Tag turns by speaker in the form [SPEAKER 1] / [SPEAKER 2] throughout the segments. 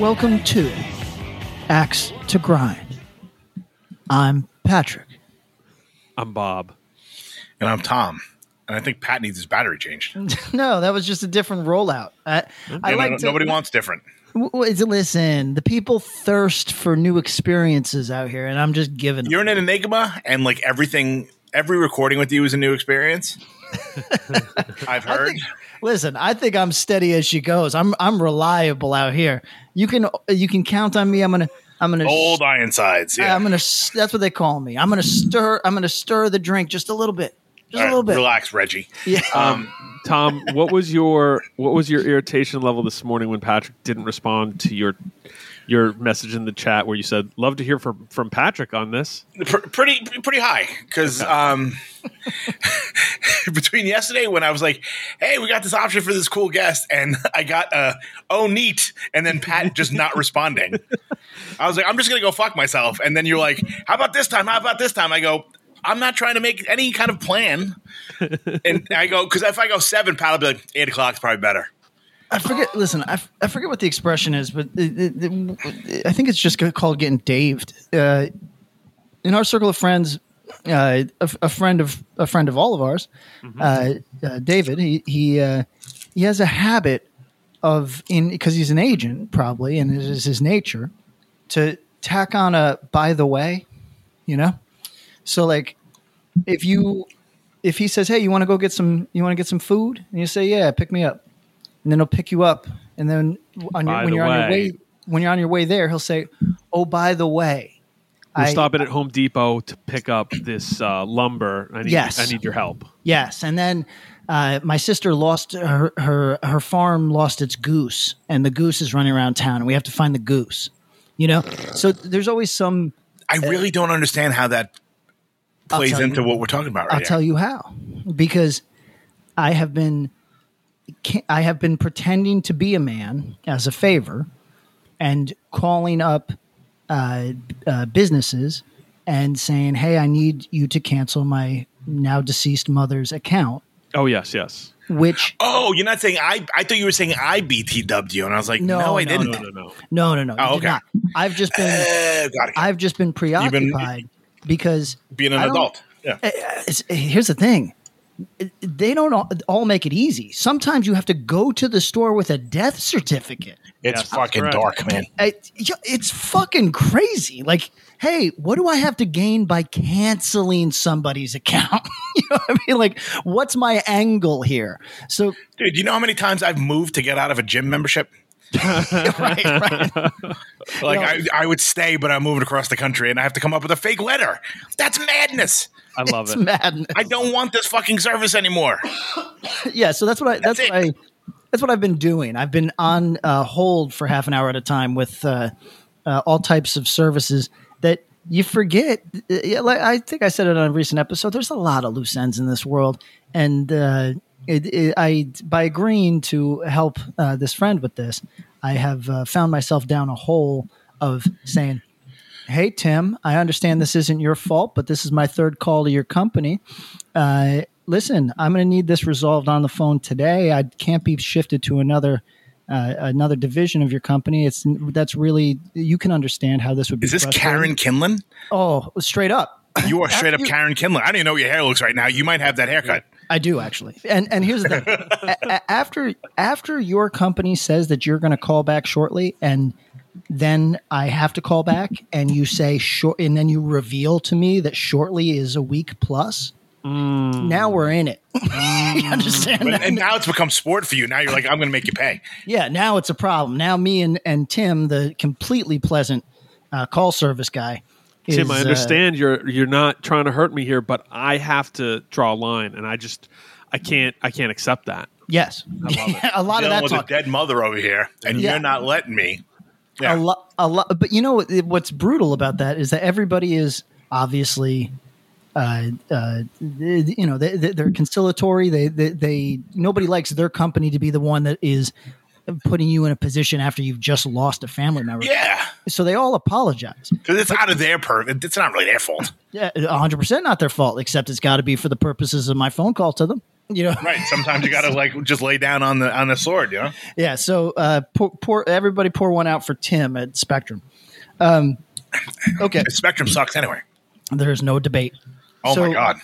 [SPEAKER 1] Welcome to Axe to Grind. I'm Patrick.
[SPEAKER 2] I'm Bob.
[SPEAKER 3] and I'm Tom. And I think Pat needs his battery changed. And
[SPEAKER 1] No, that was just a different rollout. I, I
[SPEAKER 3] I
[SPEAKER 1] like
[SPEAKER 3] don't-
[SPEAKER 1] to,
[SPEAKER 3] nobody wants different.
[SPEAKER 1] w- w- to listen. The people thirst for new experiences out here, and I'm just giving.
[SPEAKER 3] You're
[SPEAKER 1] Them.
[SPEAKER 3] in an enigma, and like everything, every recording with you is a new experience. I've
[SPEAKER 1] I
[SPEAKER 3] heard.
[SPEAKER 1] think- listen, I think I'm steady as she goes. I'm I'm reliable out here. You can you can count on me. I'm gonna I'm gonna
[SPEAKER 3] Old Ironsides. Yeah.
[SPEAKER 1] I'm gonna. s- That's what they call me. I'm gonna stir. I'm gonna stir the drink just a little bit. Just
[SPEAKER 3] All
[SPEAKER 1] a
[SPEAKER 3] right,
[SPEAKER 1] little bit.
[SPEAKER 3] Relax, Reggie.
[SPEAKER 1] Yeah.
[SPEAKER 3] Um,
[SPEAKER 2] Tom, what was your what was your irritation level this morning when Patrick didn't respond to your your message in the chat where you said love to hear from from Patrick on this?
[SPEAKER 3] pr- pretty pretty high because um, between yesterday when I was like, "Hey, we got this option for this cool guest," and I got uh, "Oh, neat," and then Pat just not responding. I was like, "I'm just gonna go fuck myself," and then you're like, "How about this time? How about this time?" I go. I'm not trying to make any kind of plan, and I go because if I go seven, Pat will be like eight o'clock is probably better.
[SPEAKER 1] I forget. Listen, I, f- I forget what the expression is, but it, it- it- I think it's just called getting daved. Uh, in our circle of friends, uh, a, f- a friend of a friend of all of ours,
[SPEAKER 2] Mm-hmm.
[SPEAKER 1] uh, uh, David, he he uh, he has a habit of in because he's an agent probably, and it is his nature to tack on a by the way, you know. So like, if you if he says, "Hey, you want to go get some? You want to get some food?" and you say, "Yeah, pick me up," and then he'll pick you up, and then on your,
[SPEAKER 2] By
[SPEAKER 1] when
[SPEAKER 2] the
[SPEAKER 1] you're on your
[SPEAKER 2] way.
[SPEAKER 1] way when you're on your way there, he'll say, "Oh, by the way,
[SPEAKER 2] We're
[SPEAKER 1] I-
[SPEAKER 2] stopping at Home Depot to pick up this uh, lumber. I need
[SPEAKER 1] Yes.
[SPEAKER 2] I need your help.
[SPEAKER 1] Yes, and then uh, my sister lost her, her her farm lost its goose, and the goose is running around town, and we have to find the goose. You know, so there's always some.
[SPEAKER 3] I really don't understand how that plays
[SPEAKER 1] Uh, tell
[SPEAKER 3] into
[SPEAKER 1] you.
[SPEAKER 3] what we're talking about. Right
[SPEAKER 1] I'll
[SPEAKER 3] now.
[SPEAKER 1] tell you how, because I have been ca- I have been pretending to be a man as a favor, and calling up uh, uh, businesses and saying, "Hey, I need you to cancel my now deceased mother's account,"
[SPEAKER 2] Oh yes, yes.
[SPEAKER 1] which.
[SPEAKER 3] Oh, you're not saying I. I thought you were saying I BTW'd you, and I was like,
[SPEAKER 1] No,
[SPEAKER 3] no, I
[SPEAKER 1] no,
[SPEAKER 3] didn't.
[SPEAKER 2] No, no,
[SPEAKER 1] No,
[SPEAKER 2] no.
[SPEAKER 1] no, no.
[SPEAKER 3] Oh,
[SPEAKER 1] you did
[SPEAKER 3] okay.
[SPEAKER 1] not. I've just been
[SPEAKER 3] Eh, got it.
[SPEAKER 1] I've just been
[SPEAKER 3] been-
[SPEAKER 1] preoccupied because
[SPEAKER 3] Being an
[SPEAKER 1] I don't- Eh,
[SPEAKER 3] adult. Yeah.
[SPEAKER 1] it's- here's the thing. They don't all- all make it easy. Sometimes you have to go to the store with a death certificate.
[SPEAKER 3] It's
[SPEAKER 2] Yes, that's
[SPEAKER 3] fucking
[SPEAKER 2] correct.
[SPEAKER 3] dark, man.
[SPEAKER 1] I- yeah, it's fucking crazy. Like, hey, what do I have to gain by canceling somebody's account? you know what I mean? Like, what's my angle here? So,
[SPEAKER 3] Dude, you know how many times I've moved to get out of a gym membership?
[SPEAKER 1] right, right.
[SPEAKER 3] Like,
[SPEAKER 1] No.
[SPEAKER 3] I, I would stay, but I'm moving across the country and I have to come up with a fake letter. That's madness.
[SPEAKER 2] I love
[SPEAKER 1] It's
[SPEAKER 2] it.
[SPEAKER 1] madness.
[SPEAKER 3] I don't want this fucking service anymore.
[SPEAKER 1] yeah so that's what i that's,
[SPEAKER 3] That's
[SPEAKER 1] what i
[SPEAKER 3] it.
[SPEAKER 1] that's what i've been doing i've been on uh, hold for half an hour at a time with uh, uh, all types of services that you forget Uh, yeah, like i think i said it on a recent episode there's a lot of loose ends in this world and uh, it, it, i by agreeing to help uh, this friend with this i have uh, found myself down a hole of saying hey tim i understand this isn't your fault but this is my third call to your company uh, listen i'm going to need this resolved on the phone today i can't be shifted to another uh, another division of your company it's that's really you can understand how this would be
[SPEAKER 3] Is this
[SPEAKER 1] frustrating."
[SPEAKER 3] Karen Kinlan?
[SPEAKER 1] oh straight up
[SPEAKER 3] You are straight up
[SPEAKER 1] you-
[SPEAKER 3] Karen Kinlan. I don't even know what your hair looks right now. You might have that haircut.
[SPEAKER 1] i do actually and and here's the thing A- a- after after your company says that you're going to call back shortly and then I have to call back and you say short and then you reveal to me that shortly is a week plus.
[SPEAKER 2] Mm.
[SPEAKER 1] Now we're in it. you understand?
[SPEAKER 3] But, and now it's become sport for you. Now you're like, I'm going to make you pay.
[SPEAKER 1] Yeah, now it's a problem. Now me and, and Tim, the completely pleasant uh, call service guy. Is,
[SPEAKER 2] Tim, I
[SPEAKER 1] uh,
[SPEAKER 2] understand you're you're not trying to hurt me here, but I have to draw a line and I just I can't I can't accept that.
[SPEAKER 1] Yes. a lot
[SPEAKER 3] Dealing
[SPEAKER 1] of that
[SPEAKER 3] with
[SPEAKER 1] talk.
[SPEAKER 3] a dead mother over here, and
[SPEAKER 1] Yeah.
[SPEAKER 3] you're not letting me.
[SPEAKER 1] a lot, a lot. But you know what, what's brutal about that is that everybody is obviously, uh, uh, th- you know, they, they- they're conciliatory. They, they, they, nobody likes their company to be the one that is putting you in a position after you've just lost a family member.
[SPEAKER 3] Yeah,
[SPEAKER 1] So they all apologize.
[SPEAKER 3] because it's out of their per. It's not really their fault,
[SPEAKER 1] Yeah, 100% not their fault, except it's got to be for the purposes of my phone call to them. You know,
[SPEAKER 3] right? Sometimes you gotta like just lay down on the on the sword, you know.
[SPEAKER 1] yeah. So, uh, pour, pour everybody pour one out for Tim at Spectrum. Um, okay,
[SPEAKER 3] The spectrum sucks anyway.
[SPEAKER 1] there's no debate.
[SPEAKER 3] Oh
[SPEAKER 1] So,
[SPEAKER 3] my god,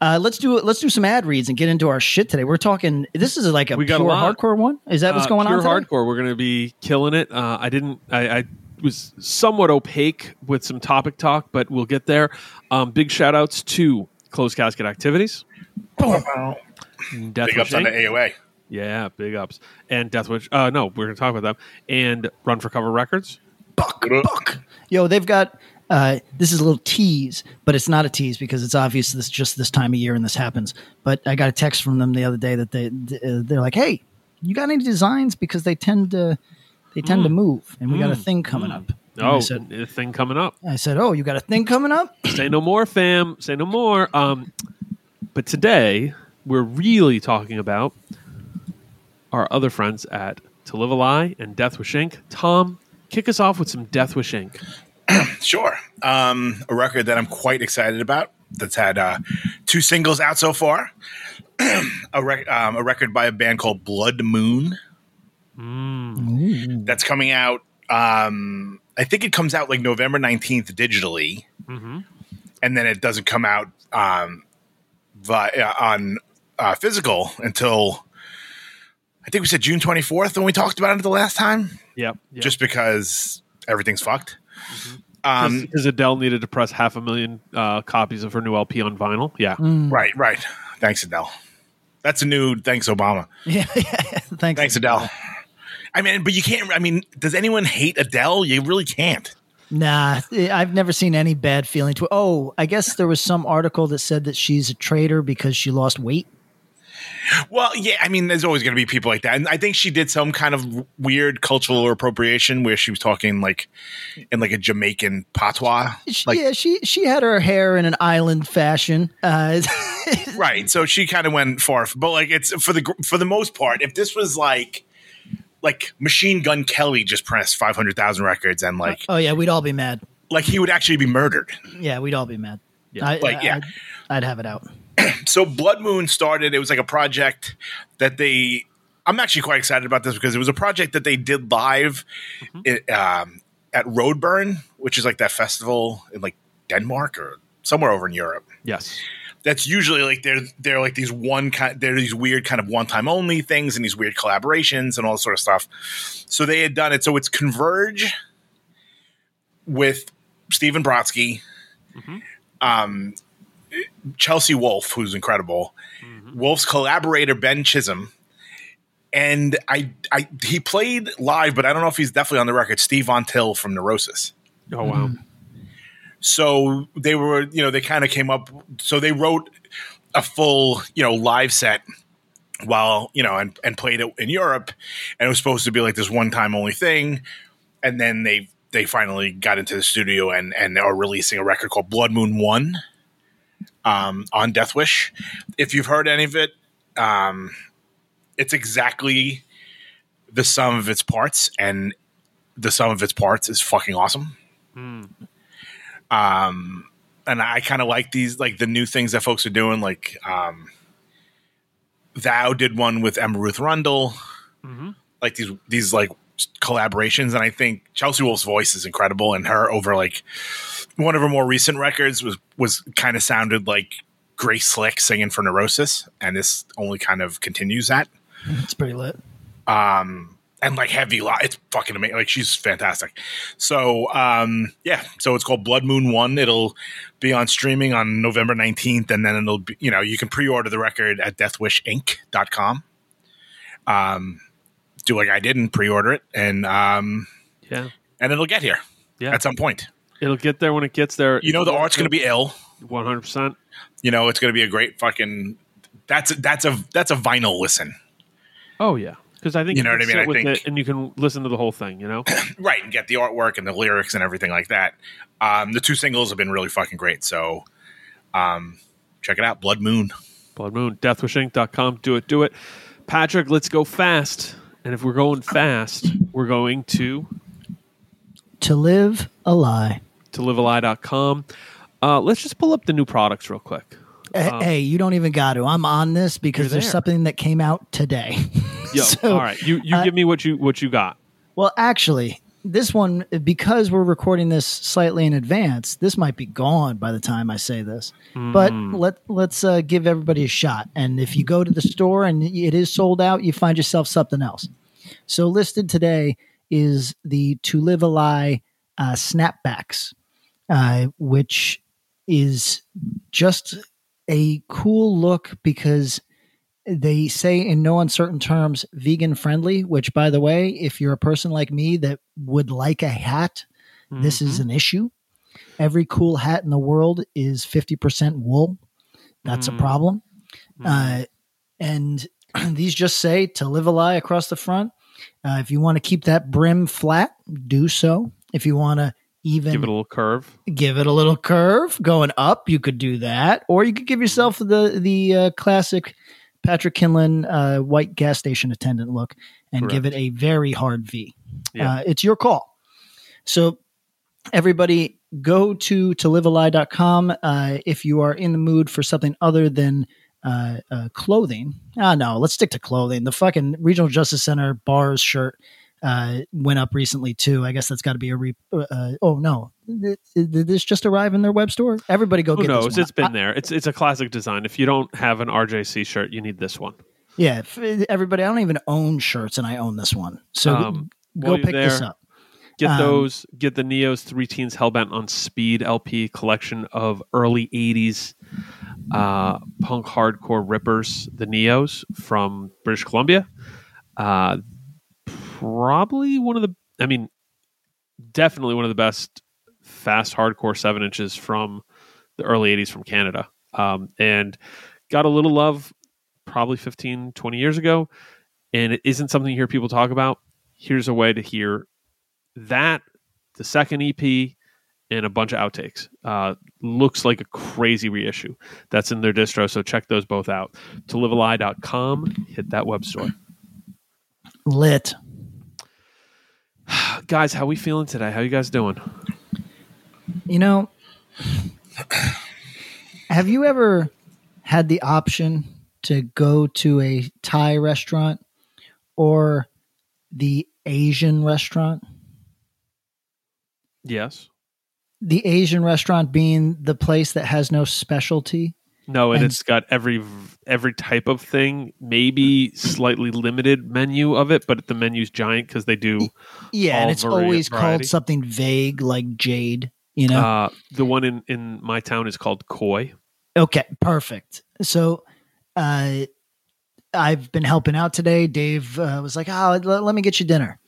[SPEAKER 1] Uh, let's do let's do some ad reads and get into our shit today. We're talking. This is like a
[SPEAKER 2] We got
[SPEAKER 1] pure
[SPEAKER 2] a lot.
[SPEAKER 1] hardcore one. Is that what's
[SPEAKER 2] Uh,
[SPEAKER 1] going on?
[SPEAKER 2] pure
[SPEAKER 1] today?
[SPEAKER 2] hardcore. We're going to be killing it. Uh, I didn't. I, I was somewhat opaque with some topic talk, but we'll get there. Um, big shout outs to closed casket activities.
[SPEAKER 1] Oh,
[SPEAKER 2] Death
[SPEAKER 3] big ups
[SPEAKER 2] Wish
[SPEAKER 3] on the
[SPEAKER 2] Inc.
[SPEAKER 3] AOA.
[SPEAKER 2] Yeah, big ups. And Deathwish. Uh, no, we're going to talk about them. And Run for Cover Records.
[SPEAKER 3] Buck, buck.
[SPEAKER 1] Yo, they've got. Uh, this is a little tease, but it's not a tease because it's obvious this just this time of year and this happens. But I got a text from them the other day that they th- uh, they're like, "Hey, you got any designs?" Because they tend to they tend to move, and we got a thing coming up. And I
[SPEAKER 2] Mm. Oh,
[SPEAKER 1] said,
[SPEAKER 2] a thing coming up.
[SPEAKER 1] I said, "Oh, you got a thing coming up?"
[SPEAKER 2] Say no more, fam. Say no more. Um, but today we're really talking about our other friends at To Live a Lie and Death Wish Inc. Tom, kick us off with some Death Wish Inc.
[SPEAKER 3] Sure. Um, a record that I'm quite excited about that's had uh, two singles out so far. a, rec- um, a record by a band called Blood Moon that's coming out. Um, I think it comes out like November 19th digitally. And then it doesn't come out um, vi- uh, on uh, physical until I think we said June 24th when we talked about it the last time,
[SPEAKER 2] Yep. yep.
[SPEAKER 3] just because everything's fucked. Um,
[SPEAKER 2] because Adele needed to press half a million uh, copies of her new LP on vinyl. Yeah.
[SPEAKER 3] Right, right. Thanks, Adele. That's a new thanks, Obama.
[SPEAKER 1] yeah, yeah. Thanks.
[SPEAKER 3] Thanks, Adele. I mean, but you can't. I mean, does anyone hate Adele? You really can't.
[SPEAKER 1] Nah, eh, I've never seen any bad feeling to. Oh, I guess there was some article that said that she's a traitor because she lost weight.
[SPEAKER 3] Well, yeah. I mean, there's always going to be people like that, and I think she did some kind of weird cultural appropriation where she was talking like in like a Jamaican patois.
[SPEAKER 1] She,
[SPEAKER 3] Like,
[SPEAKER 1] yeah, she she had her hair in an island fashion. Uh,
[SPEAKER 3] right so she kind of went far f- but like it's for the gr- for the most part if this was like like machine gun kelly just pressed 500000 records and like
[SPEAKER 1] oh yeah, we'd all be mad.
[SPEAKER 3] like he would actually be murdered
[SPEAKER 1] Yeah, we'd all be mad.
[SPEAKER 2] Yeah.
[SPEAKER 1] I,
[SPEAKER 3] Like,
[SPEAKER 1] I-
[SPEAKER 3] yeah.
[SPEAKER 1] I'd, I'd have it out.
[SPEAKER 3] so blood moon started it was like a project that they i'm actually quite excited about this because it was a project that they did live i- um, at roadburn which is like that festival in like denmark or somewhere over in europe
[SPEAKER 2] Yes.
[SPEAKER 3] that's usually like they're they're like these one kind they're these weird kind of one time only things and these weird collaborations and all this sort of stuff. So they had done it. So it's Converge with Stephen Brodsky, um, Chelsea Wolf, who's incredible, Wolf's collaborator Ben Chisholm, and I I he played live, but I don't know if he's definitely on the record. Steve Von Till from Neurosis
[SPEAKER 2] Oh wow.
[SPEAKER 3] Mm-hmm. so they were you know they kind of came up so they wrote a full you know live set while you know and, and played it in europe and it was supposed to be like this one time only thing and then they they finally got into the studio and and are releasing a record called blood moon one um, on death wish if you've heard any of it um, it's exactly the sum of its parts and the sum of its parts is fucking awesome um and i kind of like these like the new things that folks are doing like um thou did one with emma ruth rundle like these these like collaborations and i think chelsea wolf's voice is incredible and her over like one of her more recent records was was kind of sounded like grace slick singing for neurosis and this only kind of continues that
[SPEAKER 1] It's pretty lit.
[SPEAKER 3] and like heavy lot. It's fucking amazing. Like she's fantastic. So um, yeah, so it's called Blood Moon One. It'll be on streaming on November nineteenth, and then it'll be you know you can pre-order the record at deathwishinc.com. Um, do like I did and pre-order it, and um,
[SPEAKER 2] Yeah.
[SPEAKER 3] and it'll get here
[SPEAKER 2] Yeah.
[SPEAKER 3] at some point.
[SPEAKER 2] It'll get there when it gets there.
[SPEAKER 3] You know the art's going to be ill.
[SPEAKER 2] one hundred percent.
[SPEAKER 3] You know it's going to be a great fucking. That's that's a that's a vinyl listen.
[SPEAKER 2] Oh yeah, because I think
[SPEAKER 3] You know
[SPEAKER 2] can
[SPEAKER 3] what I mean?
[SPEAKER 2] sit
[SPEAKER 3] I
[SPEAKER 2] with
[SPEAKER 3] think-
[SPEAKER 2] it and you can listen to the whole thing. You know,
[SPEAKER 3] right and get the artwork and the lyrics and everything like that um, the two singles have been really fucking great so um, check it out blood moon
[SPEAKER 2] Blood Moon, DeathWishInc.com. Do it, do it, Patrick. Let's go fast. And if we're going fast, we're going to
[SPEAKER 1] To live a lie.
[SPEAKER 2] to livealie.com. Uh, let's just pull up the new products real quick.
[SPEAKER 1] Hey, hey, you don't even got to. I'm on this because
[SPEAKER 2] Um, You're
[SPEAKER 1] there's
[SPEAKER 2] there.
[SPEAKER 1] something that came out today.
[SPEAKER 2] Yo,
[SPEAKER 1] So, uh,
[SPEAKER 2] all right, you you give me what you what you got.
[SPEAKER 1] Well, actually, this one because we're recording this slightly in advance, this might be gone by the time I say this. But let let's uh, give everybody a shot. And if you go to the store and it is sold out, you find yourself something else. So listed today is the To Live a Lie uh, snapbacks, uh, which is just a cool look because they say in no uncertain terms vegan friendly which by the way if you're a person like me that would like a hat this is an
[SPEAKER 2] Mm-hmm.
[SPEAKER 1] issue every cool hat in the world is 50% wool that's
[SPEAKER 2] Mm.
[SPEAKER 1] a problem
[SPEAKER 2] Mm-hmm.
[SPEAKER 1] uh, and these just say to live a lie across the front uh, if you want to keep that brim flat do so if you want to even
[SPEAKER 2] Mm-hmm. Give it a little curve.
[SPEAKER 1] give it a little curve going up you could do that or you could give yourself the the uh, classic patrick kinlan uh, white gas station attendant look and give it a very hard v
[SPEAKER 2] Yeah.
[SPEAKER 1] uh, it's your call so everybody go to to livealie.com uh, if you are in the mood for something other than uh, uh, clothing ah no let's stick to clothing the fucking regional justice center bars shirt uh, went up recently too. I guess that's got to be a re. Uh, uh, oh no, did did this just arrive in their web store? Everybody go
[SPEAKER 2] Who
[SPEAKER 1] get this.
[SPEAKER 2] knows?
[SPEAKER 1] one. Uh,
[SPEAKER 2] It's been there. It's it's a classic design. If you don't have an RJC shirt, you need this one.
[SPEAKER 1] Yeah, f- eh, everybody. I don't even own shirts, and I own this one. So
[SPEAKER 2] Um,
[SPEAKER 1] go
[SPEAKER 2] while you're
[SPEAKER 1] pick this
[SPEAKER 2] there,
[SPEAKER 1] up.
[SPEAKER 2] Get
[SPEAKER 1] Um,
[SPEAKER 2] those. Get the Neos Three Teens Hellbent on Speed LP collection of early '80s uh, punk hardcore rippers, the Neos from British Columbia. Uh, probably one of the. I mean, definitely one of the best fast hardcore seven inches from the early '80s from Canada, um, and got a little love probably 15, 20 years ago. And it isn't something you hear people talk about. Here's a way to hear that the second ep and a bunch of outtakes uh, looks like a crazy reissue that's in their distro so check those both out to livealie.com hit that web store
[SPEAKER 1] Lit.
[SPEAKER 2] guys how we feeling today how you guys doing
[SPEAKER 1] You know, have you ever had the option to go to a Thai restaurant or the Asian restaurant?
[SPEAKER 2] yes
[SPEAKER 1] The Asian restaurant being the place that has no specialty.
[SPEAKER 2] no and,
[SPEAKER 1] And-
[SPEAKER 2] it's got every every type of thing maybe slightly limited menu of it but the menu's giant because they do
[SPEAKER 1] Yeah, and
[SPEAKER 2] all
[SPEAKER 1] it's
[SPEAKER 2] vari-
[SPEAKER 1] always
[SPEAKER 2] variety.
[SPEAKER 1] called something vague like jade, you know?
[SPEAKER 2] uh, the one in in my town is called koi
[SPEAKER 1] Okay, perfect. So, uh, I've been helping out today. Dave uh, was like, "Oh, let, let me get you dinner,"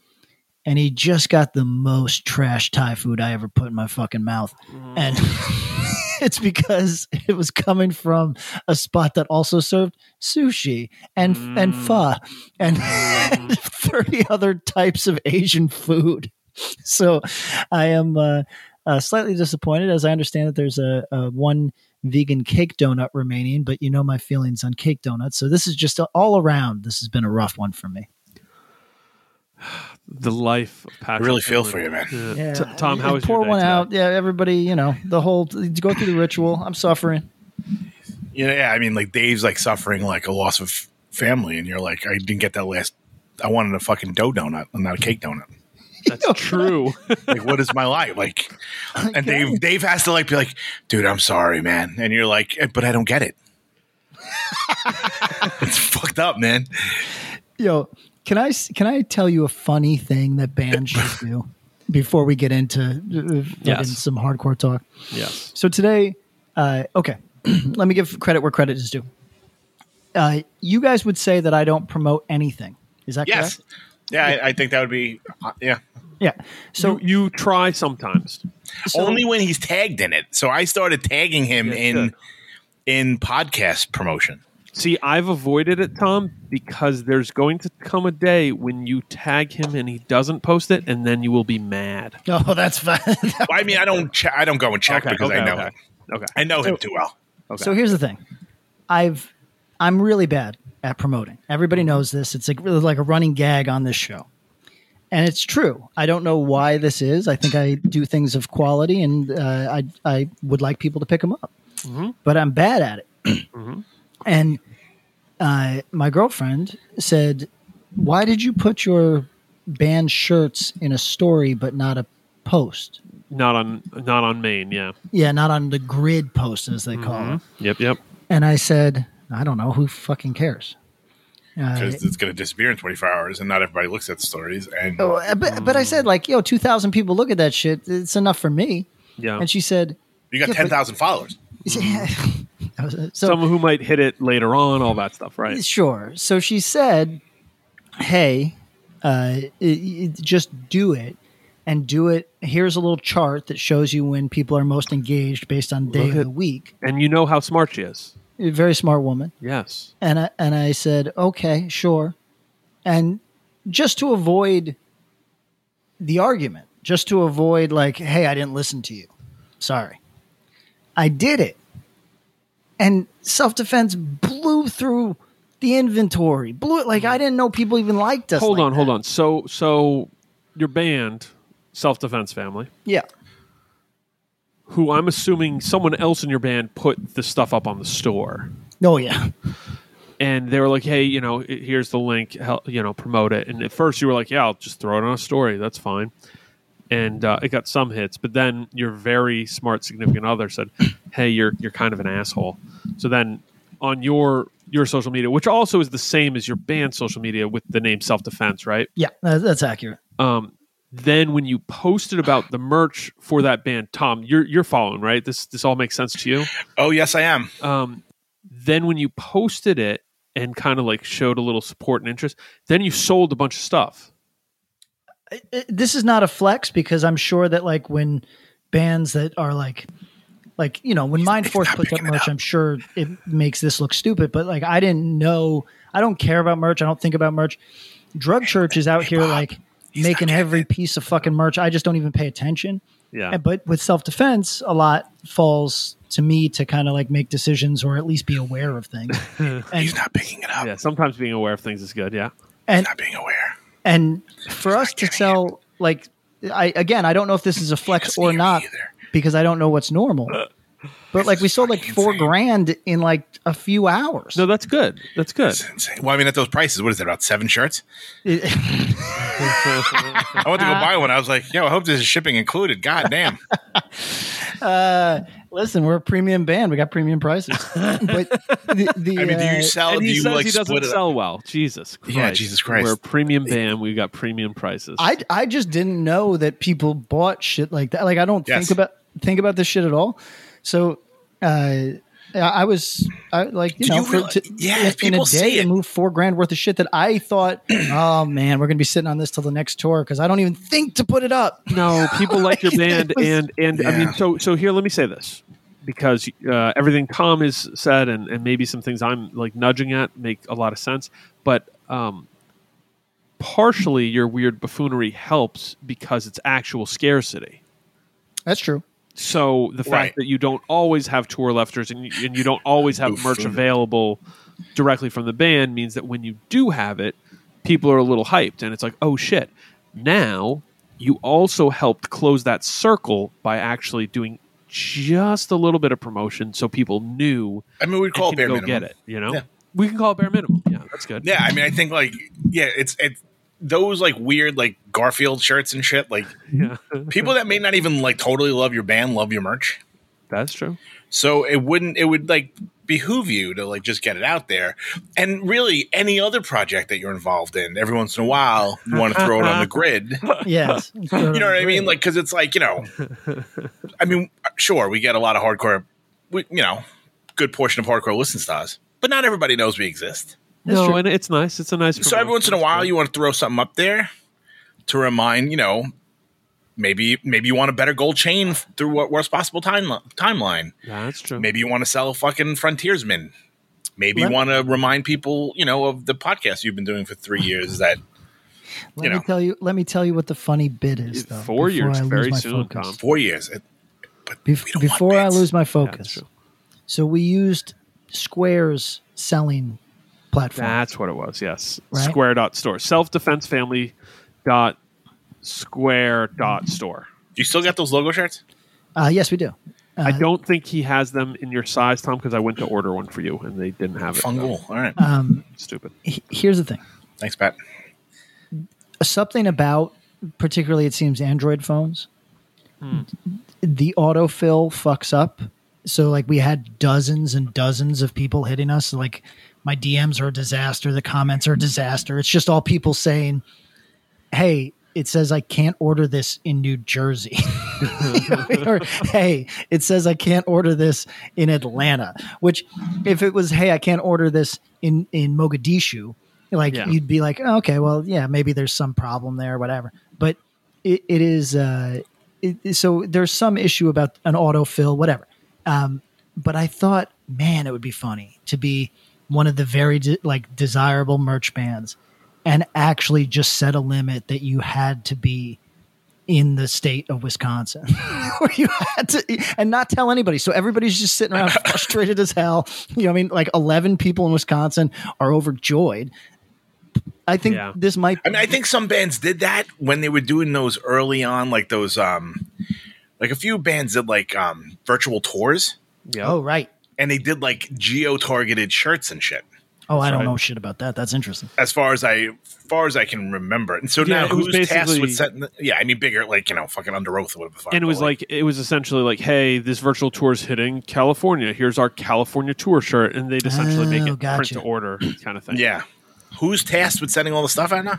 [SPEAKER 1] and he just got the most trash Thai food I ever put in my fucking mouth, and it's because it was coming from a spot that also served sushi and and pho and, and thirty other types of Asian food. So, I am. Uh, uh, slightly disappointed as I understand that there's a, a one vegan cake donut remaining, but you know my feelings on cake donuts. So this is just a, all around. This has been a rough one for me.
[SPEAKER 2] the life of Patrick
[SPEAKER 3] really feel
[SPEAKER 2] Henry.
[SPEAKER 3] for you, man.
[SPEAKER 2] Yeah. T- tom how
[SPEAKER 1] You
[SPEAKER 2] was
[SPEAKER 1] pour
[SPEAKER 2] your day
[SPEAKER 1] one
[SPEAKER 2] today?
[SPEAKER 1] out? Yeah, everybody, you know the whole go through the ritual. I'm suffering.
[SPEAKER 3] you know, yeah i mean like dave's like suffering like a loss of family and you're like i didn't get that last i wanted a fucking dough donut and not a cake donut
[SPEAKER 2] that's true
[SPEAKER 3] like what is my life like and dave dave has to like be like dude i'm sorry man and you're like "Eh, but i don't get it it's fucked up man
[SPEAKER 1] Yo, can I s- can I tell you a funny thing that bands should do before we get into uh, fucking
[SPEAKER 2] Yes.
[SPEAKER 1] some hardcore talk?
[SPEAKER 2] yes
[SPEAKER 1] So today, uh, okay, let me give credit where credit is due. Uh, you guys would say that I don't promote anything. Is that
[SPEAKER 3] yes
[SPEAKER 1] correct?
[SPEAKER 3] yeah I, I think that would be uh, yeah
[SPEAKER 1] Yeah. So
[SPEAKER 2] you, you try sometimes.
[SPEAKER 1] So-
[SPEAKER 3] only when he's tagged in it. So I started tagging him
[SPEAKER 2] Yeah,
[SPEAKER 3] in
[SPEAKER 2] sure.
[SPEAKER 3] in podcast promotion.
[SPEAKER 2] See, I've avoided it, Tom, because there's going to come a day when you tag him and he doesn't post it, and then you will be mad.
[SPEAKER 1] Oh, that's fine.
[SPEAKER 3] Well, I mean, I don't. Che- I don't go and check because I know
[SPEAKER 2] okay.
[SPEAKER 3] him.
[SPEAKER 2] Okay.
[SPEAKER 3] I know him too well.
[SPEAKER 1] So here's the thing. I've I'm really bad at promoting. Everybody knows this. It's like really like a running gag on this show. And it's true. I don't know why this is. I think I do things of quality and uh, I I would like people to pick them up. But I'm bad at it. And uh, my girlfriend said, "Why did you put your band shirts in a story but not a post?"
[SPEAKER 2] Not on not on Maine, yeah.
[SPEAKER 1] Yeah, not on the grid post as they call it.
[SPEAKER 2] Yep, yep.
[SPEAKER 1] And I said, I don't know. Who fucking cares? Uh,
[SPEAKER 3] Because it's going to disappear in 24 hours, and not everybody looks at the stories. And
[SPEAKER 1] oh, uh, but, but I said, like, yo, 2,000 people look at that shit. It's enough for me.
[SPEAKER 2] Yeah.
[SPEAKER 1] And she said,
[SPEAKER 3] you got
[SPEAKER 1] yeah, but-
[SPEAKER 3] 10,000 followers.
[SPEAKER 1] I was,
[SPEAKER 2] Mm-hmm.
[SPEAKER 1] uh, so,
[SPEAKER 2] Someone who might hit it later on, all that stuff, right?
[SPEAKER 1] sure. So she said, hey, uh, i i- just do it and do it. Here's a little chart that shows you when people are most engaged based on day
[SPEAKER 2] Look
[SPEAKER 1] of
[SPEAKER 2] at-
[SPEAKER 1] the week.
[SPEAKER 2] And you know how smart she is.
[SPEAKER 1] A very smart woman.
[SPEAKER 2] Yes.
[SPEAKER 1] and I, and I said, okay, sure, and just to avoid the argument, just to avoid like, hey, I didn't listen to you, sorry, I did it, and self defense blew through the inventory, blew it like I didn't know people even liked us.
[SPEAKER 2] Hold
[SPEAKER 1] like
[SPEAKER 2] on, hold on. So so your band, Self Defense Family,
[SPEAKER 1] that. yeah,
[SPEAKER 2] who I'm assuming someone else in your band put the stuff up on the store.
[SPEAKER 1] oh yeah,
[SPEAKER 2] and they were like, "Hey, you know, i- here's the link. Help, you know, promote it." And at first, you were like, "Yeah, I'll just throw it on a story. That's fine." And uh, it got some hits, but then your very smart significant other said, "Hey, you're you're kind of an asshole." So then on your your social media, which also is the same as your band's social media with the name Self Defense, right?
[SPEAKER 1] yeah, that- that's accurate.
[SPEAKER 2] Um, then when you posted about the merch for that band, Tom, you're you're following, right? This this all makes sense to you
[SPEAKER 3] Oh, yes, I am.
[SPEAKER 2] um, then when you posted it and kind of like showed a little support and interest, then you sold a bunch of stuff.
[SPEAKER 1] I- I- this is not a flex because I'm sure that like when bands that are like like you know when Mind Force puts up merch, I'm sure it makes this look stupid. But like I didn't know, I don't care about merch. I don't think about merch. Drug Church is out here like making every piece of fucking merch. I just don't even pay attention.
[SPEAKER 2] Yeah.
[SPEAKER 1] And- But with self defense, a lot falls to me to kind of like make decisions or at least be aware of things.
[SPEAKER 3] He's not picking it up.
[SPEAKER 2] Yeah. Sometimes being aware of things is good. Yeah.
[SPEAKER 1] And
[SPEAKER 3] Not being aware.
[SPEAKER 1] and for us to sell like I again I don't know if this is a flex
[SPEAKER 3] doesn't
[SPEAKER 1] or
[SPEAKER 3] hear me
[SPEAKER 1] not
[SPEAKER 3] either.
[SPEAKER 1] because I don't know what's normal.
[SPEAKER 3] Uh,
[SPEAKER 1] But like we sold like
[SPEAKER 3] fucking
[SPEAKER 1] four
[SPEAKER 3] insane.
[SPEAKER 1] grand in like a few hours.
[SPEAKER 2] No, that's good. That's good.
[SPEAKER 3] It's insane. Well, I mean, at those prices, what is that, about seven shirts? I went to go
[SPEAKER 2] Uh,
[SPEAKER 3] buy one. I was like, yo, I hope this is shipping included. God damn.
[SPEAKER 1] Listen, we're a premium band. We got premium prices. but the, the
[SPEAKER 3] I mean, do
[SPEAKER 1] uh,
[SPEAKER 3] you sell?
[SPEAKER 2] and
[SPEAKER 3] do
[SPEAKER 2] he
[SPEAKER 3] you
[SPEAKER 2] says
[SPEAKER 3] like
[SPEAKER 2] he
[SPEAKER 3] split
[SPEAKER 2] doesn't
[SPEAKER 3] it up?
[SPEAKER 2] sell well. Jesus Christ.
[SPEAKER 3] Yeah, Jesus Christ.
[SPEAKER 2] We're a premium band. We've got premium prices.
[SPEAKER 1] I I just didn't know that people bought shit like that. Like I don't
[SPEAKER 3] Yes.
[SPEAKER 1] think about think about this shit at all. So uh, I- I was I, like you
[SPEAKER 3] Do
[SPEAKER 1] know
[SPEAKER 3] you
[SPEAKER 1] for-
[SPEAKER 3] realize-
[SPEAKER 1] to-
[SPEAKER 3] yeah,
[SPEAKER 1] in- in,
[SPEAKER 3] people
[SPEAKER 1] a
[SPEAKER 3] see
[SPEAKER 1] day to
[SPEAKER 3] it.
[SPEAKER 1] move four grand worth of shit that I thought oh man we're gonna be sitting on this till the next tour because I don't even think to put it up.
[SPEAKER 2] No, people like your band,
[SPEAKER 1] was-
[SPEAKER 2] and and I
[SPEAKER 3] Yeah.
[SPEAKER 2] mean, so so here, let me say this because uh, everything Tom has said, and and maybe some things I'm like nudging at make a lot of sense, but um, partially your weird buffoonery helps because it's actual scarcity.
[SPEAKER 1] That's true.
[SPEAKER 2] So the fact
[SPEAKER 3] Right.
[SPEAKER 2] that you don't always have tour lefters and you, and you don't always have merch
[SPEAKER 3] Buffoonery.
[SPEAKER 2] available directly from the band means that when you do have it, people are a little hyped and it's like, oh shit. Now you also helped close that circle by actually doing just a little bit of promotion so people knew
[SPEAKER 3] I mean, we'd
[SPEAKER 2] and
[SPEAKER 3] call it
[SPEAKER 2] can
[SPEAKER 3] bare
[SPEAKER 2] go
[SPEAKER 3] minimum.
[SPEAKER 2] get it. You know,
[SPEAKER 3] Yeah.
[SPEAKER 2] we can call it bare minimum. Yeah, that's good.
[SPEAKER 3] Yeah, I mean, I think like yeah, it's it's those like weird like Garfield shirts and shit. Like
[SPEAKER 2] yeah.
[SPEAKER 3] people that may not even like totally love your band love your merch.
[SPEAKER 2] that's true.
[SPEAKER 3] So it wouldn't it would like behoove you to like just get it out there. And really any other project that you're involved in, every once in a while you want to throw it on the grid.
[SPEAKER 1] Yes, you
[SPEAKER 3] You know what I mean? Like cuz it's like, you know, I mean, sure, we get a lot of hardcore we, you know, good portion of hardcore listens to us, but not everybody knows we exist.
[SPEAKER 1] That's
[SPEAKER 2] no,
[SPEAKER 1] true.
[SPEAKER 2] and it's nice. It's a nice.
[SPEAKER 3] So every
[SPEAKER 2] promotion.
[SPEAKER 3] once in a
[SPEAKER 2] It's
[SPEAKER 3] while,
[SPEAKER 2] good.
[SPEAKER 3] you want to throw something up there to remind you know maybe maybe you want a better gold chain f- through what worst possible time timeline.
[SPEAKER 2] Yeah, that's true.
[SPEAKER 3] Maybe you want to sell a fucking frontiersman. maybe
[SPEAKER 1] Let-
[SPEAKER 3] want to remind people, you know, of the podcast you've been doing for three years. That
[SPEAKER 1] Let
[SPEAKER 3] You
[SPEAKER 1] me
[SPEAKER 3] know.
[SPEAKER 1] tell you. Let me tell you what the funny bit is. Though, before
[SPEAKER 2] Four years,
[SPEAKER 1] I lose
[SPEAKER 2] very
[SPEAKER 1] my
[SPEAKER 2] soon,
[SPEAKER 1] focus.
[SPEAKER 2] Tom.
[SPEAKER 3] four years. It-
[SPEAKER 1] Bef-
[SPEAKER 3] don't want
[SPEAKER 1] before I
[SPEAKER 3] bits.
[SPEAKER 1] lose my
[SPEAKER 2] that's
[SPEAKER 1] focus.
[SPEAKER 2] true.
[SPEAKER 1] so we used Square's selling platform.
[SPEAKER 2] That's what it was. Yes,
[SPEAKER 1] Right.
[SPEAKER 2] Square dot store, self defense family dot square dot store.
[SPEAKER 3] you still got those logo shirts?
[SPEAKER 1] uh, yes, we do.
[SPEAKER 2] I
[SPEAKER 1] Uh-huh.
[SPEAKER 2] don't think he has them in your size, Tom, because I went to order one for you and they didn't have it. so
[SPEAKER 3] Fungal. All right.
[SPEAKER 2] Stupid.
[SPEAKER 1] He- Here's the thing.
[SPEAKER 3] Thanks, Pat.
[SPEAKER 1] something about particularly it seems android phones the autofill fucks up so like we had dozens and dozens of people hitting us like my dms are a disaster the comments are a disaster it's just all people saying hey it says i can't order this in new jersey You know, or, hey it says i can't order this in atlanta which if it was hey i can't order this in in mogadishu like
[SPEAKER 2] Yeah.
[SPEAKER 1] you'd be like oh, okay well yeah maybe there's some problem there or whatever but it, it is uh it, so there's some issue about an autofill whatever um but i thought man it would be funny to be one of the very de- like desirable merch bands and actually just set a limit that you had to be in the state of Wisconsin, where you had to, and not tell anybody. So everybody's just sitting around frustrated as hell. You know, what I mean, like eleven people in Wisconsin are overjoyed. I think
[SPEAKER 2] Yeah.
[SPEAKER 1] this might.
[SPEAKER 3] I mean, I think some bands did that when they were doing those early on, like those, um, like a few bands did like um, virtual tours,
[SPEAKER 2] Yeah.
[SPEAKER 1] oh right.
[SPEAKER 3] and they did like geo targeted shirts and shit.
[SPEAKER 1] Oh, I don't
[SPEAKER 2] right.
[SPEAKER 1] know shit about that. That's interesting.
[SPEAKER 3] As far as I, far as I can remember, and so
[SPEAKER 2] Yeah,
[SPEAKER 3] now
[SPEAKER 2] it was
[SPEAKER 3] who's tasked
[SPEAKER 2] basically-
[SPEAKER 3] with setting? The, yeah, I mean, bigger, like you know, fucking under oath or whatever. the fuck,
[SPEAKER 2] and it
[SPEAKER 3] but,
[SPEAKER 2] was like it was essentially like, hey, this virtual tour is hitting California. Here's our California tour shirt, and they'd essentially make
[SPEAKER 1] Oh,
[SPEAKER 2] it print
[SPEAKER 1] gotcha.
[SPEAKER 2] to order kind of thing.
[SPEAKER 3] yeah, who's tasked with setting all the stuff out now?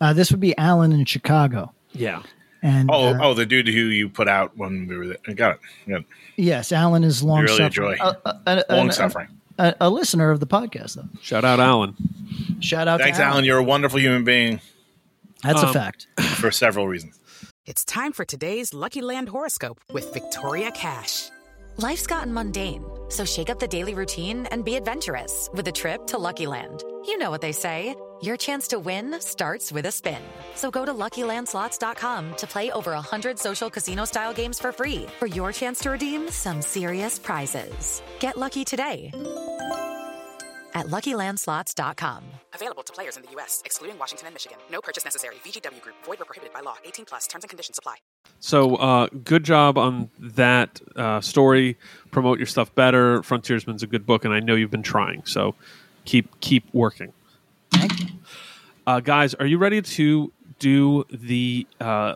[SPEAKER 1] Uh, this would be Alan in Chicago,
[SPEAKER 2] yeah.
[SPEAKER 1] and
[SPEAKER 3] Oh,
[SPEAKER 1] uh,
[SPEAKER 3] oh, the dude who you put out when we were there. I Got it. Yeah.
[SPEAKER 1] yes, Alan is long
[SPEAKER 3] really
[SPEAKER 1] suffering,
[SPEAKER 3] enjoy. Long suffering.
[SPEAKER 1] a, a listener of the podcast though.
[SPEAKER 2] Shout out Alan.
[SPEAKER 1] Shout out
[SPEAKER 3] Thanks,
[SPEAKER 1] to
[SPEAKER 3] Alan. You're a wonderful human being
[SPEAKER 1] That's
[SPEAKER 2] Um,
[SPEAKER 1] a fact.
[SPEAKER 3] for several reasons.
[SPEAKER 4] It's time for today's Lucky Land horoscope with Victoria Cash.
[SPEAKER 5] Life's gotten mundane, so shake up the daily routine and be adventurous with a trip to Lucky Land. You know what they say your chance to win starts with a spin. So go to luckylandslots.com to play over 100 social casino style games for free for your chance to redeem some serious prizes. Get lucky today at luckylandslots.com.
[SPEAKER 4] Available to players in the U.S., excluding Washington and Michigan. No purchase necessary. VGW Group, void were prohibited by law. 18 plus terms and conditions apply.
[SPEAKER 2] So uh, good job on that uh, story. Promote your stuff better. Frontiersman's a good book, and I know you've been trying. So keep keep working.
[SPEAKER 1] Thank you.
[SPEAKER 2] Uh, guys, are you ready to do the uh,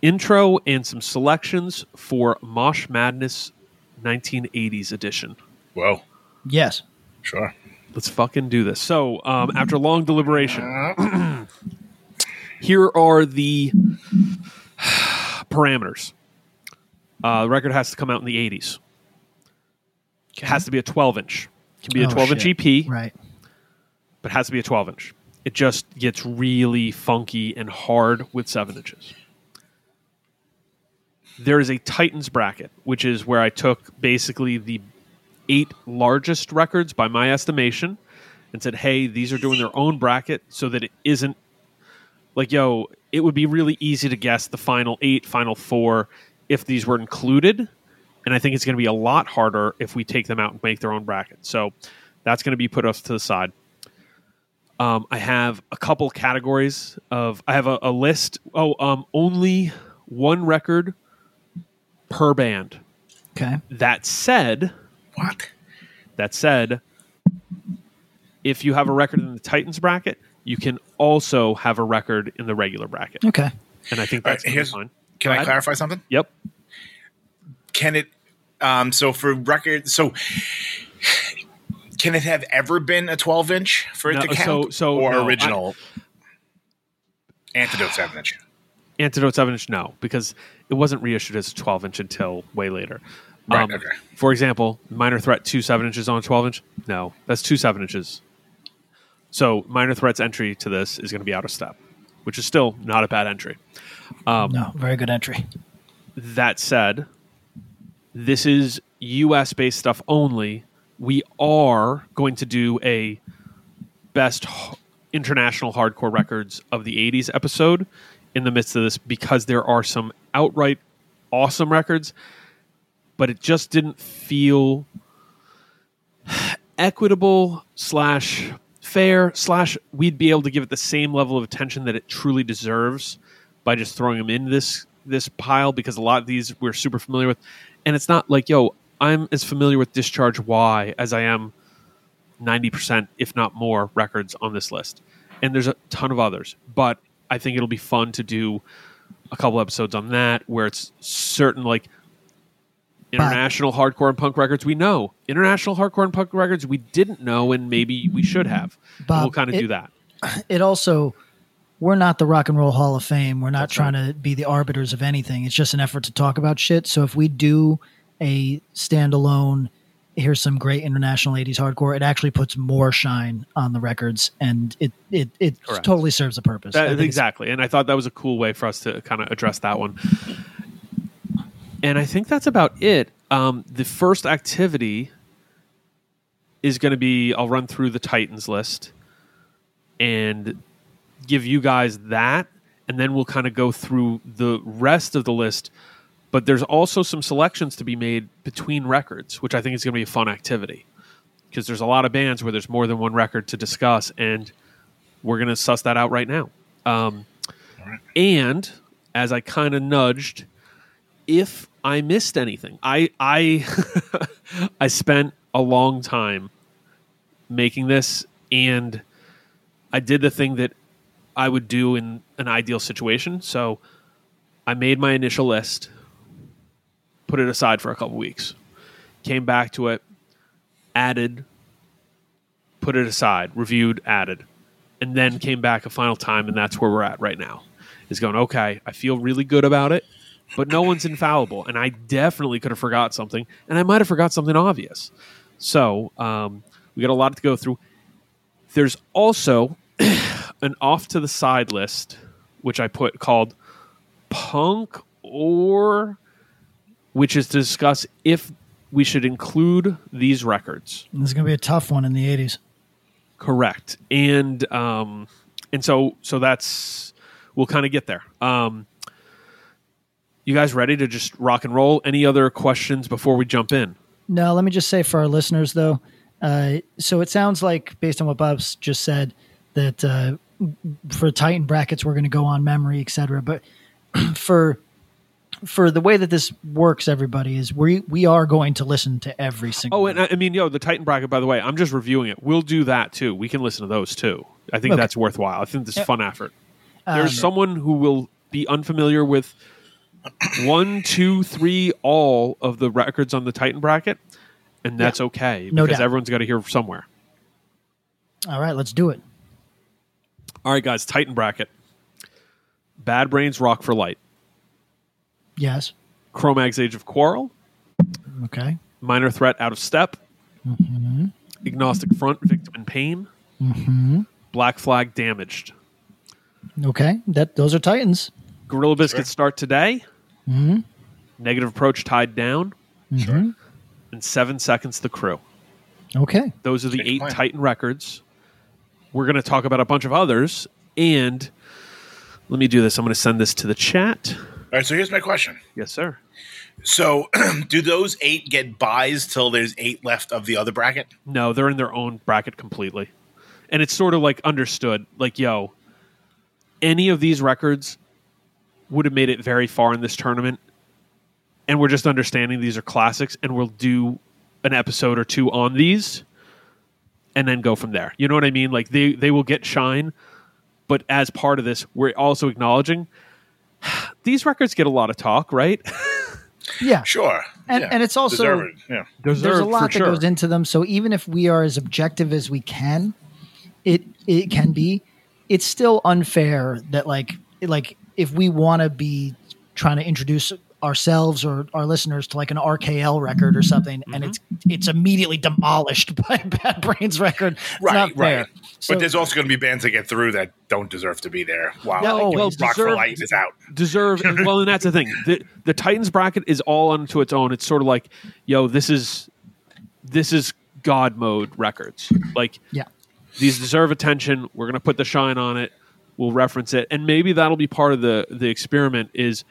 [SPEAKER 2] intro and some selections for Mosh Madness 1980s edition?
[SPEAKER 3] Whoa.
[SPEAKER 1] Yes.
[SPEAKER 3] Sure.
[SPEAKER 2] Let's fucking do this. So, um, after long deliberation, here are the parameters. Uh, the record has to come out in the 80s. Has to be a 12 inch. Can be a
[SPEAKER 1] Oh,
[SPEAKER 2] 12 inch E
[SPEAKER 1] shit.
[SPEAKER 2] EP,
[SPEAKER 1] Right.
[SPEAKER 2] but has to be a 12 inch. It just gets really funky and hard with 7 inches. There is a Titans bracket, which is where I took basically the eight largest records by my estimation and said, hey, these are doing their own bracket so that it isn't like, yo, it would be really easy to guess the final eight, final four if these were included. And I think it's going to be a lot harder if we take them out and make their own bracket. So that's going to be put off to the side. Um, I have a couple categories of, I have a, a list. Oh, um, only one record per band.
[SPEAKER 1] Okay.
[SPEAKER 2] That said,
[SPEAKER 3] What?
[SPEAKER 2] that said, if you have a record in the Titans bracket, you can also have a record in the regular bracket.
[SPEAKER 1] Okay.
[SPEAKER 2] And I think
[SPEAKER 3] All
[SPEAKER 2] that's gonna
[SPEAKER 3] right,
[SPEAKER 2] be
[SPEAKER 3] here's-
[SPEAKER 2] fine.
[SPEAKER 3] Can
[SPEAKER 2] Go
[SPEAKER 3] I
[SPEAKER 2] ahead.
[SPEAKER 3] clarify something?
[SPEAKER 2] Yep.
[SPEAKER 3] Can it? Um, so for record, so can it have ever been a 12 inch for it
[SPEAKER 2] No,
[SPEAKER 3] to count?
[SPEAKER 2] so- so,
[SPEAKER 3] or
[SPEAKER 2] no, I-
[SPEAKER 3] original antidote 7 inch.
[SPEAKER 2] Antidote 7 inch, no, because it wasn't reissued as a 12 inch until way later. Um,
[SPEAKER 3] Right, okay.
[SPEAKER 2] For example, Minor Threat, two 7 inches on a 12 inch? No, that's two 7 inches. So Minor Threat's entry to this is going to be out of step, which is still not a bad entry.
[SPEAKER 1] No, very good entry.
[SPEAKER 2] That said, this is US based stuff only, we are going to do a best h- international hardcore records of the 80s episode in the midst of this because there are some outright awesome records, but it just didn't feel equitable slash fair slash we'd be able to give it the same level of attention that it truly deserves by just throwing them in this this pile because a lot of these we're super familiar with and it's not like yo i'm as familiar with discharge y as i am 90% if not more records on this list and there's a ton of others but i think it'll be fun to do a couple episodes on that where it's certain like international hardcore and punk records we know international hardcore and punk records we didn't know and maybe we should have And
[SPEAKER 1] Bob,
[SPEAKER 2] we'll kind of
[SPEAKER 1] it-
[SPEAKER 2] do that
[SPEAKER 1] it also we're not the Rock and Roll Hall of Fame. We're not trying to be the arbiters of anything. It's just an effort to talk about shit. So if we do a standalone, here's some great international 80s hardcore, it actually puts more shine on the records and it it, it
[SPEAKER 2] Correct.
[SPEAKER 1] totally serves a purpose. I
[SPEAKER 2] That,
[SPEAKER 1] think it's-
[SPEAKER 2] exactly. And I thought that was a cool way for us to kind of address that one. And I think that's about it. Um, the first activity is going to be I'll run through the Titans list and give you guys that. And then we'll kind of go through the rest of the list. But there's also some selections to be made between records, which I think is going to be a fun activity because there's a lot of bands where there's more than one record to discuss. And we're going to suss that out right now. Um, And as I kind of nudged, if I missed anything, I I I spent a long time making this, and I did the thing that I would do in an ideal situation. So I made my initial list, put it aside for a couple weeks, came back to it, added, put it aside, reviewed, added and then came back a final time, and that's where we're at right now. Is going okay. I feel really good about it, but no one's infallible, and I definitely could have forgot something, and I might have forgot something obvious. So um, we got a lot to go through. There's also an off to the side list, which I put called punk or, which is to discuss if we should include these records.
[SPEAKER 1] This is going to be a tough one in the 80s.
[SPEAKER 2] Correct. And um and so so that's we'll kind of get there. Um you guys ready to just rock and roll? Any other questions before we jump in?
[SPEAKER 1] No, let me just say for our listeners though. Uh, so it sounds like, based on what Bob's just said, that uh, for Titan brackets we're going to go on memory, etc. But for for the way that this works, everybody is we we are going to listen to every single.
[SPEAKER 2] Oh, and I, I mean, yo, the Titan bracket. By the way, I'm just reviewing it. We'll do that too. We can listen to those too. I
[SPEAKER 1] Okay.
[SPEAKER 2] think
[SPEAKER 1] Um,
[SPEAKER 2] that's worthwhile. I think this is a fun effort. There's someone who will be unfamiliar with one, two, three, all of the records on the Titan bracket, and that's okay
[SPEAKER 1] No
[SPEAKER 2] because
[SPEAKER 1] doubt.
[SPEAKER 2] everyone's got to hear somewhere.
[SPEAKER 1] all right, let's do it.
[SPEAKER 2] All right, guys, Titan bracket. Bad Brains Rock for Light.
[SPEAKER 1] Yes.
[SPEAKER 2] Chromag's Age of Quarrel.
[SPEAKER 1] Okay.
[SPEAKER 2] Minor Threat Out of Step. Agnostic Front Victim in Pain. Black Flag Damaged.
[SPEAKER 1] Okay. That those are Titans.
[SPEAKER 2] Gorilla Biscuits Start Today. Negative Approach Tied Down.
[SPEAKER 3] Sure.
[SPEAKER 2] And Seven Seconds The Crew.
[SPEAKER 1] Okay.
[SPEAKER 2] Those are the
[SPEAKER 3] Good
[SPEAKER 2] eight
[SPEAKER 3] plan.
[SPEAKER 2] Titan records. We're going to talk about a bunch of others. And let me do this. I'm going to send this to the chat.
[SPEAKER 3] All right. So here's my question.
[SPEAKER 2] Yes, sir.
[SPEAKER 3] So do those eight get buys till there's eight left of the other bracket?
[SPEAKER 2] No, they're in their own bracket completely. And it's sort of like understood, like, yo, any of these records would have made it very far in this tournament. And we're just understanding these are classics and we'll do an episode or two on these and then go from there. You know what I mean? Like they, they will get shine, but as part of this, we're also acknowledging these records get a lot of talk, right?
[SPEAKER 1] Yeah.
[SPEAKER 3] Sure.
[SPEAKER 1] And- and it's also-
[SPEAKER 3] Deserve it, yeah.
[SPEAKER 2] Deserved
[SPEAKER 1] there's a
[SPEAKER 2] for
[SPEAKER 1] lot that
[SPEAKER 2] sure.
[SPEAKER 1] goes into them. So even if we are as objective as we can, it it can be, it's still unfair that like like if we want to be trying to introduce ourselves or our listeners to like an RKL record or something,
[SPEAKER 2] Mm-hmm.
[SPEAKER 1] and it's it's immediately demolished by Bad Brains record. It's not fair. So-
[SPEAKER 3] but there's also going to be bands that get through that don't deserve to be there. Wow.
[SPEAKER 1] Yeah, oh,
[SPEAKER 3] like,
[SPEAKER 1] always.
[SPEAKER 3] Rock for
[SPEAKER 2] Deserved-
[SPEAKER 3] Light is out.
[SPEAKER 2] deserve and well and that's the thing the, the titans bracket is all unto its own it's sort of like yo this is this is god mode records. Like
[SPEAKER 1] Yeah.
[SPEAKER 2] these deserve attention. We're going to put the shine on it. We'll reference it, and maybe that'll be part of the the experiment. Is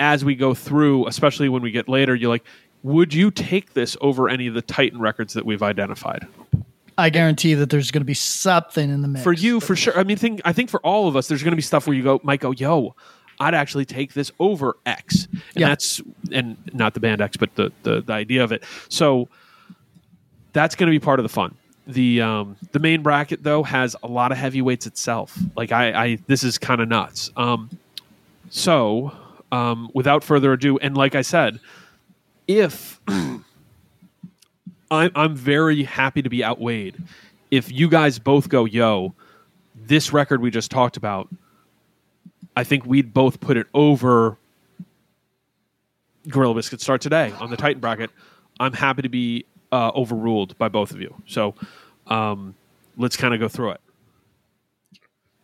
[SPEAKER 2] as we go through, especially when we get later, you're like, would you take this over any of the Titan records that we've identified?
[SPEAKER 1] I guarantee that there's going to be something in the mix
[SPEAKER 2] for you for sure i mean think i think for all of us there's going to be stuff where you go might go yo i'd actually take this over x and
[SPEAKER 1] Yeah.
[SPEAKER 2] that's and not the band x but the, the the idea of it so that's going to be part of the fun the um the main bracket though has a lot of heavyweights itself like i i this is kind of nuts um so um without further ado and like i said if I'm, I'm very happy to be outweighed. If you guys both go, yo, this record we just talked about, I think we'd both put it over Gorilla Biscuit Start Today on the Titan bracket. I'm happy to be uh, overruled by both of you. So um, let's kind of go through it.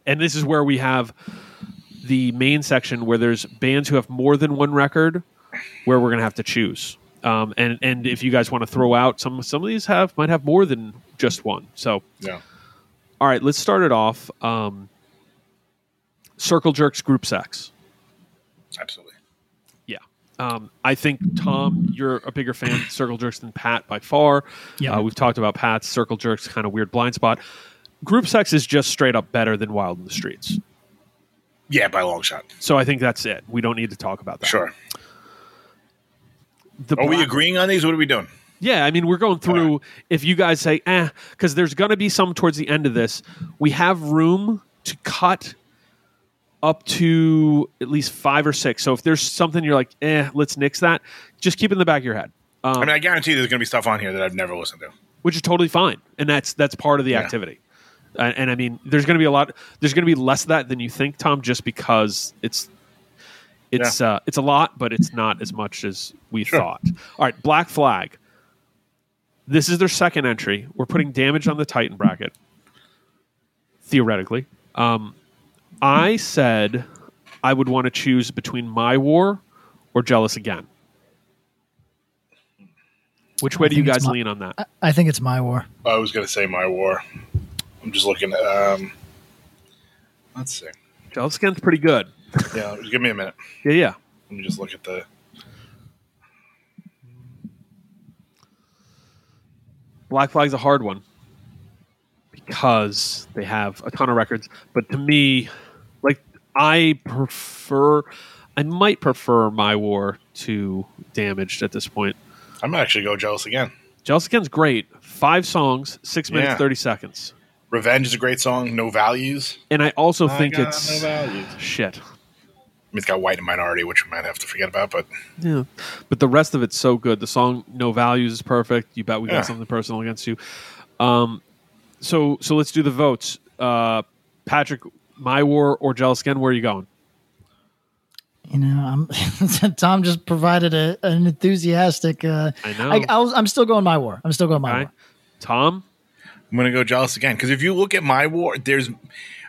[SPEAKER 2] And this is where we have the main section where there's bands who have more than one record where we're going to have to choose. Um, and and if you guys want to throw out some some of these have might have more than just one. So
[SPEAKER 3] Yeah.
[SPEAKER 2] all right, let's start it off. Um, Circle Jerks group sex.
[SPEAKER 3] Absolutely.
[SPEAKER 2] Yeah. Um, I think, Tom, you're a bigger fan of Circle Jerks than Pat by far.
[SPEAKER 1] Yeah.
[SPEAKER 2] Uh, we've talked about Pat's Circle Jerks kind of weird blind spot. Group sex is just straight up better than Wild in the Streets.
[SPEAKER 3] Yeah, by a long shot.
[SPEAKER 2] So I think that's it. We don't need to talk about that.
[SPEAKER 3] Sure.
[SPEAKER 2] The
[SPEAKER 3] Are we
[SPEAKER 2] black-
[SPEAKER 3] agreeing on these? What are we doing?
[SPEAKER 2] Yeah, I mean, we're going through. If you guys say, eh, because there's going to be some towards the end of this, we have room to cut up to at least five or six. So if there's something you're like, eh, let's nix that, just keep it in the back of your head, um,
[SPEAKER 3] I mean, I guarantee there's going to be stuff on here that I've never listened to.
[SPEAKER 2] which is totally fine. And that's that's part of the activity. And, and I mean, there's going to be a lot, there's going to be less of that than you think, Tom, just because it's. It's uh, it's a lot, but it's not as much as we thought. All right, Black Flag. This is their second entry. We're putting damage on the Titan bracket, theoretically. Um, I said I would want to choose between My War or Jealous Again. Which way do you
[SPEAKER 1] think it's
[SPEAKER 2] guys
[SPEAKER 1] my-
[SPEAKER 2] lean on that?
[SPEAKER 1] I think it's my war.
[SPEAKER 3] I was going to say my war. I'm just looking. At, um, let's see.
[SPEAKER 2] Jealous Again's pretty good.
[SPEAKER 3] Yeah, just give me a minute.
[SPEAKER 2] Yeah, yeah.
[SPEAKER 3] Let me just look at the.
[SPEAKER 2] Black Flag's a hard one because they have a ton of records. But to me, like I prefer, I might prefer My War to Damaged at this point.
[SPEAKER 3] I'm actually go jealous again.
[SPEAKER 2] Jealous Again's great. Five songs, six minutes
[SPEAKER 3] Yeah.
[SPEAKER 2] thirty seconds.
[SPEAKER 3] Revenge is a great song. No values.
[SPEAKER 2] And I also
[SPEAKER 3] I
[SPEAKER 2] think
[SPEAKER 3] got
[SPEAKER 2] it's
[SPEAKER 3] no values.
[SPEAKER 2] shit.
[SPEAKER 3] I mean, it's got white and minority, which we might have to forget about, but
[SPEAKER 2] Yeah, but the rest of it's so good. The song "No Values" is perfect. You bet we got
[SPEAKER 3] Yeah.
[SPEAKER 2] something personal against you. Um, so so let's do the votes. Uh, Patrick, my war or jealous again? Where are you going?
[SPEAKER 1] You know, I'm, Tom just provided a, an enthusiastic. Uh,
[SPEAKER 2] I know.
[SPEAKER 1] I, I was, I'm still going my war. I'm still going my
[SPEAKER 2] All right,
[SPEAKER 1] war.
[SPEAKER 2] Tom.
[SPEAKER 3] I'm going to go jealous again. Because if you look at my war, there's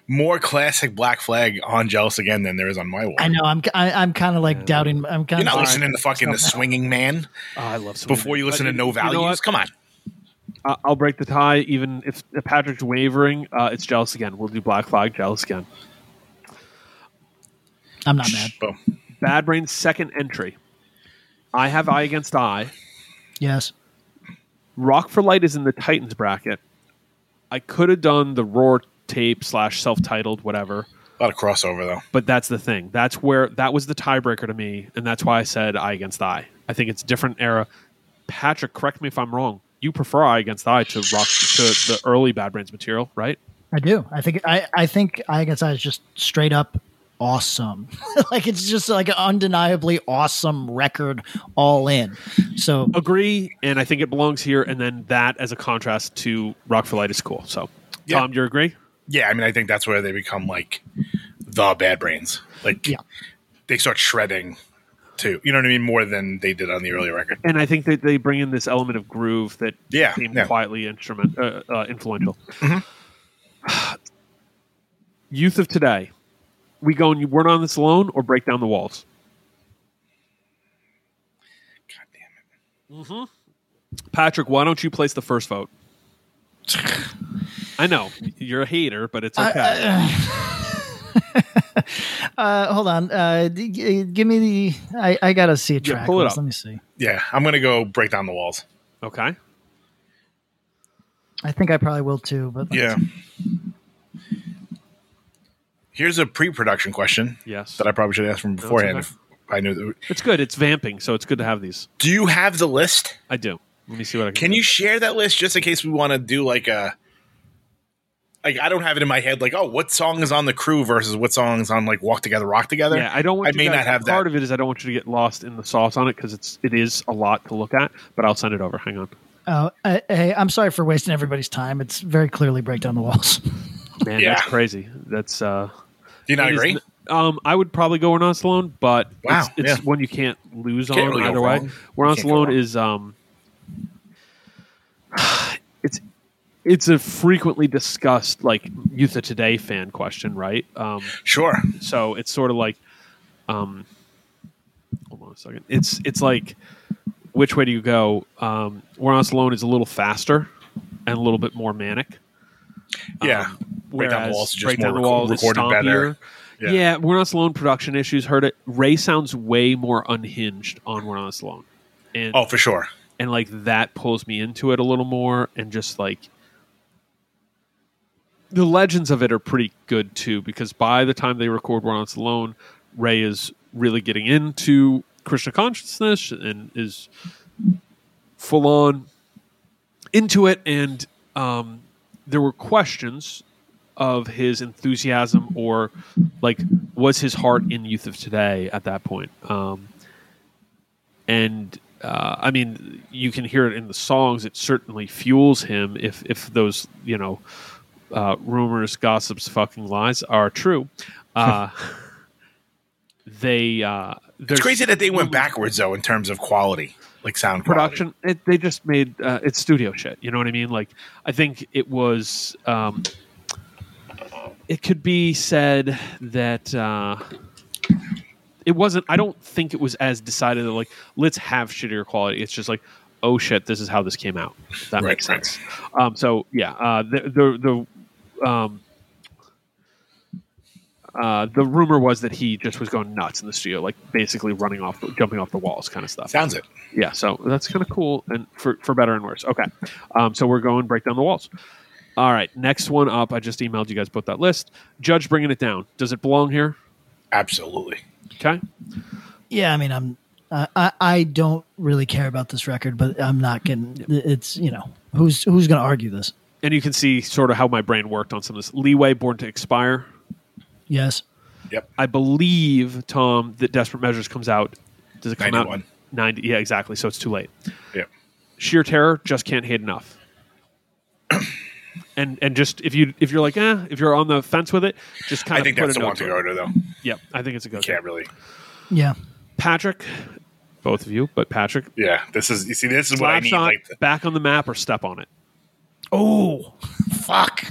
[SPEAKER 3] more classic Black Flag on jealous again than there is on my war.
[SPEAKER 1] I know. I'm I, I'm kind of like doubting. I'm kind
[SPEAKER 3] You're
[SPEAKER 1] of
[SPEAKER 3] not listening to fucking the swinging man
[SPEAKER 2] Oh, I love Sweden.
[SPEAKER 3] before you listen
[SPEAKER 2] But
[SPEAKER 3] to No
[SPEAKER 2] you know
[SPEAKER 3] Values.
[SPEAKER 2] what?
[SPEAKER 3] Come on,
[SPEAKER 2] I- I'll break the tie. Even if Patrick's wavering, uh, it's jealous again. We'll do Black Flag, jealous again.
[SPEAKER 1] I'm not mad.
[SPEAKER 3] boom.
[SPEAKER 2] Bad Brain's second entry. I have eye against eye.
[SPEAKER 1] Yes.
[SPEAKER 2] Rock for Light is in the Titans bracket. I could have done the Roar tape slash self titled whatever,
[SPEAKER 3] A lot of crossover though.
[SPEAKER 2] but that's the thing. That's where that was the tiebreaker to me, and that's why I said Eye Against Eye. I think it's a different era. Patrick, correct me if I'm wrong. You prefer Eye Against Eye to Rock to the early Bad Brains material, right?
[SPEAKER 1] I do. I think I, I think I guess I was just straight up awesome. like it's just like an undeniably awesome record all in. So
[SPEAKER 2] Agree, and I think it belongs here. And then that as a contrast to Rock for Light is cool. So,
[SPEAKER 3] Yeah.
[SPEAKER 2] Tom, you agree?
[SPEAKER 3] Yeah, I mean, I think that's where they become like the Bad Brains. Like
[SPEAKER 1] Yeah.
[SPEAKER 3] they start shredding too. You know what I mean? More than they did on the earlier record.
[SPEAKER 2] and I think that they bring in this element of groove that
[SPEAKER 3] Yeah,
[SPEAKER 2] became
[SPEAKER 3] yeah.
[SPEAKER 2] quietly instrument uh, uh, influential.
[SPEAKER 3] Mm-hmm.
[SPEAKER 2] Youth of today, we go and you weren't on this alone, or break down the walls.
[SPEAKER 3] God damn it!
[SPEAKER 2] Patrick, why don't you place the first vote? I know you're a hater, but it's okay.
[SPEAKER 1] Uh, hold on. Uh, d- g- give me the. I, I gotta see a
[SPEAKER 2] Yeah,
[SPEAKER 1] track.
[SPEAKER 2] pull it
[SPEAKER 1] list.
[SPEAKER 2] up.
[SPEAKER 1] Let me see.
[SPEAKER 3] Yeah, I'm gonna go break down the walls.
[SPEAKER 2] okay.
[SPEAKER 1] I think I probably will too. But
[SPEAKER 3] Yeah. Here's a pre-production question.
[SPEAKER 2] Yes.
[SPEAKER 3] That I probably should ask from beforehand.
[SPEAKER 2] okay.
[SPEAKER 3] if I knew. That.
[SPEAKER 2] It's good. It's vamping, so it's good to have these.
[SPEAKER 3] Do you have the list?
[SPEAKER 2] I do. Let me see what I can.
[SPEAKER 3] Can
[SPEAKER 2] do.
[SPEAKER 3] you share that list just in case we want to do like a like I don't have it in my head like oh what song is on the crew versus what song is on like Walk Together Rock Together?
[SPEAKER 2] Yeah, I don't want.
[SPEAKER 3] I
[SPEAKER 2] you
[SPEAKER 3] may
[SPEAKER 2] guys-
[SPEAKER 3] not have
[SPEAKER 2] Part
[SPEAKER 3] that.
[SPEAKER 2] of it is I don't want you to get lost in the sauce on it because it's it is a lot to look at. But I'll send it over. Hang on.
[SPEAKER 1] Oh, I, hey, I'm sorry for wasting everybody's time. It's very clearly break down the walls.
[SPEAKER 2] Man,
[SPEAKER 3] Yeah.
[SPEAKER 2] that's crazy. That's. uh
[SPEAKER 3] Do you not
[SPEAKER 2] it is
[SPEAKER 3] agree?
[SPEAKER 2] n- Um, I would probably go We're Not Alone, but
[SPEAKER 3] Wow,
[SPEAKER 2] it's, it's
[SPEAKER 3] yeah.
[SPEAKER 2] one you can't lose
[SPEAKER 3] Can't
[SPEAKER 2] on
[SPEAKER 3] really go
[SPEAKER 2] either way.
[SPEAKER 3] wrong.
[SPEAKER 2] We're Not
[SPEAKER 3] Can't go
[SPEAKER 2] Alone
[SPEAKER 3] wrong.
[SPEAKER 2] is um, it's it's a frequently discussed like youth of today fan question, right? Um,
[SPEAKER 3] Sure.
[SPEAKER 2] so it's sort of like um hold on a second it's it's like which way do you go um we're not alone is a little faster and a little bit more manic
[SPEAKER 3] Yeah.
[SPEAKER 2] Um,
[SPEAKER 3] Break down
[SPEAKER 2] whereas
[SPEAKER 3] the walls is just
[SPEAKER 2] Break
[SPEAKER 3] more
[SPEAKER 2] Down the
[SPEAKER 3] rec-
[SPEAKER 2] Wall is
[SPEAKER 3] recorded
[SPEAKER 2] stompier.
[SPEAKER 3] better.
[SPEAKER 2] yeah.
[SPEAKER 3] Yeah.
[SPEAKER 2] we're not alone production issues hurt it ray sounds way more unhinged on we're not alone and
[SPEAKER 3] Oh, for sure.
[SPEAKER 2] and like that pulls me into it a little more and just like the legends of it are pretty good too because by the time they record one on its alone ray is really getting into krishna consciousness and is full on into it and um, there were questions of his enthusiasm or like was his heart in youth of today at that point um, and uh, I mean, you can hear it in the songs. It certainly fuels him if if those you know uh, rumors, gossips, fucking lies are true. Uh, they uh,
[SPEAKER 3] It's crazy that they went backwards though in terms of quality, like sound quality.
[SPEAKER 2] production. It, they just made uh, it's studio shit. You know what I mean? Like I think it was. Um, it could be said that uh, it wasn't. I don't think it was as decided. that, Like let's have shittier quality. It's just like oh shit, this is how this came out. If that
[SPEAKER 3] Right,
[SPEAKER 2] makes
[SPEAKER 3] right.
[SPEAKER 2] sense. Um, so yeah, uh, the the. the um, uh, the rumor was that he just was going nuts in the studio, like basically running off, jumping off the walls, kind of stuff
[SPEAKER 3] Sounds it.
[SPEAKER 2] yeah so that's kind of cool and for, for better and worse okay um, so we're going break down the walls all right next one up i just emailed you guys both that list judge bringing it down does it belong here
[SPEAKER 3] Absolutely.
[SPEAKER 2] okay
[SPEAKER 1] yeah, I mean, I'm. Uh, I I don't really care about this record, but I'm not getting. It's you know who's who's going to argue this?
[SPEAKER 2] and you can see sort of how my brain worked on some of this leeway born to expire
[SPEAKER 1] Yes.
[SPEAKER 3] Yep.
[SPEAKER 2] i believe tom that desperate measures comes out does it come out
[SPEAKER 3] 91.
[SPEAKER 2] 90 yeah exactly so it's too late
[SPEAKER 3] Yep.
[SPEAKER 2] sheer terror just can't hate enough and and just if you if you're like eh, if you're on the fence with it just kind
[SPEAKER 3] I
[SPEAKER 2] of
[SPEAKER 3] think
[SPEAKER 2] put
[SPEAKER 3] that's
[SPEAKER 2] a
[SPEAKER 3] the
[SPEAKER 2] note
[SPEAKER 3] one to go
[SPEAKER 2] it.
[SPEAKER 3] to though.
[SPEAKER 2] yep i think it's a go
[SPEAKER 3] Can't really.
[SPEAKER 1] Yeah.
[SPEAKER 2] Patrick, both of you, but Patrick,
[SPEAKER 3] Yeah. This is you see this is what I need.
[SPEAKER 2] Slapshot,
[SPEAKER 3] Like,
[SPEAKER 2] back on the map or step on it.
[SPEAKER 1] Oh, fuck.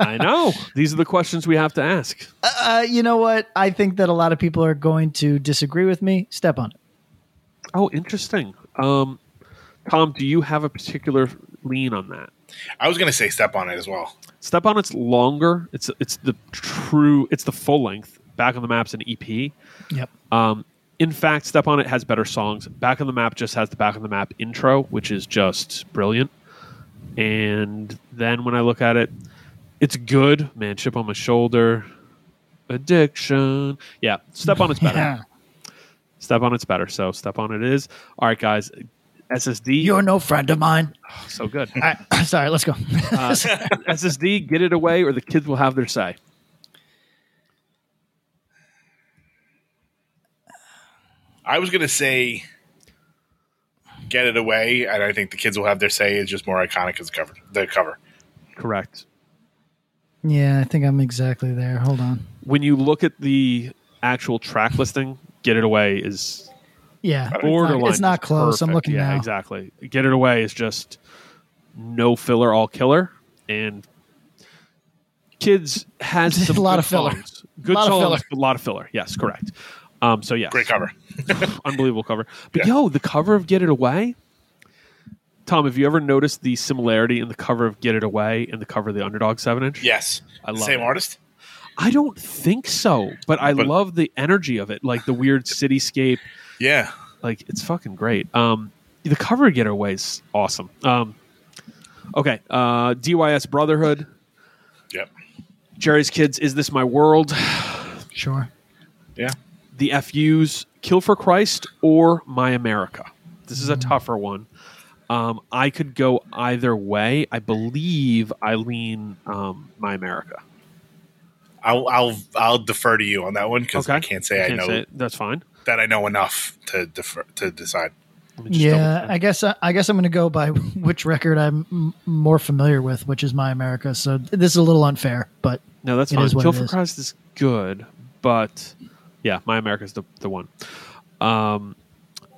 [SPEAKER 2] I know. These are the questions we have to ask.
[SPEAKER 1] Uh, you know what? I think that a lot of people are going to disagree with me. Step on it.
[SPEAKER 2] Oh, interesting. Um, Tom, do you have a particular lean on that?
[SPEAKER 3] I was gonna say step on it as well.
[SPEAKER 2] Step on it's longer. It's it's the true. It's the full length. Back on the map's E an EP.
[SPEAKER 1] Yep.
[SPEAKER 2] Um, in fact, Step on It has better songs. Back on the Map just has the Back on the Map intro, which is just brilliant. And then when I look at it, it's good. Man, chip on my shoulder. Addiction. Yeah, Step on It's better.
[SPEAKER 1] Yeah.
[SPEAKER 2] Step on It's better. So Step on It is. All right, guys. SSD.
[SPEAKER 1] You're no friend of mine.
[SPEAKER 2] so good.
[SPEAKER 1] All right. Sorry. Let's go.
[SPEAKER 2] Uh, SSD, get it away, or the kids will have their say.
[SPEAKER 3] I was gonna say get it away, and I think the kids will have their say. It's just more iconic as a cover. The cover.
[SPEAKER 2] Correct.
[SPEAKER 1] yeah, I think I'm exactly there. Hold on.
[SPEAKER 2] When you look at the actual track listing, Get It Away is
[SPEAKER 1] Yeah.
[SPEAKER 2] borderline.
[SPEAKER 1] It's not
[SPEAKER 2] just
[SPEAKER 1] close. I'm
[SPEAKER 2] perfect.
[SPEAKER 1] looking
[SPEAKER 2] yeah,
[SPEAKER 1] now.
[SPEAKER 2] Exactly. Get it away is just no filler, all killer, and kids has some
[SPEAKER 1] A lot
[SPEAKER 2] good
[SPEAKER 1] of filler.
[SPEAKER 2] songs. Good
[SPEAKER 1] Lot of
[SPEAKER 2] songs,
[SPEAKER 1] filler.
[SPEAKER 2] but a lot of filler. Yes, correct. Um, so yes,
[SPEAKER 3] Great cover.
[SPEAKER 2] unbelievable cover. But
[SPEAKER 3] Yeah.
[SPEAKER 2] yo, the cover of Get It Away, Tom, have you ever noticed the similarity in the cover of Get It Away and the cover of the Underdog Seven Inch?
[SPEAKER 3] Yes.
[SPEAKER 2] I love
[SPEAKER 3] Same
[SPEAKER 2] it.
[SPEAKER 3] artist?
[SPEAKER 2] I don't think so, but I
[SPEAKER 3] But-
[SPEAKER 2] love the energy of it, like the weird cityscape.
[SPEAKER 3] Yeah.
[SPEAKER 2] Like it's fucking great. Um, the cover of Get It Away is awesome. Um, okay, uh, DYS Brotherhood,
[SPEAKER 3] Yep.
[SPEAKER 2] Jerry's Kids, Is This My World?
[SPEAKER 1] Sure.
[SPEAKER 3] Yeah.
[SPEAKER 2] the FU's Kill for Christ or My America. This is
[SPEAKER 3] Mm.
[SPEAKER 2] a tougher one. Um, I could go either way. I believe I lean um, My America.
[SPEAKER 3] I'll I'll I'll defer to you on that one because
[SPEAKER 2] Okay.
[SPEAKER 3] I can't say I
[SPEAKER 2] Can't
[SPEAKER 3] know
[SPEAKER 2] say it. That's fine.
[SPEAKER 3] that I know enough to defer to decide.
[SPEAKER 2] Let me just double
[SPEAKER 1] Yeah,
[SPEAKER 2] check.
[SPEAKER 1] I guess uh, I, I guess I'm going to go by which record I'm m- more familiar with, which is My America. So th- this is a little unfair, but
[SPEAKER 2] no, that's
[SPEAKER 1] it
[SPEAKER 2] fine.
[SPEAKER 1] is what
[SPEAKER 2] Kill
[SPEAKER 1] it
[SPEAKER 2] for
[SPEAKER 1] is.
[SPEAKER 2] Christ is good, but yeah, My America is the, the one. Um,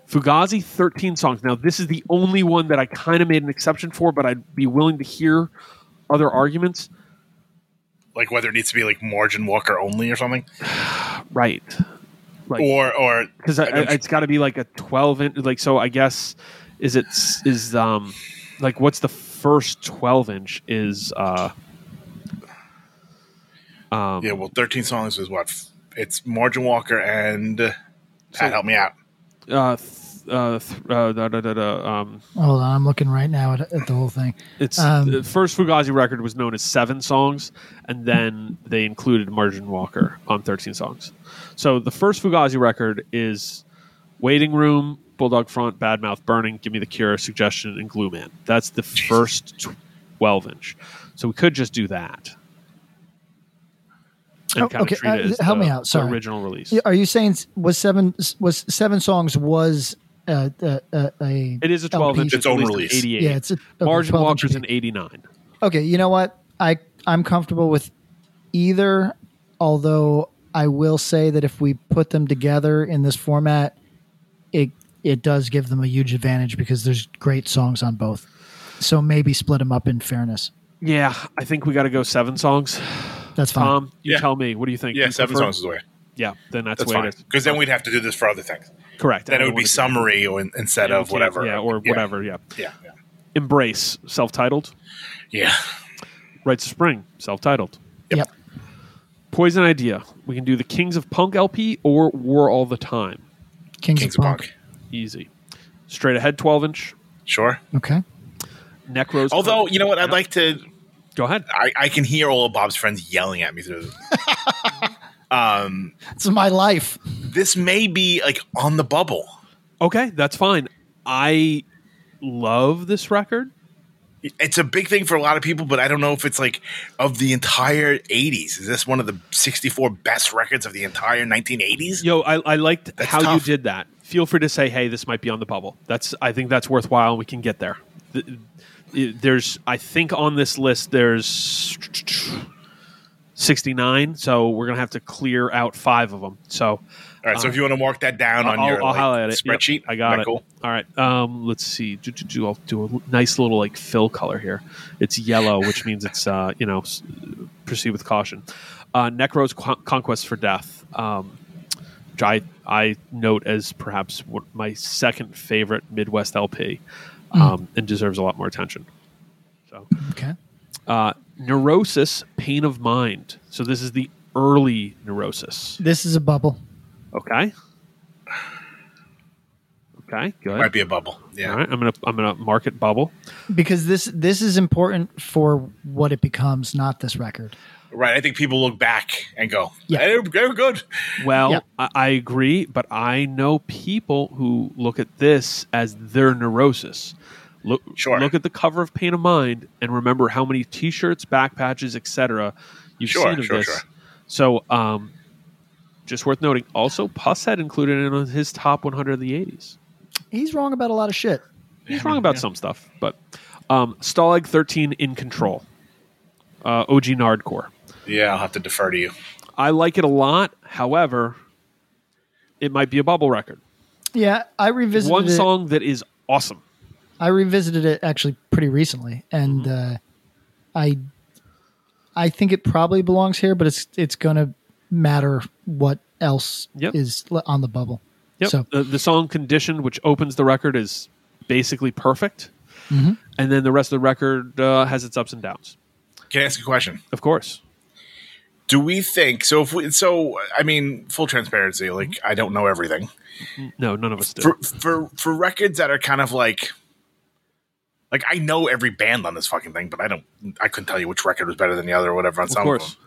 [SPEAKER 2] Fugazi, 13 songs. Now, this is the only one that I kind of made an exception for, but I'd be willing to hear other arguments.
[SPEAKER 3] Like whether it needs to be like Margin Walker only or something,
[SPEAKER 2] Right. Like,
[SPEAKER 3] or or
[SPEAKER 2] because
[SPEAKER 3] I don't-
[SPEAKER 2] it's got to be like a 12 inch like so i guess is it is um like what's the first 12 inch is uh um
[SPEAKER 3] yeah, well, thirteen songs is what F- it's Margin Walker and uh, Pat, help me out.
[SPEAKER 2] uh, th- uh, th- uh da, da, da, da, um
[SPEAKER 1] hold on, I'm looking right now at, at the whole thing.
[SPEAKER 2] it's
[SPEAKER 1] Um,
[SPEAKER 2] the first fugazi record was known as seven songs and then they included margin walker on 13 songs so the first fugazi record is waiting room bulldog front badmouth burning give me the cure suggestion and glue man that's the first 12 inch so we could just do that and
[SPEAKER 1] Oh,
[SPEAKER 2] kind
[SPEAKER 1] okay,
[SPEAKER 2] of treat
[SPEAKER 1] uh,
[SPEAKER 2] it as
[SPEAKER 1] help
[SPEAKER 2] the,
[SPEAKER 1] me out,
[SPEAKER 2] the
[SPEAKER 1] sorry.
[SPEAKER 2] original release
[SPEAKER 1] Yeah, Are you saying s- was seven s- was seven songs was uh, uh, uh, a
[SPEAKER 2] it is a 12
[SPEAKER 1] LP?
[SPEAKER 2] inch
[SPEAKER 3] Its own
[SPEAKER 2] released in
[SPEAKER 3] release.
[SPEAKER 2] 88
[SPEAKER 1] Yeah, it's a okay,
[SPEAKER 2] margin
[SPEAKER 1] 12
[SPEAKER 2] walker's
[SPEAKER 1] inch.
[SPEAKER 2] in 89
[SPEAKER 1] Okay, you know what? I I'm comfortable with either, although I will say that if we put them together in this format, it it does give them a huge advantage because there's great songs on both. So maybe split them up in fairness.
[SPEAKER 2] yeah i think we got to go seven songs
[SPEAKER 1] That's fine.
[SPEAKER 2] Tom, you
[SPEAKER 3] Yeah.
[SPEAKER 2] tell me. What do you think?
[SPEAKER 3] Yeah,
[SPEAKER 2] You
[SPEAKER 3] seven
[SPEAKER 2] prefer-
[SPEAKER 3] songs is the way.
[SPEAKER 2] Yeah, then that's,
[SPEAKER 3] That's
[SPEAKER 2] the way
[SPEAKER 3] fine
[SPEAKER 2] it is. Oh.
[SPEAKER 3] because then we'd have to do this for other things.
[SPEAKER 2] Correct.
[SPEAKER 3] Then
[SPEAKER 2] I
[SPEAKER 3] it
[SPEAKER 2] don't
[SPEAKER 3] would be
[SPEAKER 2] wanna do-
[SPEAKER 3] summary or in, instead of whatever.
[SPEAKER 2] Yeah, or whatever. Yeah.
[SPEAKER 3] Yeah, yeah,
[SPEAKER 2] Embrace, self-titled.
[SPEAKER 3] yeah.
[SPEAKER 2] Rites of Spring, self-titled.
[SPEAKER 1] yep.
[SPEAKER 2] Poison Idea. We can do the Kings of Punk LP or War All the Time.
[SPEAKER 1] Kings,
[SPEAKER 3] Kings
[SPEAKER 1] of Punk.
[SPEAKER 2] Easy. Straight ahead, twelve inch.
[SPEAKER 3] Sure.
[SPEAKER 1] Okay.
[SPEAKER 2] Necros.
[SPEAKER 3] Although you know what, I'd like to.
[SPEAKER 2] Go ahead.
[SPEAKER 3] I, I can hear all of Bob's friends yelling at me through. this.
[SPEAKER 1] It's my life.
[SPEAKER 3] this may be like on the bubble.
[SPEAKER 2] Okay, that's fine. I love this record.
[SPEAKER 3] It's a big thing for a lot of people, but I don't know if it's like of the entire '80s. Is this one of the 64 best records of the entire 1980s?
[SPEAKER 2] Yo, I, I liked
[SPEAKER 3] That's
[SPEAKER 2] how
[SPEAKER 3] tough.
[SPEAKER 2] you did that. Feel free to say, "Hey, this might be on the bubble." That's I think that's worthwhile, and we can get there. Th- th- There's, I think, on this list there's 69, so we're gonna have to clear out five of them. So
[SPEAKER 3] All right, so if you want to mark that down on
[SPEAKER 2] Uh, I'll,
[SPEAKER 3] your
[SPEAKER 2] I'll
[SPEAKER 3] like,
[SPEAKER 2] highlight it. Yep,
[SPEAKER 3] spreadsheet,
[SPEAKER 2] I got
[SPEAKER 3] Alright,
[SPEAKER 2] it.
[SPEAKER 3] Cool.
[SPEAKER 2] All right, um, let's see. Do, do, do, I'll do a l- nice little like fill color here. It's yellow, which means it's uh, you know s- proceed with caution. Uh, Necro's Con- Conquest for Death, um, which I I note as perhaps one, my second favorite Midwest LP, um, and deserves a lot more attention. So
[SPEAKER 1] Okay.
[SPEAKER 2] uh, Neurosis, Pain of Mind. So this is the early Neurosis.
[SPEAKER 1] This is a bubble.
[SPEAKER 2] Okay. Okay, good.
[SPEAKER 3] Might be a bubble. Yeah.
[SPEAKER 2] All right, I'm gonna I'm gonna mark it bubble.
[SPEAKER 1] Because this this is important for what it becomes, not this record.
[SPEAKER 3] Right. I think people look back and go,
[SPEAKER 1] Yeah.
[SPEAKER 3] yeah. they were they were good.
[SPEAKER 2] Well,
[SPEAKER 1] Yep.
[SPEAKER 2] I, I agree, but I know people who look at this as their neurosis. Look,
[SPEAKER 3] Sure.
[SPEAKER 2] look at the cover of Pain of Mind and remember how many T-shirts, back patches, etc. You've
[SPEAKER 3] Sure,
[SPEAKER 2] seen of
[SPEAKER 3] sure,
[SPEAKER 2] this.
[SPEAKER 3] sure.
[SPEAKER 2] So, um, just worth noting. Also, Puss had included it on his top 100 of the 80s.
[SPEAKER 1] He's wrong about a lot of shit.
[SPEAKER 2] He's wrong about some stuff, but um, Stalag 13 in control. Uh, OG Nardcore.
[SPEAKER 3] Yeah, I'll have to defer to you.
[SPEAKER 2] I like it a lot. However, it might be a bubble record.
[SPEAKER 1] Yeah, I revisited
[SPEAKER 2] One
[SPEAKER 1] it-
[SPEAKER 2] song that is awesome.
[SPEAKER 1] I revisited it actually pretty recently, and uh, I I think it probably belongs here, but it's it's gonna matter what else
[SPEAKER 2] Yep.
[SPEAKER 1] is le- on the bubble.
[SPEAKER 2] Yep.
[SPEAKER 1] So
[SPEAKER 2] The, the song "Conditioned," which opens the record, is basically perfect.
[SPEAKER 1] Mm-hmm.
[SPEAKER 2] and then the rest of the record uh, has its ups and downs.
[SPEAKER 3] Can I ask a question?
[SPEAKER 2] Of course,
[SPEAKER 3] Do we think so? If we, so, I mean, full transparency. Like, I don't know everything.
[SPEAKER 2] no, none of us do.
[SPEAKER 3] for for for records that are kind of like like I know every band on this fucking thing, but I don't I couldn't tell you which record was better than the other or whatever on
[SPEAKER 2] of
[SPEAKER 3] some of,
[SPEAKER 2] course,
[SPEAKER 3] them.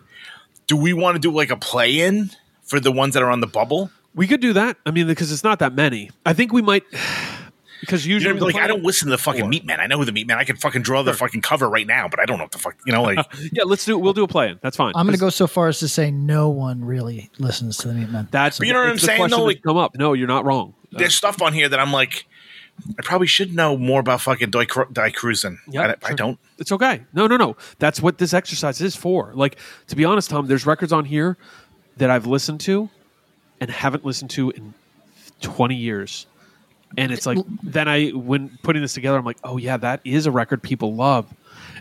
[SPEAKER 3] Do we want to do like a play in for the ones that are on the bubble?
[SPEAKER 2] we could do that. I mean, because it's not that many. I think we might because
[SPEAKER 3] You know,
[SPEAKER 2] usually
[SPEAKER 3] what I mean? like
[SPEAKER 2] the
[SPEAKER 3] I don't listen to the fucking Meat Man. I know who the Meat Man. I can fucking draw the fucking cover right now, but I don't know what the fuck you know. Like
[SPEAKER 2] play- Yeah, let's do. We'll do a play-in. That's fine.
[SPEAKER 1] I'm going to
[SPEAKER 2] That's-
[SPEAKER 1] go so far as to say no one really listens to the Meat Men.
[SPEAKER 2] That's
[SPEAKER 3] But you know what
[SPEAKER 2] it's the
[SPEAKER 3] I'm saying,
[SPEAKER 2] question
[SPEAKER 3] though,
[SPEAKER 2] that's
[SPEAKER 3] like-
[SPEAKER 2] come up. No, you're not wrong. Uh,
[SPEAKER 3] there's stuff on here that I'm like, I probably should know more about fucking Doi Cru- Di Cruisin.
[SPEAKER 2] Yeah,
[SPEAKER 3] I, I
[SPEAKER 2] sure.
[SPEAKER 3] don't.
[SPEAKER 2] It's okay. No, no, no. That's what this exercise is for. Like, to be honest, Tom, there's records on here that I've listened to and haven't listened to in 20 years. And it's like, then I, when putting this together, I'm like, oh, yeah, that is a record people love.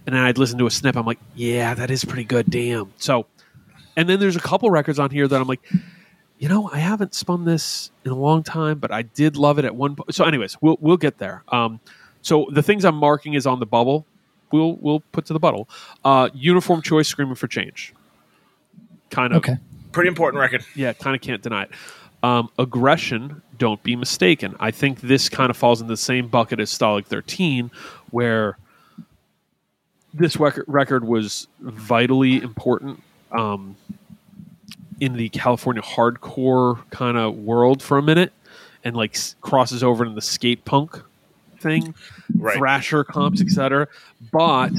[SPEAKER 2] And then I'd listen to a snip. I'm like, yeah, that is pretty good. Damn. So, and then there's a couple records on here that I'm like, you know, I haven't spun this in a long time, but I did love it at one point. So, anyways, we'll we'll get there. Um, so the things I'm marking is on the bubble. We'll we'll put to the bubble. Uh, uniform choice, screaming for change. Kind of,
[SPEAKER 1] Okay.
[SPEAKER 3] Pretty important record.
[SPEAKER 2] yeah, kind of can't deny it. Um, aggression, don't be mistaken. I think this kind of falls in the same bucket as Stalag 13, where this record, record was vitally important um, in the California hardcore kind of world for a minute, and like s- crosses over into the skate punk thing,
[SPEAKER 3] Right.
[SPEAKER 2] thrasher comps, etc. But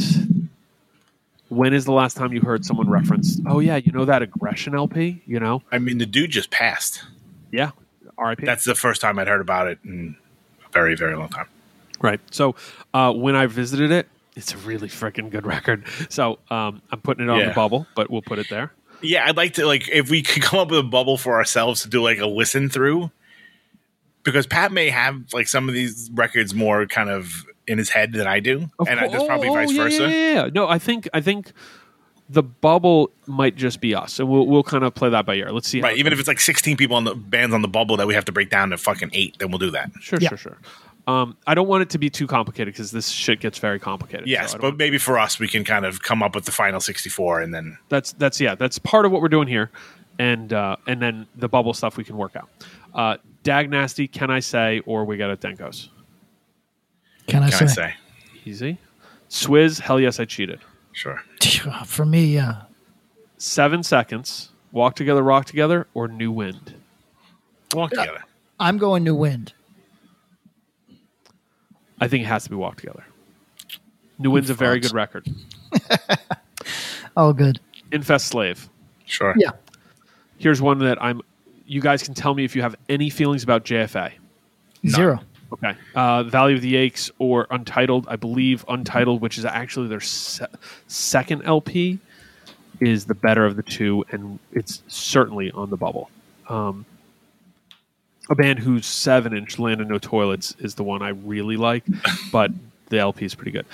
[SPEAKER 2] when is the last time you heard someone reference? Oh yeah, you know that aggression LP, you know?
[SPEAKER 3] I mean, the dude just passed.
[SPEAKER 2] Yeah, R.I.P.
[SPEAKER 3] That's the first time I'd heard about it in a very very long time.
[SPEAKER 2] Right. So uh, when I visited it, it's a really freaking good record. So um, I'm putting it on
[SPEAKER 3] Yeah.
[SPEAKER 2] the bubble, but we'll put it there.
[SPEAKER 3] Yeah, I'd like to like if we could come up with a bubble for ourselves to do like a listen through. Because Pat may have like some of these records more kind of in his head than I do,
[SPEAKER 2] Of
[SPEAKER 3] and I,
[SPEAKER 2] cour-
[SPEAKER 3] there's probably
[SPEAKER 2] oh, oh,
[SPEAKER 3] vice
[SPEAKER 2] yeah,
[SPEAKER 3] versa.
[SPEAKER 2] Yeah, yeah, yeah. No, I think I think the bubble might just be us, and we'll we'll kind of play that by ear. Let's see. how
[SPEAKER 3] Right, even if it's like 16 people on the bands on the bubble that we have to break down to fucking eight, then we'll do that.
[SPEAKER 2] sure,
[SPEAKER 1] Yeah.
[SPEAKER 2] sure, sure. Um, I don't want it to be too complicated because this shit gets very complicated.
[SPEAKER 3] Yes,
[SPEAKER 2] so I don't
[SPEAKER 3] but maybe for us, we can kind of come up with the final 64, and then
[SPEAKER 2] that's that's yeah that's part of what we're doing here and uh and then the bubble stuff we can work out uh dag nasty can i say or we got a denkos
[SPEAKER 1] Can I
[SPEAKER 3] can
[SPEAKER 1] say?
[SPEAKER 3] I say?
[SPEAKER 2] easy swizz hell yes i cheated
[SPEAKER 3] Sure.
[SPEAKER 1] For me, yeah.
[SPEAKER 2] seven seconds walk together rock together or new wind
[SPEAKER 3] Walk together.
[SPEAKER 1] I'm going New Wind.
[SPEAKER 2] i think it has to be walk together new wind's a very good record
[SPEAKER 1] All good.
[SPEAKER 2] infest slave
[SPEAKER 3] Sure.
[SPEAKER 1] Yeah.
[SPEAKER 2] here's one that i'm you guys can tell me if you have any feelings about jfa
[SPEAKER 1] Zero.
[SPEAKER 2] Okay. Uh, Valley of the Aches or Untitled, I believe Untitled, which is actually their se- second LP, is the better of the two, and it's certainly on the bubble. Um, a band whose seven-inch Land of No Toilets is the one I really like, but the LP is pretty good.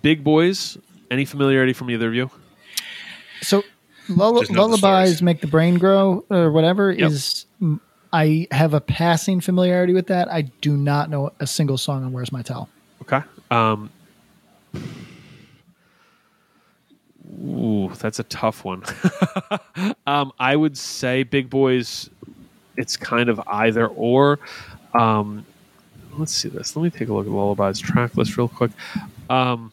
[SPEAKER 2] Big Boys. Any familiarity from either of you?
[SPEAKER 1] So lull-
[SPEAKER 3] Just know the
[SPEAKER 1] lullabies
[SPEAKER 3] stories.
[SPEAKER 1] make the brain grow or whatever
[SPEAKER 2] Yep.
[SPEAKER 1] is. I have a passing familiarity with that. I do not know a single song on "Where's My Towel."
[SPEAKER 2] Okay. Um, ooh, that's a tough one. um, I would say Big Boys. It's kind of either or. Um, let's see this. Let me take a look at Lullabies track list real quick. Um,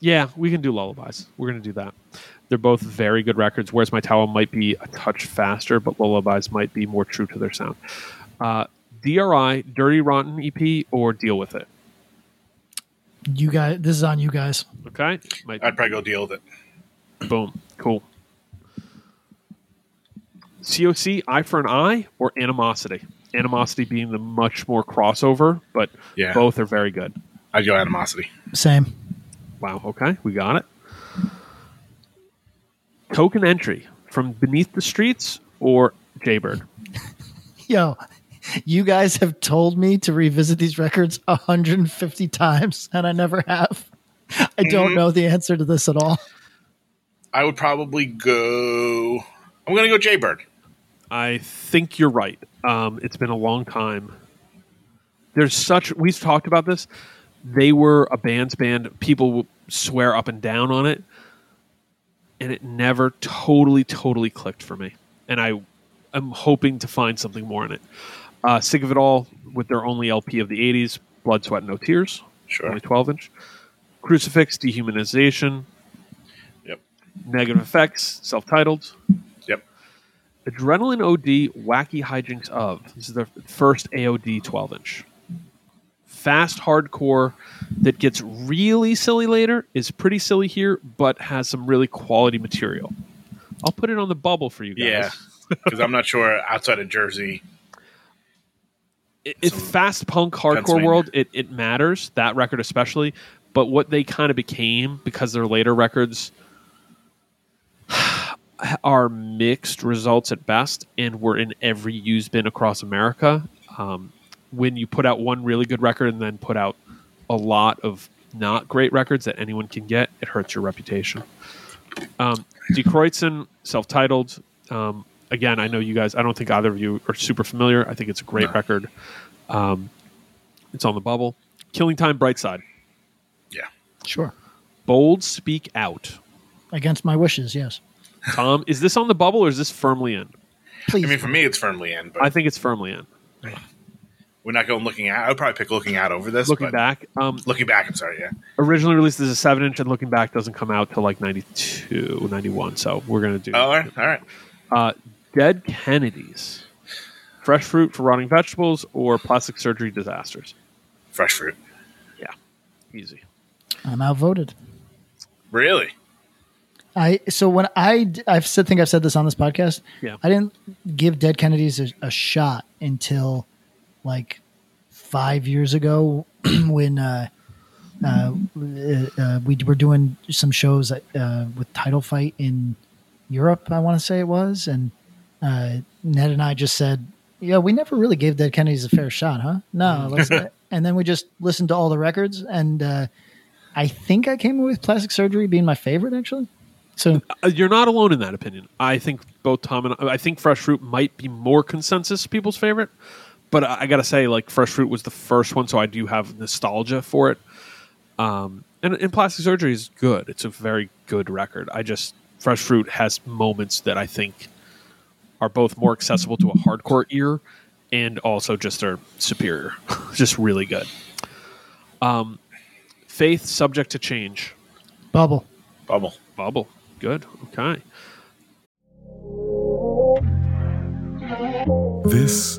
[SPEAKER 2] yeah, we can do Lullabies. We're gonna do that. They're both very good records. Where's My Towel might be a touch faster, but Lullabies might be more true to their sound. Uh, DRI, Dirty Rotten EP, or Deal with It.
[SPEAKER 1] You guys, this is on you guys.
[SPEAKER 2] Okay. Might
[SPEAKER 3] I'd probably go deal with it.
[SPEAKER 2] boom. Cool. COC, eye for an eye, or animosity? Animosity being the much more crossover, but
[SPEAKER 3] Yeah.
[SPEAKER 2] both are very good.
[SPEAKER 3] I'd go Animosity.
[SPEAKER 1] Same.
[SPEAKER 2] Wow. Okay. We got it. Token entry from Beneath the Streets or Jaybird?
[SPEAKER 1] Yo, you guys have told me to revisit these records 150 times, and I never have. I
[SPEAKER 3] Mm-hmm.
[SPEAKER 1] don't know the answer to this at all.
[SPEAKER 3] I would probably go. I'm going to go Jaybird.
[SPEAKER 2] I think you're right. Um, it's been a long time. There's such we've talked about this. they were a band's band. People would swear up and down on it, and it never totally, totally clicked for me. And I, I'm hoping to find something more in it. Uh, Sick of It All with their only LP of the '80s, Blood, Sweat, No Tears,
[SPEAKER 3] Sure.
[SPEAKER 2] only 12 inch. Crucifix, Dehumanization,
[SPEAKER 3] Yep.
[SPEAKER 2] Negative Effects, self-titled.
[SPEAKER 3] Yep.
[SPEAKER 2] Adrenaline OD Wacky Hijinks of. This is their first AOD 12 inch. Fast hardcore that gets really silly later is pretty silly here, but has some really quality material. I'll put it on the bubble for you guys.
[SPEAKER 3] Yeah. Because I'm not sure outside of Jersey.
[SPEAKER 2] It- it's
[SPEAKER 3] Some
[SPEAKER 2] fast punk hardcore
[SPEAKER 3] Pennsylvania.
[SPEAKER 2] world. It, it matters that record especially, but what they kind of became because their later records are mixed results at best, and were in every used bin across America. Um, when you put out one really good record and then put out a lot of not great records that anyone can get, it hurts your reputation. Um, De Kreutzen, self-titled. Um, again, I know you guys. I don't think either of you are super familiar. I think it's a great record. Um, it's on the bubble. Killing Time, Brightside,
[SPEAKER 3] Yeah.
[SPEAKER 1] Sure.
[SPEAKER 2] Bold, Speak Out.
[SPEAKER 1] Against my wishes, yes.
[SPEAKER 2] Tom, is this on the bubble or is this firmly in?
[SPEAKER 1] Please.
[SPEAKER 3] I mean, for me, it's firmly in, but
[SPEAKER 2] I think it's firmly in.
[SPEAKER 3] we're not going looking out. I would probably pick looking out over this.
[SPEAKER 2] Looking
[SPEAKER 3] but-
[SPEAKER 2] back, um,
[SPEAKER 3] Looking back, I'm sorry. Yeah.
[SPEAKER 2] originally released as a seven inch, and looking back doesn't come out till like 92, 91. So we're gonna do
[SPEAKER 3] Oh, all right. All right.
[SPEAKER 2] uh, Dead Kennedys, Fresh Fruit for Rotting Vegetables, or Plastic Surgery Disasters.
[SPEAKER 3] Fresh fruit.
[SPEAKER 2] Yeah, easy.
[SPEAKER 1] I'm outvoted.
[SPEAKER 3] Really?
[SPEAKER 1] I so when I d- I've said think I've said this on this podcast.
[SPEAKER 2] Yeah.
[SPEAKER 1] I didn't give Dead Kennedys a, a shot until like five years ago when uh, uh, uh, we were doing some shows at, uh, with Title Fight in Europe. I want to say it was, and uh, Ned and I just said, "Yeah, we never really gave Dead Kennedys a fair shot, huh?" No, let's, and then we just listened to all the records and. Uh, I think I came away with plastic surgery being my favorite, actually. So
[SPEAKER 2] Uh, You're not alone in that opinion. I think both Tom and I think Fresh Fruit might be more consensus people's favorite, but I, I gotta say, like Fresh Fruit was the first one, so I do have nostalgia for it. Um, and, and Plastic Surgery is good; it's a very good record. I just Fresh Fruit has moments that I think are both more accessible to a hardcore ear and also just are superior, just really good. Um, Faith subject to change.
[SPEAKER 1] bubble.
[SPEAKER 3] Bubble.
[SPEAKER 2] Bubble. Good. Okay.
[SPEAKER 6] This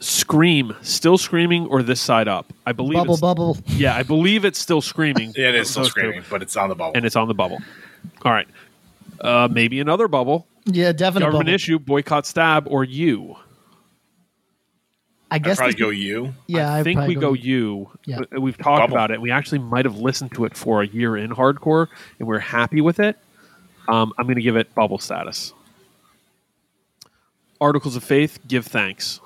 [SPEAKER 2] Scream, still screaming, or this side up. I believe.
[SPEAKER 1] Bubble,
[SPEAKER 2] it's,
[SPEAKER 1] bubble.
[SPEAKER 2] Yeah, I believe it's still screaming.
[SPEAKER 3] Yeah, it is still
[SPEAKER 2] Those two.
[SPEAKER 3] screaming, but it's on the bubble.
[SPEAKER 2] and it's on the bubble. All right, uh, maybe another bubble.
[SPEAKER 1] Yeah, definitely.
[SPEAKER 2] Government
[SPEAKER 1] Bubble.
[SPEAKER 2] issue, boycott, stab, or you.
[SPEAKER 1] I
[SPEAKER 3] I'd
[SPEAKER 1] guess.
[SPEAKER 3] probably
[SPEAKER 1] this-
[SPEAKER 3] go you.
[SPEAKER 1] yeah,
[SPEAKER 2] I
[SPEAKER 1] I'd
[SPEAKER 2] think
[SPEAKER 1] probably
[SPEAKER 2] we go you.
[SPEAKER 1] Yeah.
[SPEAKER 2] Uh, We've talked
[SPEAKER 3] Bubble.
[SPEAKER 2] about it. We actually might have listened to it for a year in hardcore, and we're happy with it. Um, I'm going to give it bubble status. Articles of faith, give thanks.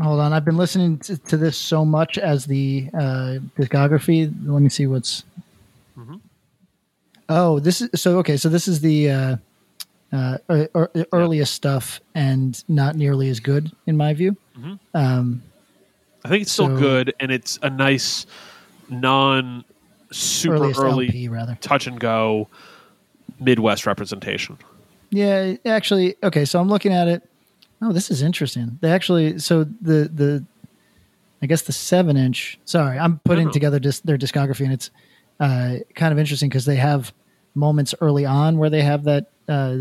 [SPEAKER 1] Hold on, I've been listening to, to this so much as the uh, discography. Let me see what's.
[SPEAKER 2] Mm-hmm.
[SPEAKER 1] Oh, this is so okay. So this is the uh, uh, ear- ear- earliest stuff, and not nearly as good in my view.
[SPEAKER 2] I think it's still
[SPEAKER 1] So-
[SPEAKER 2] good, and it's a nice non super
[SPEAKER 1] earliest
[SPEAKER 2] early
[SPEAKER 1] LP, rather.
[SPEAKER 2] touch and go Midwest representation.
[SPEAKER 1] Yeah, actually, okay. So I'm looking at it. Oh, this is interesting. They actually, so the the, I guess the seven inch. Sorry, I'm putting
[SPEAKER 2] no.
[SPEAKER 1] together dis- their discography, and it's uh, kind of interesting because they have moments early on where they have that uh,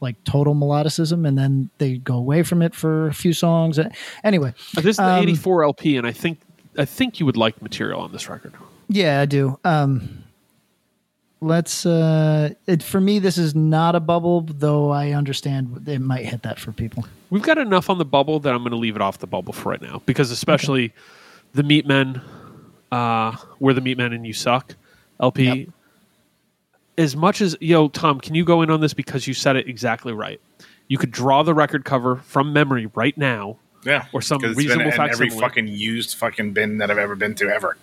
[SPEAKER 1] like total melodicism, and then they go away from it for a few songs. Anyway,
[SPEAKER 2] Uh, This is the
[SPEAKER 1] Um,
[SPEAKER 2] '84 LP, and I think I think you would like material on this record.
[SPEAKER 1] Yeah, I do. Um, let's. Uh, it, for me, this is not a bubble, though. I understand it might hit that for people.
[SPEAKER 2] We've got enough on the bubble that I'm going to leave it off the bubble for right now because especially the Meat Men, uh, we're the Meat Men and you suck, LP. As much as yo, Tom, can you go in on this because you said it exactly right. You could draw the record cover from memory right now.
[SPEAKER 3] Yeah,
[SPEAKER 2] Or some
[SPEAKER 3] 'cause it's
[SPEAKER 2] reasonable
[SPEAKER 3] been in every
[SPEAKER 2] facsimile.
[SPEAKER 3] fucking used fucking bin that I've ever been to ever.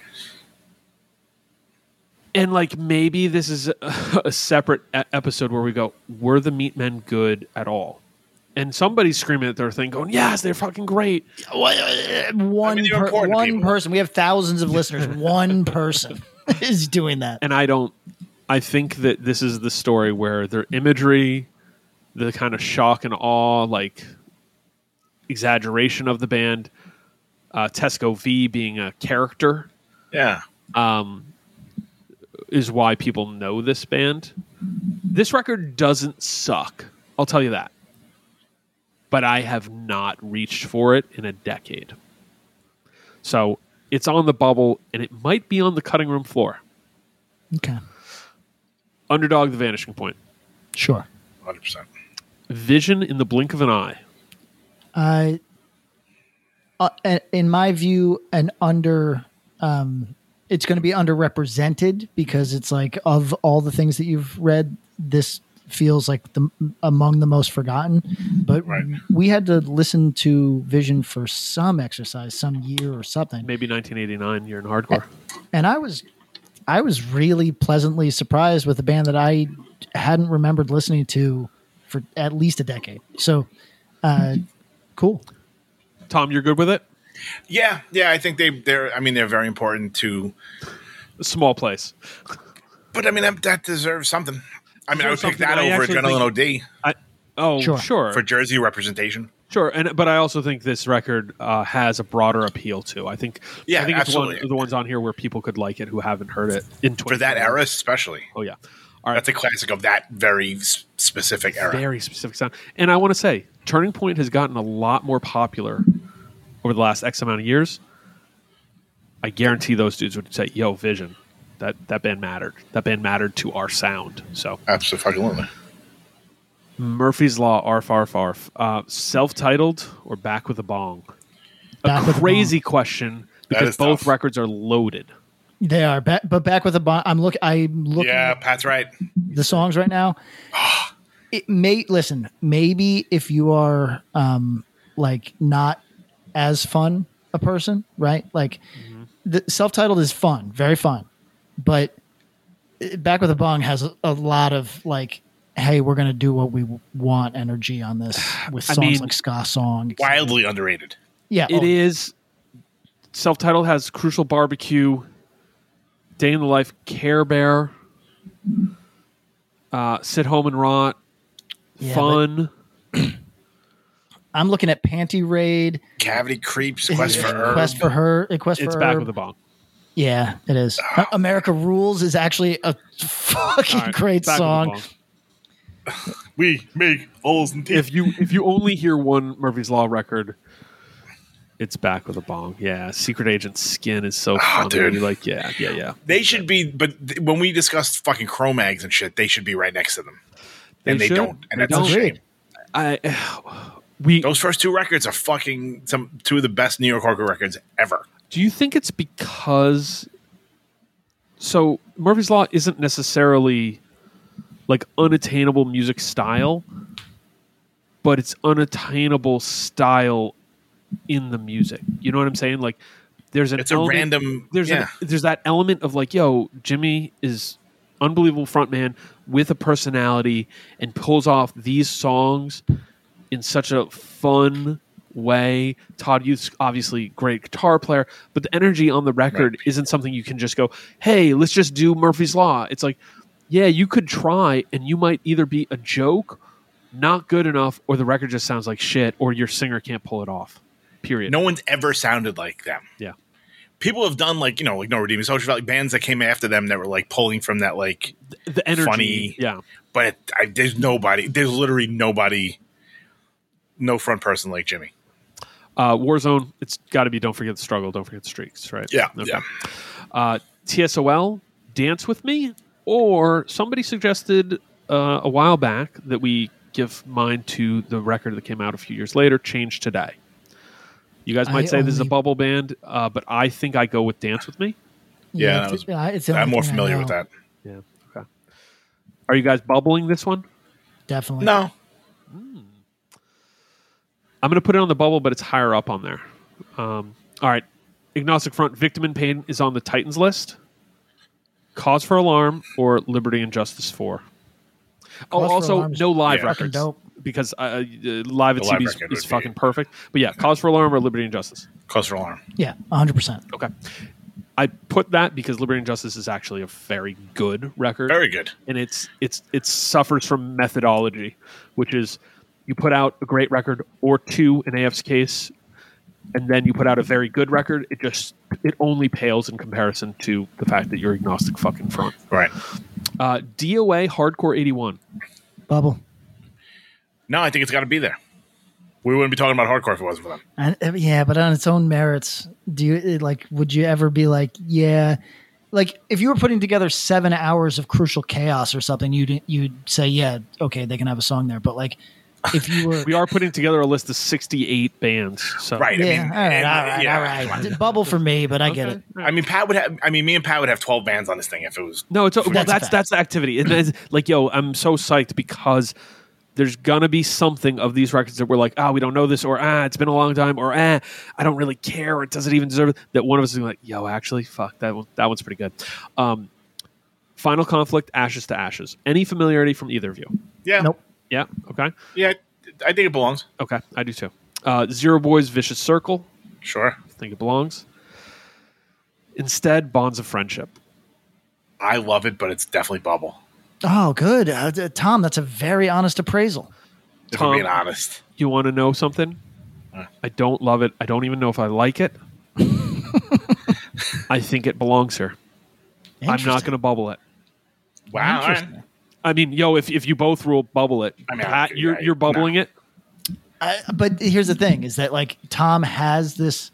[SPEAKER 2] and like maybe this is a, a separate e- episode where we go were the meat men good at all and somebody's screaming at their thing going yes they're fucking great
[SPEAKER 3] uh,
[SPEAKER 1] One
[SPEAKER 3] they're
[SPEAKER 1] per-
[SPEAKER 3] important to
[SPEAKER 1] one
[SPEAKER 3] people.
[SPEAKER 1] person. We have thousands of listeners. one person is doing that.
[SPEAKER 2] and i don't i think that this is the story where their imagery the kind of shock and awe like exaggeration of the band uh, tesco v being a character
[SPEAKER 3] Yeah,
[SPEAKER 2] is why people know this band. This record doesn't suck. I'll tell you that. But I have not reached for it in a decade. So it's on the bubble and it might be on the cutting room floor.
[SPEAKER 1] Okay,
[SPEAKER 2] Underdog the Vanishing Point.
[SPEAKER 1] sure.
[SPEAKER 3] hundred percent.
[SPEAKER 2] Vision in the blink of an eye.
[SPEAKER 1] I, uh, a- in my view, an under. Um, it's going to be underrepresented because it's like of all the things that you've read, this feels like the among the most forgotten. But
[SPEAKER 3] Right.
[SPEAKER 1] we had to listen to Vision for some exercise, some year or something
[SPEAKER 2] Maybe 1989, you're in hardcore.
[SPEAKER 1] and I was I was really pleasantly surprised with a band that I hadn't remembered listening to for at least a decade. So, uh, cool.
[SPEAKER 2] Tom, you're good with it?
[SPEAKER 3] Yeah, yeah. I think they they're. I mean, they're very important to.
[SPEAKER 2] Small place.
[SPEAKER 3] But I mean, that, that deserves something. I mean, I would
[SPEAKER 2] Deserves
[SPEAKER 3] pick that
[SPEAKER 2] something. I
[SPEAKER 3] over
[SPEAKER 2] actually
[SPEAKER 3] Adrenaline OD
[SPEAKER 2] I, oh,
[SPEAKER 1] Sure.
[SPEAKER 2] sure. Sure.
[SPEAKER 3] for Jersey representation.
[SPEAKER 2] And but I also think this record uh, has a broader appeal too. I think
[SPEAKER 3] Yeah,
[SPEAKER 2] I think it's one
[SPEAKER 3] absolutely.
[SPEAKER 2] of the ones on here where people could like it who haven't heard it in
[SPEAKER 3] for that
[SPEAKER 2] 2021.
[SPEAKER 3] era especially.
[SPEAKER 2] Oh yeah, all right.
[SPEAKER 3] That's a classic of that very s- specific era.
[SPEAKER 2] very specific sound. And I want to say, Turning Point has gotten a lot more popular over the last X amount of years. I guarantee those dudes would say, "Yo, Vision, that that band mattered. That band mattered to our sound." So
[SPEAKER 3] Absolutely.
[SPEAKER 2] Murphy's Law, arf arf arf, uh, self-titled or back with a bong.
[SPEAKER 1] Back with a
[SPEAKER 2] Crazy question because
[SPEAKER 3] is
[SPEAKER 2] both
[SPEAKER 3] tough.
[SPEAKER 2] records are loaded.
[SPEAKER 1] bong. They are back, but back with a bond. I'm look. I'm looking
[SPEAKER 3] Yeah,
[SPEAKER 1] at
[SPEAKER 3] Pat's right.
[SPEAKER 1] the songs right now. It may listen. Maybe if you are um, like not as fun a person, right? Like
[SPEAKER 2] Mm-hmm.
[SPEAKER 1] the self-titled is fun, very fun, but Back with a Bong has a, a lot of like, hey, we're gonna do what we w- want energy on this with
[SPEAKER 2] I
[SPEAKER 1] songs
[SPEAKER 2] mean-
[SPEAKER 1] like ska song.
[SPEAKER 3] Wildly underrated.
[SPEAKER 1] Yeah,
[SPEAKER 2] It
[SPEAKER 1] oh,
[SPEAKER 2] is self-titled has Crucial Barbecue, Day in the Life, Care Bear, uh, Sit Home and Rot,
[SPEAKER 1] Yeah,
[SPEAKER 2] Fun.
[SPEAKER 1] I'm looking at Panty Raid,
[SPEAKER 3] Cavity creeps. Quest for Herb.
[SPEAKER 1] Quest for Her, uh, Quest
[SPEAKER 2] It's
[SPEAKER 1] for
[SPEAKER 2] back
[SPEAKER 1] Herb.
[SPEAKER 2] with a bong.
[SPEAKER 1] Yeah, it is. Uh, America Rules is actually a fucking
[SPEAKER 2] All right,
[SPEAKER 1] great
[SPEAKER 2] Back with a
[SPEAKER 1] song.
[SPEAKER 2] Bong.
[SPEAKER 3] we make holes in teeth.
[SPEAKER 2] If you if you only hear one Murphy's Law record, it's back with a bong. Yeah, Secret Agent Skin is so funny.
[SPEAKER 3] dude.
[SPEAKER 2] You're like, yeah, yeah, yeah.
[SPEAKER 3] They should be, but th- when we discussed fucking Chromags and shit, they should be right next to them. and they
[SPEAKER 2] should.
[SPEAKER 3] don't. And
[SPEAKER 2] They
[SPEAKER 3] that's a
[SPEAKER 2] don't.
[SPEAKER 3] shame.
[SPEAKER 2] I we
[SPEAKER 3] Those first two records are fucking some two of the best New York hardcore records ever.
[SPEAKER 2] Do you think it's because so Murphy's Law isn't necessarily like unattainable music style, but it's unattainable style in the music. You know what I'm saying? Like there's an
[SPEAKER 3] It's a
[SPEAKER 2] element-
[SPEAKER 3] random-
[SPEAKER 2] there's an-
[SPEAKER 3] yeah.
[SPEAKER 2] there's that element of like, yo, Jimmy is unbelievable frontman with a personality and pulls off these songs in such a fun way. Todd Youth's obviously great guitar player, but the energy on the record isn't something you can just go, "Hey, let's just do Murphy's Law." It's like, yeah, you could try, and you might either be a joke, not good enough, or the record just sounds like shit, or your singer can't pull it off. Period.
[SPEAKER 3] No one's ever sounded like them.
[SPEAKER 2] Yeah.
[SPEAKER 3] People have done like you know like no redeeming social value bands that came after them that were like pulling from that like,
[SPEAKER 2] The energy.
[SPEAKER 3] Funny.
[SPEAKER 2] Yeah.
[SPEAKER 3] but I, there's nobody. There's literally nobody. No front person like Jimmy.
[SPEAKER 2] Uh, Warzone. It's got to be. Don't forget the struggle. Don't forget the streaks. Right.
[SPEAKER 3] Yeah,
[SPEAKER 2] Okay.
[SPEAKER 3] yeah.
[SPEAKER 2] Uh, TSOL. Dance with me. Or somebody suggested uh, a while back that we give mine to the record that came out a few years later. Change today. You guys might
[SPEAKER 7] I
[SPEAKER 2] say this is a
[SPEAKER 7] only-
[SPEAKER 2] bubble band, uh, but I think I go with Dance with Me.
[SPEAKER 3] Yeah, that
[SPEAKER 7] it's,
[SPEAKER 3] was-
[SPEAKER 1] uh,
[SPEAKER 7] yeah, it's the
[SPEAKER 3] I'm
[SPEAKER 7] only
[SPEAKER 3] more
[SPEAKER 7] thing I
[SPEAKER 3] familiar with
[SPEAKER 7] know.
[SPEAKER 3] that.
[SPEAKER 2] Yeah. Okay. Are you guys bubbling this one?
[SPEAKER 7] Definitely.
[SPEAKER 3] No,
[SPEAKER 2] I'm going to put it on the bubble, but it's higher up on there. Um, all right. Agnostic Front, Victim in Pain is on the Titans list. Cause for Alarm or Liberty and Justice 4. Oh,
[SPEAKER 7] Cause for
[SPEAKER 2] also,
[SPEAKER 7] Alarm is
[SPEAKER 2] no live
[SPEAKER 3] fucking
[SPEAKER 2] records.
[SPEAKER 7] dope.
[SPEAKER 2] Because uh, uh, live at
[SPEAKER 3] The live
[SPEAKER 2] CB's
[SPEAKER 3] record
[SPEAKER 2] is
[SPEAKER 3] would be-
[SPEAKER 2] fucking perfect. But yeah, Cause for Alarm or Liberty and Justice.
[SPEAKER 3] cause for alarm.
[SPEAKER 7] Yeah, 100%.
[SPEAKER 2] Okay. I put that because Liberty and Justice is actually a very good record
[SPEAKER 3] Very good.
[SPEAKER 2] and it's it's it suffers from methodology, which is you put out a great record or two in AF's case, and then you put out a very good record. It just it only pales in comparison to the fact that you're agnostic fucking front.
[SPEAKER 3] Right.
[SPEAKER 2] Uh, DOA Hardcore eighty one.
[SPEAKER 1] Bubble.
[SPEAKER 3] No, I think it's got to be there. We wouldn't be talking about hardcore if it wasn't for them.
[SPEAKER 1] And, uh, yeah, but on its own merits, do you it, like? Would you ever be like, yeah, like if you were putting together seven hours of crucial chaos or something, you'd you'd say, yeah, okay, they can have a song there. But like, if you were,
[SPEAKER 2] We are putting together a list of sixty eight bands. So
[SPEAKER 3] Right.
[SPEAKER 1] yeah,
[SPEAKER 3] I mean,
[SPEAKER 1] all right,
[SPEAKER 3] and-
[SPEAKER 1] all right,
[SPEAKER 3] yeah,
[SPEAKER 1] all
[SPEAKER 3] come on.
[SPEAKER 1] right, bubble for me, but I get
[SPEAKER 2] Okay.
[SPEAKER 1] it.
[SPEAKER 3] I mean, Pat would have. I mean, me and Pat would have 12 bands on this thing if it was.
[SPEAKER 2] No, it's well.
[SPEAKER 1] That's a
[SPEAKER 2] That's
[SPEAKER 1] fact.
[SPEAKER 2] that's the activity, and that's, like, yo, I'm so psyched because there's gonna be something of these records that we're like, ah, we don't know this, or ah, it's been a long time, or ah, I don't really care, or does it even deserve it? That one of us is gonna be like, yo, actually, fuck that one. That one's pretty good. Um, Final conflict, ashes to ashes. Any familiarity from either of you?
[SPEAKER 3] Yeah.
[SPEAKER 1] Nope.
[SPEAKER 2] Yeah. Okay.
[SPEAKER 3] Yeah, I think it belongs.
[SPEAKER 2] Okay. I do too. Uh, Zero Boys, vicious circle.
[SPEAKER 3] Sure.
[SPEAKER 2] I think it belongs. Instead, bonds of friendship.
[SPEAKER 3] I love it, but it's definitely bubble.
[SPEAKER 1] Oh, good, uh, d- Tom. That's a very honest appraisal.
[SPEAKER 3] If
[SPEAKER 2] Tom.
[SPEAKER 3] we're being honest.
[SPEAKER 2] you want to know something? I don't love it. I don't even know if I like it. I think it belongs here. I'm not going to bubble it.
[SPEAKER 3] Wow. all right.
[SPEAKER 1] Interesting.
[SPEAKER 2] I mean, yo, if, if you both rule bubble it,
[SPEAKER 3] I mean, I-
[SPEAKER 2] Pat, you're,
[SPEAKER 3] I-
[SPEAKER 2] you're bubbling
[SPEAKER 3] no.
[SPEAKER 2] it.
[SPEAKER 1] I, but here's the thing: is that like Tom has this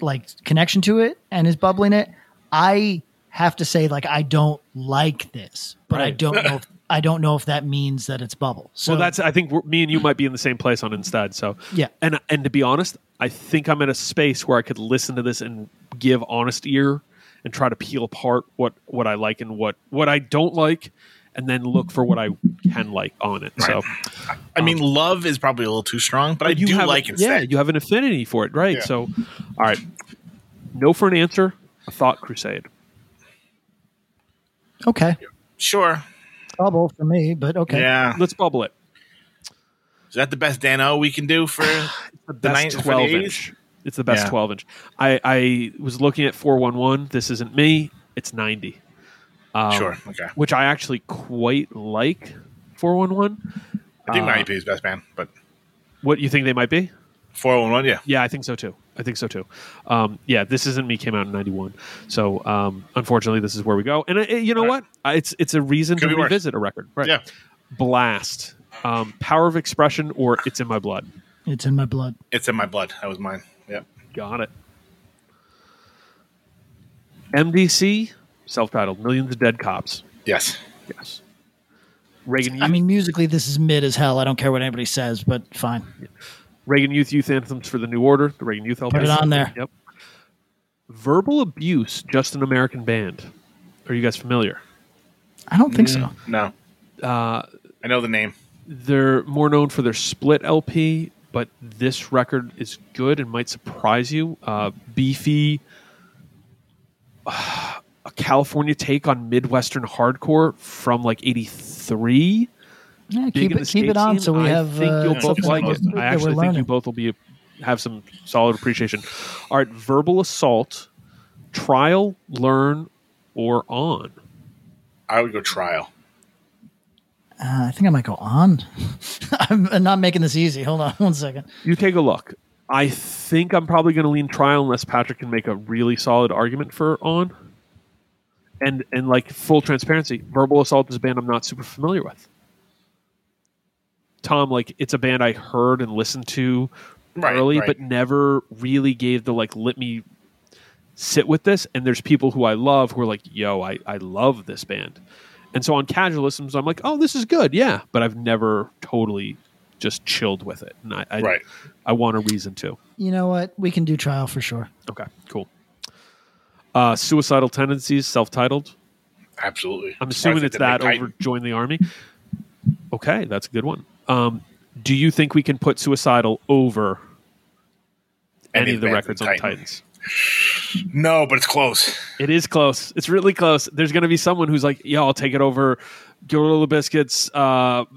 [SPEAKER 1] like connection to it and is bubbling it. I have to say, like, I don't like this, but I
[SPEAKER 2] Right.
[SPEAKER 1] don't know. If, I don't know if that means that it's bubble. So
[SPEAKER 2] well, that's I think we're, me and you might be in the same place on instead. So
[SPEAKER 1] Yeah.
[SPEAKER 2] and and to be honest, I think I'm in a space where I could listen to this and give honest ear and try to peel apart what what I like and what what I don't like, and then look for what I can like on it. So
[SPEAKER 3] I mean, love is probably a little too strong, but I do
[SPEAKER 2] have
[SPEAKER 3] like
[SPEAKER 2] a,
[SPEAKER 3] it.
[SPEAKER 2] Yeah, you have an affinity for it, right?
[SPEAKER 3] Yeah.
[SPEAKER 2] So, all right, no for an answer. A thought crusade.
[SPEAKER 1] okay.
[SPEAKER 3] sure.
[SPEAKER 1] Bubble for me, but okay.
[SPEAKER 3] Yeah.
[SPEAKER 2] Let's bubble it.
[SPEAKER 3] Is that the best Dan O we can do for
[SPEAKER 2] The
[SPEAKER 3] The
[SPEAKER 2] best
[SPEAKER 3] nine- for the
[SPEAKER 2] twelve
[SPEAKER 3] eighties?
[SPEAKER 2] inch. It's the best
[SPEAKER 3] Yeah.
[SPEAKER 2] twelve inch. I I was looking at four one one. This isn't me. It's ninety, Um,
[SPEAKER 3] Sure. Okay.
[SPEAKER 2] which I actually quite like. Four one one.
[SPEAKER 3] I think
[SPEAKER 2] uh,
[SPEAKER 3] my EP is best band, but
[SPEAKER 2] What you think they might be?
[SPEAKER 3] 411, yeah.
[SPEAKER 2] Yeah, I think so too. I think so too. Um, yeah, this isn't me came out in '91, so um, unfortunately, this is where we go. And I, you know what? I, it's it's a reason
[SPEAKER 3] Could
[SPEAKER 2] to
[SPEAKER 3] be worse.
[SPEAKER 2] revisit a record, right?
[SPEAKER 3] Yeah.
[SPEAKER 2] Blast, um, Power of Expression, or It's in My Blood.
[SPEAKER 1] It's in my blood.
[SPEAKER 3] It's in my blood. That was mine. Yeah.
[SPEAKER 2] Got it. MDC, self-titled, Millions of Dead Cops.
[SPEAKER 3] Yes.
[SPEAKER 2] Yes. Reagan, Youth,
[SPEAKER 1] I mean, musically, this is mid as hell. I don't care what anybody says, but fine.
[SPEAKER 2] Reagan Youth Youth Anthems for the New Order, the Reagan Youth album.
[SPEAKER 1] it on there.
[SPEAKER 2] Yep. Verbal Abuse, Just an American Band. Are you guys familiar?
[SPEAKER 1] I don't think
[SPEAKER 2] Mm.
[SPEAKER 1] so.
[SPEAKER 3] No. Uh, I know the name.
[SPEAKER 2] they're more known for their split LP, but this record is good and might surprise you. Uh, beefy, a California take on Midwestern hardcore from like '83.
[SPEAKER 1] Yeah,
[SPEAKER 2] Big
[SPEAKER 1] keep
[SPEAKER 2] in
[SPEAKER 1] it,
[SPEAKER 2] the
[SPEAKER 1] keep
[SPEAKER 2] States
[SPEAKER 1] it on
[SPEAKER 2] scene.
[SPEAKER 1] so we
[SPEAKER 2] I
[SPEAKER 1] have
[SPEAKER 2] think
[SPEAKER 1] uh,
[SPEAKER 2] you'll both
[SPEAKER 1] something
[SPEAKER 2] like
[SPEAKER 1] that we're-
[SPEAKER 2] it.
[SPEAKER 1] that
[SPEAKER 2] I
[SPEAKER 1] we're
[SPEAKER 2] actually think you
[SPEAKER 1] learning.
[SPEAKER 2] both will be have some solid appreciation. All right, verbal assault, trial, learn, or on.
[SPEAKER 3] I would go trial.
[SPEAKER 1] Uh, I think I might go on. I'm not making this easy. Hold on one second.
[SPEAKER 2] You take a look. I think I'm probably going to lean trial unless Patrick can make a really solid argument for on. And and like full transparency, verbal assault is a band I'm not super familiar with. Tom, like it's a band I heard and listened to
[SPEAKER 3] Right,
[SPEAKER 2] early,
[SPEAKER 3] right.
[SPEAKER 2] but never really gave the like let me sit with this. And there's people who I love who are like, yo, I, I love this band. And so on casualisms, I'm like, oh, this is good, yeah. But I've never totally just chilled with it. And I I,
[SPEAKER 3] Right.
[SPEAKER 2] I want a reason to.
[SPEAKER 1] You know what? We can do trial for sure.
[SPEAKER 2] Okay, cool. Uh, suicidal tendencies, self-titled.
[SPEAKER 3] Absolutely.
[SPEAKER 2] I'm
[SPEAKER 3] Surprised
[SPEAKER 2] assuming
[SPEAKER 3] they
[SPEAKER 2] it's
[SPEAKER 3] didn't
[SPEAKER 2] that
[SPEAKER 3] make
[SPEAKER 2] over
[SPEAKER 3] Titan.
[SPEAKER 2] join the army. Okay, that's a good one. Um, do you think we can put suicidal over any,
[SPEAKER 3] Any
[SPEAKER 2] of the
[SPEAKER 3] advance in
[SPEAKER 2] records on
[SPEAKER 3] Titan.
[SPEAKER 2] Titans?
[SPEAKER 3] No, but it's close.
[SPEAKER 2] It is close. It's really close. There's going to be someone who's like, "Yeah, I'll take it over." Gorilla Biscuits, uh,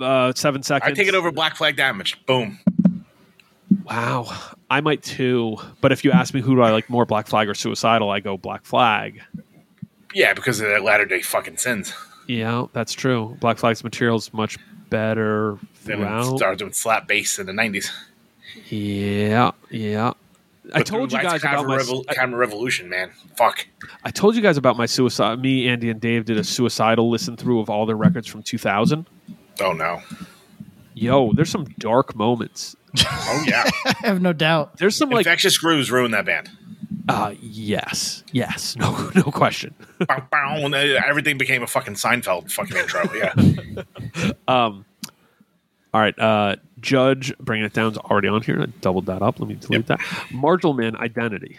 [SPEAKER 2] uh, seven
[SPEAKER 3] I
[SPEAKER 2] seconds.
[SPEAKER 3] take it over Black Flag Damage. Boom.
[SPEAKER 2] Wow, I might too. But if you ask me who do I like more, Black Flag or Suicidal, I go Black Flag.
[SPEAKER 3] Yeah, because of that latter day fucking sins.
[SPEAKER 2] Yeah, that's true. Black Flag's material's much better
[SPEAKER 3] Then it
[SPEAKER 2] throughout.
[SPEAKER 3] started doing slap bass in the nineties.
[SPEAKER 2] Yeah, yeah. I told you guys about my.
[SPEAKER 3] Revol- camera revolution, man. Fuck.
[SPEAKER 2] I told you guys about my suicide. Me, Andy, and Dave did a suicidal listen through of all their records from 2000.
[SPEAKER 3] Oh no.
[SPEAKER 2] Yo, there's some dark moments.
[SPEAKER 3] Oh yeah.
[SPEAKER 1] I have no doubt.
[SPEAKER 2] There's some like,
[SPEAKER 3] Infectious grooves ruined that band.
[SPEAKER 2] uh, yes, yes, no, no question.
[SPEAKER 3] Bow, bow, and, uh, Everything became a fucking Seinfeld fucking intro. Yeah.
[SPEAKER 2] All right, uh, Judge, bringing it down's already on here. I doubled that up. Let me delete that. Marginal Man identity.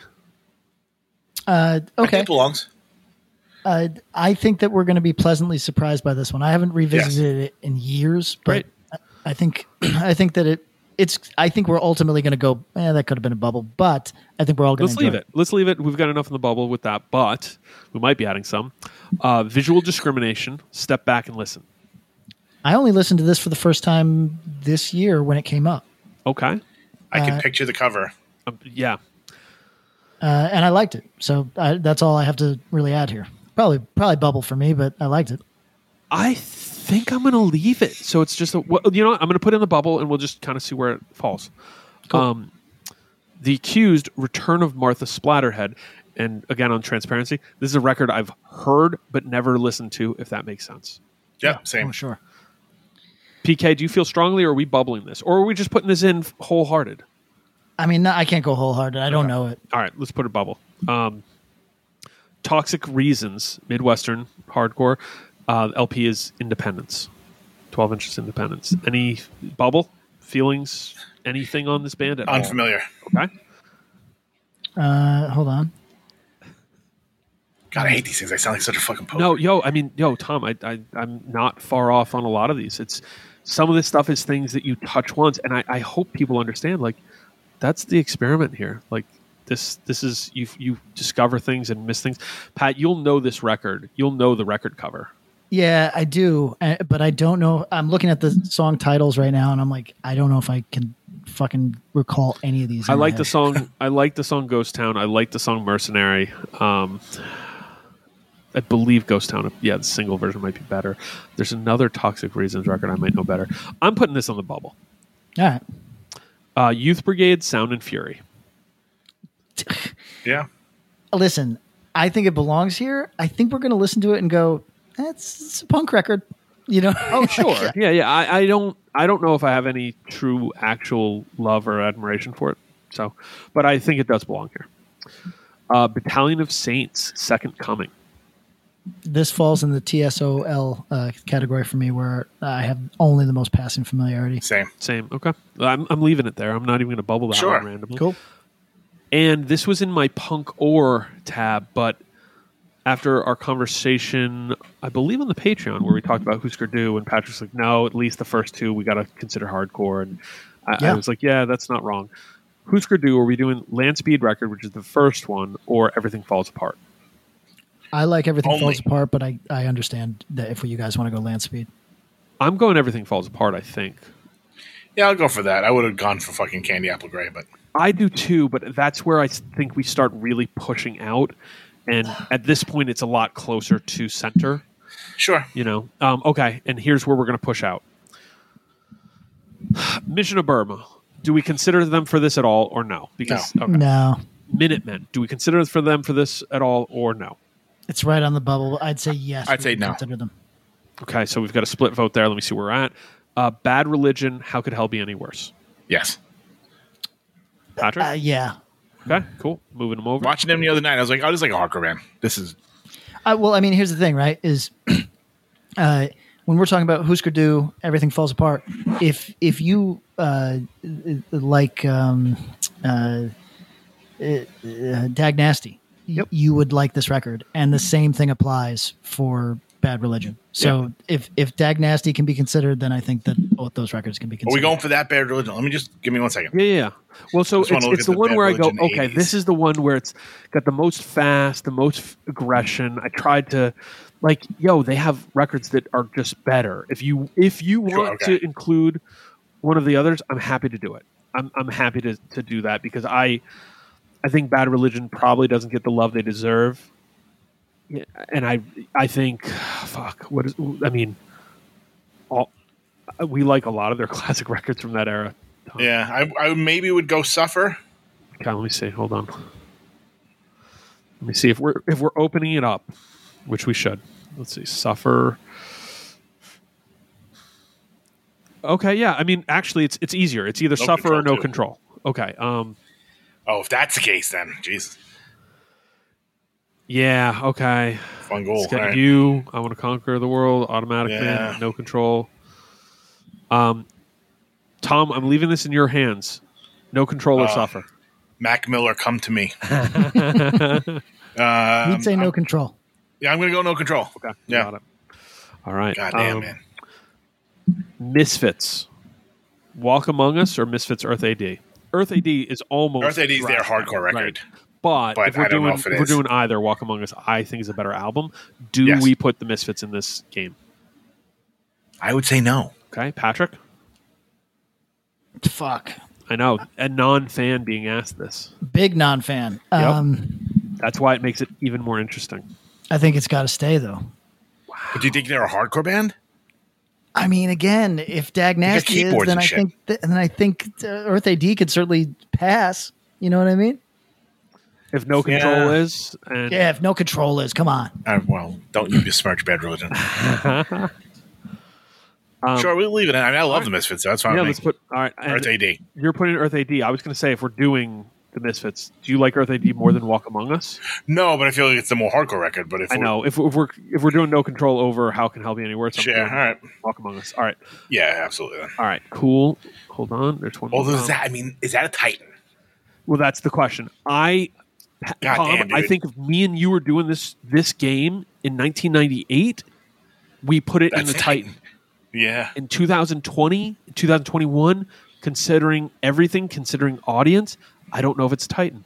[SPEAKER 1] Uh, okay.
[SPEAKER 3] It belongs.
[SPEAKER 1] Uh, I think that we're going to be pleasantly surprised by this one. I haven't revisited it in years, but
[SPEAKER 2] Right.
[SPEAKER 1] I- I think I think that it it's. I think we're ultimately going to go. Yeah, that could have been a bubble, but I think we're all going to
[SPEAKER 2] Let's leave it. Let's leave it. We've got enough in the bubble with that, but we might be adding some. Uh, visual discrimination. Step back and listen.
[SPEAKER 1] I only listened to this for the first time this year when it came up,
[SPEAKER 2] Okay.
[SPEAKER 3] I can picture the cover.
[SPEAKER 2] Um, yeah.
[SPEAKER 1] uh, and I liked it. So I, that's all I have to really add here. Probably probably bubble for me, but I liked it.
[SPEAKER 2] I think I'm going to leave it. So it's just, a, well, you know what? I'm going to put it in the bubble and we'll just kind of see where it falls. Um, the accused return of Martha Splatterhead. And again, on transparency, this is a record I've heard but never listened to, if that makes sense.
[SPEAKER 3] Yep, same.
[SPEAKER 1] Oh, sure.
[SPEAKER 2] PK, do you feel strongly or are we bubbling this? Or are we just putting this in wholehearted?
[SPEAKER 1] I mean, no, I can't go wholehearted. I don't know it.
[SPEAKER 2] All right, let's put a bubble. Um, Toxic Reasons, Midwestern hardcore. Uh, LP is Independence, 12 inches Independence. Any bubble feelings? Anything on this band at all?
[SPEAKER 3] Unfamiliar.
[SPEAKER 2] Okay.
[SPEAKER 1] Uh, hold on.
[SPEAKER 3] God, I hate these things. I sound like such a fucking poet.
[SPEAKER 2] No, yo, I mean, yo, Tom, I, I, I'm not far off on a lot of these. It's some of this stuff is things that you touch once, and I, I hope people understand. Like, that's the experiment here. Like, this, this is you, you discover things and miss things. Pat, you'll know this record. You'll know the record cover.
[SPEAKER 1] Yeah, I do, uh, but I don't know. I'm looking at the song titles right now, and I'm like, I don't know if I can fucking recall any of these.
[SPEAKER 2] I
[SPEAKER 1] in my
[SPEAKER 2] like the
[SPEAKER 1] head.
[SPEAKER 2] song. I like the song Ghost Town. I like the song Mercenary. Um, I believe Ghost Town. Yeah, the single version might be better. There's another Toxic Reasons record I might know better. I'm putting this on the bubble.
[SPEAKER 1] All right.
[SPEAKER 2] Uh, Youth Brigade, Sound and Fury.
[SPEAKER 3] Yeah.
[SPEAKER 1] Listen, I think it belongs here. I think we're gonna listen to it and go, that's it's a punk record, you know? Oh,
[SPEAKER 2] Sure. yeah, yeah. I, I don't. I don't know if I have any true, actual love or admiration for it. So, but I think it does belong here. Uh, Battalion of Saints, Second Coming.
[SPEAKER 1] this falls in the TSOL uh, category for me, where I have only the most passing familiarity.
[SPEAKER 3] Same.
[SPEAKER 2] Same. Okay. I'm, I'm leaving it there. I'm not even going to bubble that
[SPEAKER 3] Sure.
[SPEAKER 2] one randomly.
[SPEAKER 1] Cool.
[SPEAKER 2] and this was in my punk or tab but after our conversation i believe on the patreon where we talked about who's do and patrick's like no at least the first two we got to consider hardcore and I, I
[SPEAKER 1] Yeah.
[SPEAKER 2] was like yeah that's not wrong who's do are we doing land speed record which is the first one or everything falls apart
[SPEAKER 1] I like everything
[SPEAKER 3] Only.
[SPEAKER 1] falls apart, but I I understand that if you guys want to go land speed,
[SPEAKER 2] i'm going everything falls apart i think
[SPEAKER 3] Yeah, I'll go for that. I would have gone for fucking Candy Apple Grey, but
[SPEAKER 2] I do too, but that's where I s- think we start really pushing out. And at this point, it's a lot closer to center,
[SPEAKER 3] sure.
[SPEAKER 2] you know? Um, okay, and here's where we're going to push out Mission of Burma, do we consider them for this at all or no? Because okay.
[SPEAKER 1] No,
[SPEAKER 2] Minutemen, do we consider for them for this at all or no?
[SPEAKER 1] it's right on the bubble. I'd say yes.
[SPEAKER 3] I'd
[SPEAKER 1] we
[SPEAKER 3] say
[SPEAKER 1] would
[SPEAKER 3] no.
[SPEAKER 1] Consider them.
[SPEAKER 2] Okay, so we've got a split vote there. Let me see where we're at. Uh, bad religion. How could hell be any worse?
[SPEAKER 3] Yes.
[SPEAKER 2] Patrick.
[SPEAKER 1] Uh, yeah.
[SPEAKER 2] okay, cool. Moving them over.
[SPEAKER 3] Watching him the other night, I was like, oh, this is like a hardcore band. This is
[SPEAKER 1] I, well, I mean, here's the thing, right? Is uh, when we're talking about Husker Du, everything falls apart. If if you uh, like um, uh, uh, Dag Nasty, you would like this record, and the same thing applies for Bad Religion. So if if Dag Nasty can be considered, then I think that both those records can be
[SPEAKER 3] Are
[SPEAKER 1] considered.
[SPEAKER 3] we going for that bad religion? Let me just give me one second.
[SPEAKER 2] Yeah, yeah, yeah. Well, so
[SPEAKER 3] Just wanna
[SPEAKER 2] it's,
[SPEAKER 3] look
[SPEAKER 2] it's
[SPEAKER 3] at
[SPEAKER 2] the
[SPEAKER 3] the
[SPEAKER 2] one
[SPEAKER 3] Bad
[SPEAKER 2] where I go,
[SPEAKER 3] Religion
[SPEAKER 2] okay,
[SPEAKER 3] 80s.
[SPEAKER 2] this is the one where it's got the most fast, the most f- aggression. I tried to, like, yo, they have records that are just better. If you if you want
[SPEAKER 3] Sure, okay.
[SPEAKER 2] to include one of the others, I'm happy to do it. I'm I'm happy to to do that because I I think Bad Religion probably doesn't get the love they deserve. Yeah, and I I think fuck what is I mean all we like a lot of their classic records from that era. Tom.
[SPEAKER 3] Yeah, I, I maybe would go suffer.
[SPEAKER 2] Okay, let me see. Hold on. Let me see if we're if we're opening it up, which we should. Let's see. Suffer. Okay, yeah. I mean, actually, it's it's easier. It's either
[SPEAKER 3] No
[SPEAKER 2] suffer or
[SPEAKER 3] control,
[SPEAKER 2] no
[SPEAKER 3] too.
[SPEAKER 2] control. Okay. Um.
[SPEAKER 3] Oh, if that's the case, then Jesus,
[SPEAKER 2] Yeah. Okay.
[SPEAKER 3] fun goal.
[SPEAKER 2] It's got
[SPEAKER 3] All right.
[SPEAKER 2] you. I want to conquer the world. Automatic
[SPEAKER 3] Yeah.
[SPEAKER 2] man. No control. Um, Tom, I'm leaving this in your hands. No control or
[SPEAKER 3] Uh,
[SPEAKER 2] suffer.
[SPEAKER 3] Mac Miller, come to me.
[SPEAKER 1] We'd say no control.
[SPEAKER 3] Yeah, I'm gonna go no control.
[SPEAKER 2] Okay.
[SPEAKER 3] Yeah.
[SPEAKER 2] Got it. All right.
[SPEAKER 3] God damn
[SPEAKER 2] um,
[SPEAKER 3] man.
[SPEAKER 2] Misfits. Walk Among Us or Misfits Earth AD? Earth AD is almost
[SPEAKER 3] Earth AD is their
[SPEAKER 2] thrash
[SPEAKER 3] hardcore
[SPEAKER 2] metal,
[SPEAKER 3] record.
[SPEAKER 2] But,
[SPEAKER 3] But
[SPEAKER 2] if we're
[SPEAKER 3] I don't know
[SPEAKER 2] doing
[SPEAKER 3] if it
[SPEAKER 2] we're
[SPEAKER 3] is.
[SPEAKER 2] doing either Walk Among Us, I think is a better album. Do
[SPEAKER 3] Yes.
[SPEAKER 2] we put the Misfits in this game?
[SPEAKER 3] I would say no.
[SPEAKER 2] Okay, Patrick.
[SPEAKER 1] Fuck,
[SPEAKER 2] I know a non-fan being asked this.
[SPEAKER 1] big non fan. Um,
[SPEAKER 2] That's why it makes it even more interesting.
[SPEAKER 1] I think it's got to stay though.
[SPEAKER 3] But do you think they're a hardcore band?
[SPEAKER 1] I mean, again, if Dag Nasty is,
[SPEAKER 3] keyboards
[SPEAKER 1] then
[SPEAKER 3] and
[SPEAKER 1] I
[SPEAKER 3] shit.
[SPEAKER 1] think th- then I think uh, Earth AD could certainly pass. You know what I mean?
[SPEAKER 2] If no control
[SPEAKER 3] Yeah.
[SPEAKER 2] is, and
[SPEAKER 1] Yeah, if no control is, come on.
[SPEAKER 3] Uh, well, don't you besmirch bad religion. sure, we'll leave it. in. I mean, I love the Misfits. So that's fine.
[SPEAKER 2] Um, yeah,
[SPEAKER 3] with
[SPEAKER 2] let's
[SPEAKER 3] me.
[SPEAKER 2] put all right. and
[SPEAKER 3] Earth AD.
[SPEAKER 2] You're putting Earth AD. I was going to say if we're doing the Misfits, do you like Earth AD more than Walk Among Us?
[SPEAKER 3] No, but I feel like it's the more hardcore record. But if
[SPEAKER 2] I
[SPEAKER 3] we're-
[SPEAKER 2] know if, if we're if we're doing no control over how can hell be any worse. I'm
[SPEAKER 3] Sure,
[SPEAKER 2] doing
[SPEAKER 3] all right.
[SPEAKER 2] Walk among us. All right,
[SPEAKER 3] yeah, absolutely. Then.
[SPEAKER 2] all right, cool. Hold on, there's one. more
[SPEAKER 3] Although is
[SPEAKER 2] Tom.
[SPEAKER 3] that, I mean, is that a Titan?
[SPEAKER 2] well, that's the question. I, Pa-
[SPEAKER 3] God
[SPEAKER 2] Tom,
[SPEAKER 3] damn,
[SPEAKER 2] I
[SPEAKER 3] dude.
[SPEAKER 2] think if me and you were doing this this game in 1998, we put it in
[SPEAKER 3] That's
[SPEAKER 2] the
[SPEAKER 3] it.
[SPEAKER 2] Titan.
[SPEAKER 3] Yeah,
[SPEAKER 2] In 2020, 2021, considering everything, considering audience, I don't know if it's Titan.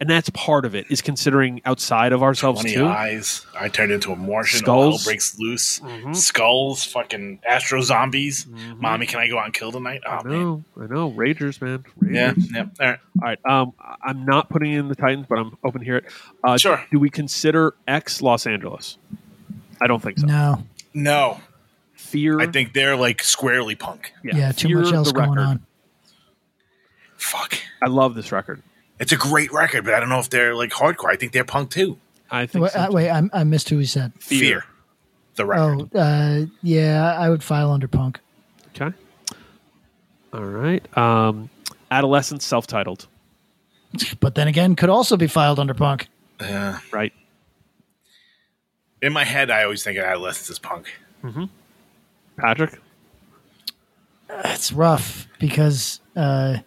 [SPEAKER 2] And that's part of it is considering outside of ourselves
[SPEAKER 3] funny
[SPEAKER 2] too.
[SPEAKER 3] eyes. I turned into a Martian. All
[SPEAKER 2] Skulls. Mm-hmm.
[SPEAKER 3] hell breaks loose. Skulls, fucking astro zombies. Mommy, can I go out and kill tonight? Oh
[SPEAKER 2] I
[SPEAKER 3] man.
[SPEAKER 2] know, I know. Ragers, man. Ragers.
[SPEAKER 3] Yeah, yeah. All right.
[SPEAKER 2] All right. Um, I- I'm not putting in the Titans, but I'm open to hear it. Uh,
[SPEAKER 3] Sure.
[SPEAKER 2] Do we consider X Los Angeles? I don't think so.
[SPEAKER 1] No,
[SPEAKER 3] No,
[SPEAKER 2] Fear.
[SPEAKER 3] I think they're like squarely punk.
[SPEAKER 1] yeah, too
[SPEAKER 2] Fear
[SPEAKER 1] much
[SPEAKER 2] the
[SPEAKER 1] else going
[SPEAKER 2] record.
[SPEAKER 1] on.
[SPEAKER 3] Fuck.
[SPEAKER 2] I love this record.
[SPEAKER 3] It's a great record, but I don't know if they're like hardcore. I think they're punk too.
[SPEAKER 2] I think
[SPEAKER 1] Wait,
[SPEAKER 2] so.
[SPEAKER 1] I, wait I, I missed who he said.
[SPEAKER 3] Fear, the record.
[SPEAKER 1] Oh, uh, yeah, I would file under punk.
[SPEAKER 2] okay. All right. Um, Adolescence, self-titled.
[SPEAKER 1] But then again, could also be filed under punk.
[SPEAKER 3] Yeah.
[SPEAKER 2] Right.
[SPEAKER 3] In my head, I always think of adolescence as punk.
[SPEAKER 2] Patrick.
[SPEAKER 1] It's rough because uh,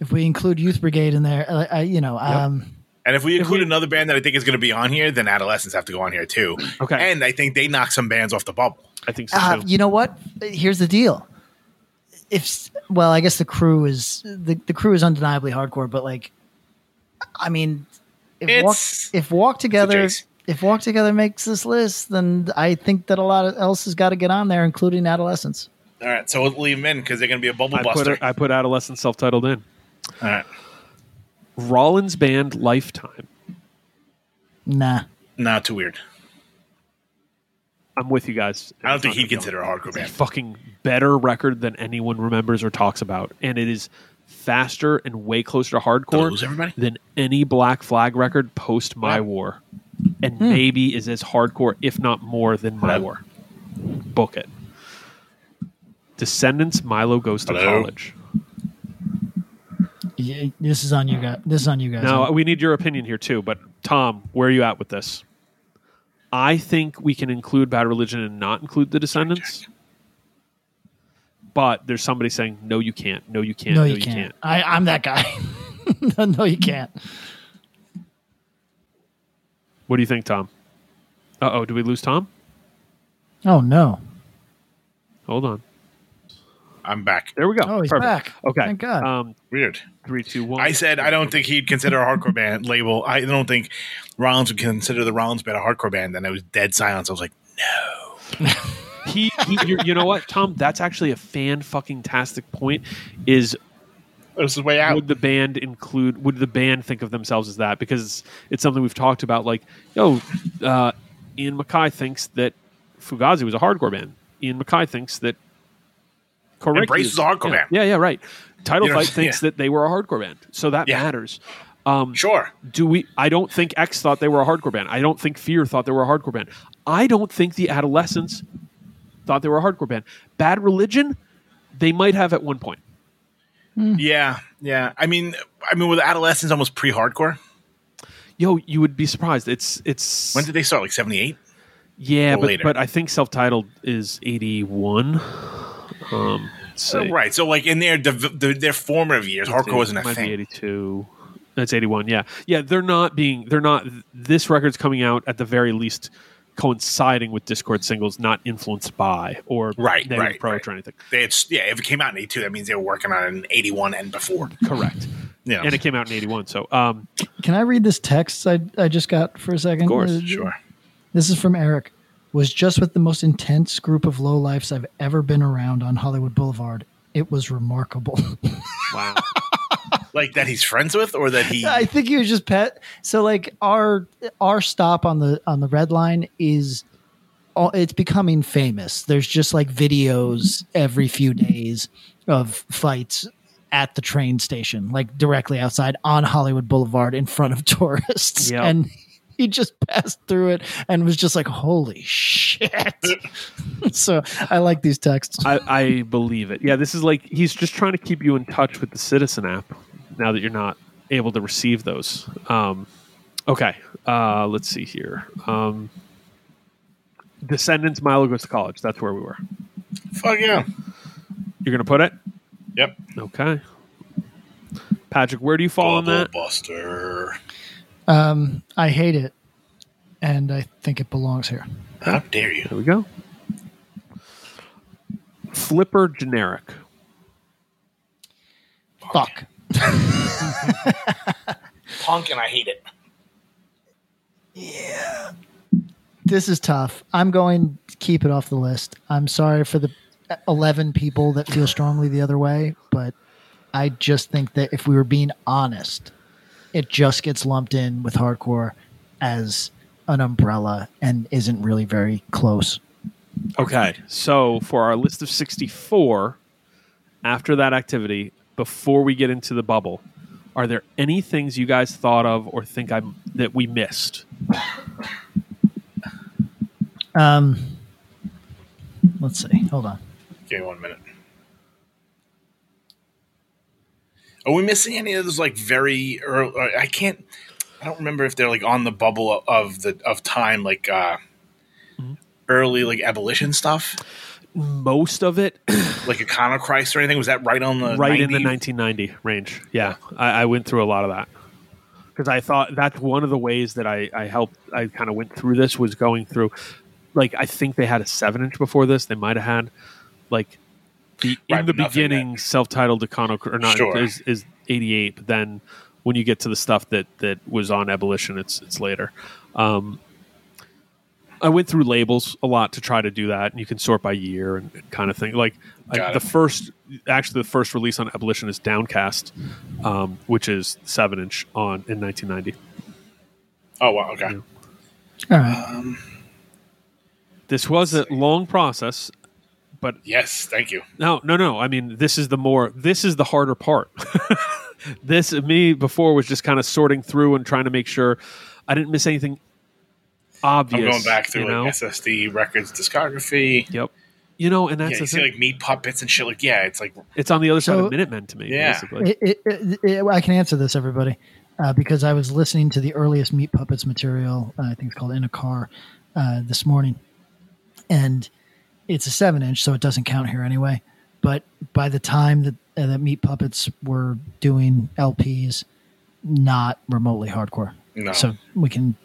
[SPEAKER 1] if we include Youth Brigade in there, uh, I, I you know, um,
[SPEAKER 3] And if we include another band that I think is going to be on here, then adolescents have to go on here too.
[SPEAKER 2] Okay.
[SPEAKER 3] And I think they knock some bands off the bubble.
[SPEAKER 2] I think so
[SPEAKER 1] uh,
[SPEAKER 2] too.
[SPEAKER 1] you know what? Here's the deal. If well, I guess the crew is the, the crew is undeniably hardcore, but like, I mean, if walk,
[SPEAKER 3] It's-
[SPEAKER 1] if walk together,
[SPEAKER 3] Jace.
[SPEAKER 1] if walk together makes this list, then I think that a lot of else has got to get on there, including adolescence.
[SPEAKER 3] All right, so we'll leave them in because they're going to be a bubble
[SPEAKER 2] I put
[SPEAKER 3] buster.
[SPEAKER 2] it, I put Adolescence, self-titled in.
[SPEAKER 3] All right.
[SPEAKER 2] Rollins Band, Lifetime.
[SPEAKER 1] Nah,
[SPEAKER 3] Nah, too weird.
[SPEAKER 2] I'm with you guys.
[SPEAKER 3] I don't think he'd
[SPEAKER 2] It's not gonna
[SPEAKER 3] consider
[SPEAKER 2] go.
[SPEAKER 3] a hardcore band.
[SPEAKER 2] fucking better record than anyone remembers or talks about, and it is faster and way closer to
[SPEAKER 3] Did I
[SPEAKER 2] hardcore
[SPEAKER 3] lose everybody?
[SPEAKER 2] than any Black Flag record post my
[SPEAKER 3] Wow.
[SPEAKER 2] war, and maybe is as hardcore, if not more, than my
[SPEAKER 3] Hello?
[SPEAKER 2] war. Book it. Descendants. Milo goes to
[SPEAKER 3] Hello?
[SPEAKER 2] college.
[SPEAKER 1] Yeah, this is on you guys. This is on you guys.
[SPEAKER 2] Now we need your opinion here too. But Tom, where are you at with this? I think we can include Bad Religion and not include the Descendants. But there's somebody saying, "No, you can't. No, you can't.
[SPEAKER 1] no, you can't. I, I'm that guy. no, no, you can't.
[SPEAKER 2] What do you think, Tom? Uh oh, do we lose Tom?
[SPEAKER 1] Oh no.
[SPEAKER 2] Hold on.
[SPEAKER 3] I'm back.
[SPEAKER 2] There we go.
[SPEAKER 1] Oh, he's
[SPEAKER 2] Perfect.
[SPEAKER 1] back.
[SPEAKER 2] Okay.
[SPEAKER 1] Thank God.
[SPEAKER 2] Um,
[SPEAKER 3] Weird.
[SPEAKER 2] three, two, one.
[SPEAKER 3] I said I don't think he'd consider a hardcore band label. I don't think Rollins would consider the Rollins band a hardcore band. Then it was dead silence. I was like,
[SPEAKER 2] he, he you, you know what, Tom? That's actually a fan fucking tastic point. Is
[SPEAKER 3] "This is the way out."
[SPEAKER 2] would the band include would the band think of themselves as that because it's, it's something we've talked about like yo uh, ian mckay thinks that fugazi was a hardcore band ian mckay thinks that Correct
[SPEAKER 3] Embrace is a hardcore
[SPEAKER 2] yeah,
[SPEAKER 3] band.
[SPEAKER 2] yeah yeah right title
[SPEAKER 3] You know,
[SPEAKER 2] fight thinks
[SPEAKER 3] yeah.
[SPEAKER 2] that they were a hardcore band so that
[SPEAKER 3] Yeah.
[SPEAKER 2] matters
[SPEAKER 3] Sure.
[SPEAKER 2] do we i don't think x thought they were a hardcore band i don't think fear thought they were a hardcore band i don't think the adolescents thought they were a hardcore band bad religion they might have at one point
[SPEAKER 3] Yeah, yeah. I mean, I mean, with adolescence, almost pre-hardcore.
[SPEAKER 2] yo you would be surprised it's it's
[SPEAKER 3] When did they start? Like seventy-eight.
[SPEAKER 2] Yeah,
[SPEAKER 3] or
[SPEAKER 2] but,
[SPEAKER 3] later.
[SPEAKER 2] but I think self titled is eighty one. Um, so
[SPEAKER 3] Uh, Oh, Right. So, like in their dev- their, their formative years, hardcore wasn't a
[SPEAKER 2] might be
[SPEAKER 3] thing.
[SPEAKER 2] eighty two. That's eighty one. Yeah, yeah. They're not being. They're not. This record's coming out at the very least coinciding with Discord singles, not influenced by or
[SPEAKER 3] Right,
[SPEAKER 2] negative
[SPEAKER 3] right,
[SPEAKER 2] approach
[SPEAKER 3] right.
[SPEAKER 2] or anything.
[SPEAKER 3] They had, s- yeah, if it came out in eighty-two, that means they were working on it in eighty-one and before.
[SPEAKER 2] Correct.
[SPEAKER 3] Yeah.
[SPEAKER 2] And it came out in eighty one. So um,
[SPEAKER 1] Can I read this text I, I just got for a second? Uh, Of
[SPEAKER 2] course,
[SPEAKER 3] Sure.
[SPEAKER 1] This is from Eric. Was just with the most intense group of lowlifes I've ever been around on Hollywood Boulevard. It was remarkable.
[SPEAKER 2] wow.
[SPEAKER 3] Like that he's friends with, or that he.
[SPEAKER 1] I think he was just pet. So like our our stop on the on the red line is all it's becoming famous. There's just like videos every few days of fights at the train station, like directly outside on Hollywood Boulevard in front of tourists.
[SPEAKER 2] Yep.
[SPEAKER 1] And he just passed through it and was just like, "Holy shit!" so I like these texts.
[SPEAKER 2] I, I believe it. Yeah, this is like he's just trying to keep you in touch with the Citizen app now that you're not able to receive those. Um, okay, uh, let's see here. Um, Descendants, Milo goes to college. That's where we were.
[SPEAKER 3] fuck yeah.
[SPEAKER 2] You're going to put it?
[SPEAKER 3] Yep.
[SPEAKER 2] Okay. Patrick, where do you fall on that?
[SPEAKER 3] Buster.
[SPEAKER 1] I hate it, and I think it belongs here.
[SPEAKER 3] How dare you?
[SPEAKER 2] There we go. Flipper generic.
[SPEAKER 1] Fuck.
[SPEAKER 3] Punk, and I hate it.
[SPEAKER 1] this is tough. I'm going to keep it off the list. I'm sorry for the 11 people that feel strongly the other way, but I just think that if we were being honest, it just gets lumped in with hardcore as an umbrella and isn't really very close.
[SPEAKER 2] Okay. So for our list of 64, after that activity, before we get into the bubble, are there any things you guys thought of or think I that we missed?
[SPEAKER 1] Um, let's see. Hold on.
[SPEAKER 3] Give me one minute. Are we missing any of those like very or, or I can't I don't remember if they're like on the bubble of the of time like uh
[SPEAKER 2] Mm-hmm.
[SPEAKER 3] early like abolition stuff
[SPEAKER 2] Most of it
[SPEAKER 3] like iconochrist or anything was that right on the
[SPEAKER 2] right in the
[SPEAKER 3] 90?
[SPEAKER 2] 1990 range. Yeah, I, I went through a lot of that because I thought that's one of the ways that I, I helped. I kind of went through this was going through, like I think they had a seven inch before this. They might have had like the
[SPEAKER 3] Right,
[SPEAKER 2] in the
[SPEAKER 3] but nothing
[SPEAKER 2] beginning self titled Econo or not
[SPEAKER 3] Sure.
[SPEAKER 2] is, is 88. But then when you get to the stuff that that was on abolition, it's it's later. Um, I went through labels a lot to try to do that, and you can sort by year and, and kind of thing. Like I,
[SPEAKER 3] Got
[SPEAKER 2] the
[SPEAKER 3] it.
[SPEAKER 2] first, actually, the first release on Abolition is Downcast, um, which is seven inch on in 1990.
[SPEAKER 3] Oh wow, okay.
[SPEAKER 1] All right.
[SPEAKER 2] This was a long process.
[SPEAKER 3] Yes, thank you.
[SPEAKER 2] No, no, no. I mean, this is the more this is the harder part. this me before was just kind of sorting through and trying to make sure I didn't miss anything
[SPEAKER 3] I'm
[SPEAKER 2] obvious.
[SPEAKER 3] going back through
[SPEAKER 2] you know?
[SPEAKER 3] like SSD records discography.
[SPEAKER 2] Yep. You know, and that's
[SPEAKER 3] yeah,
[SPEAKER 2] the
[SPEAKER 3] you see
[SPEAKER 2] thing.
[SPEAKER 3] like meat puppets and shit. Like, yeah, it's like
[SPEAKER 2] it's on the other side
[SPEAKER 1] So-
[SPEAKER 2] of Minutemen to me,
[SPEAKER 3] Yeah.
[SPEAKER 2] basically.
[SPEAKER 1] It- it- it- it- I can answer this, everybody, uh, because I was listening to the earliest Meat Puppets material. Uh, I think it's called "In a Car" uh, this morning, and it's a seven-inch, so it doesn't count here anyway. But by the time that uh, that Meat Puppets were doing LPs, not remotely hardcore,
[SPEAKER 3] No.
[SPEAKER 1] so we can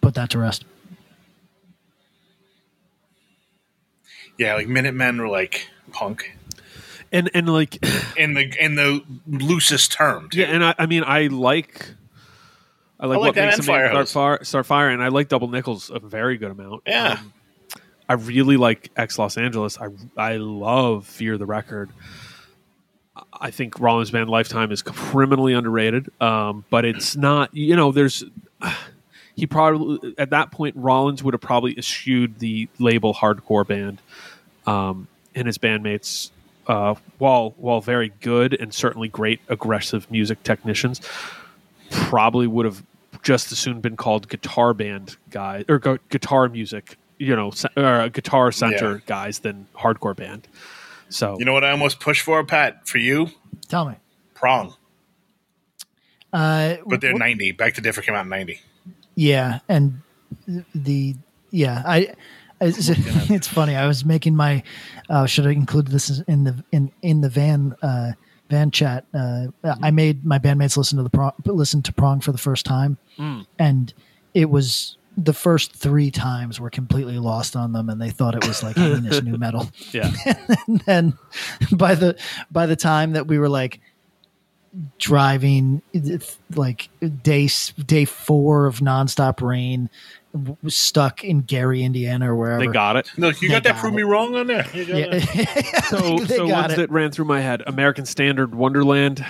[SPEAKER 1] put that to rest.
[SPEAKER 3] yeah, like Minutemen were like punk
[SPEAKER 2] And and like
[SPEAKER 3] in the in the loosest term. too.
[SPEAKER 2] Yeah, and I, I mean, I like, I like,
[SPEAKER 3] I like
[SPEAKER 2] what
[SPEAKER 3] that
[SPEAKER 2] makes a man
[SPEAKER 3] and Fire
[SPEAKER 2] start
[SPEAKER 3] Hose.
[SPEAKER 2] fire, start fire, and I like Double Nickels a very good amount.
[SPEAKER 3] Yeah.
[SPEAKER 2] Um, I really like Ex Los Angeles. I I love Fear the Record. I think Rollins Band Lifetime is criminally underrated, um, but it's not. You know, there's he probably at that point Rollins would have probably eschewed the label hardcore band um, and his bandmates. Uh, while while very good and certainly great aggressive music technicians, probably would have just as soon been called guitar band guys or gu- guitar music, you know, ce- or uh, guitar center
[SPEAKER 3] Yeah.
[SPEAKER 2] guys than hardcore band. So
[SPEAKER 3] You know what I almost pushed for, Pat? For you,
[SPEAKER 1] Tell me,
[SPEAKER 3] prong.
[SPEAKER 1] uh,
[SPEAKER 3] But they're ninety. Back to Differ came out in ninety.
[SPEAKER 1] Yeah, and the yeah, I. It's, it's funny. I was making my. Uh, should I include this in the in in the van uh, van chat? Uh, I made my bandmates listen to the prong, listen to prong for the first time, and it was the first three times were completely lost on them, and they thought it was like heinous new metal.
[SPEAKER 2] yeah,
[SPEAKER 1] and then by the by the time that we were like driving it's like day s- day four of nonstop rain w- was stuck in Gary, Indiana or wherever.
[SPEAKER 2] they got it.
[SPEAKER 3] Look, you got
[SPEAKER 1] They
[SPEAKER 3] that
[SPEAKER 1] got
[SPEAKER 3] prove
[SPEAKER 1] it.
[SPEAKER 3] me wrong on there. You got
[SPEAKER 1] yeah.
[SPEAKER 3] that.
[SPEAKER 2] So,
[SPEAKER 1] They
[SPEAKER 2] so
[SPEAKER 1] got
[SPEAKER 2] ones
[SPEAKER 1] it.
[SPEAKER 2] that ran through my head: American Standard, Wonderland.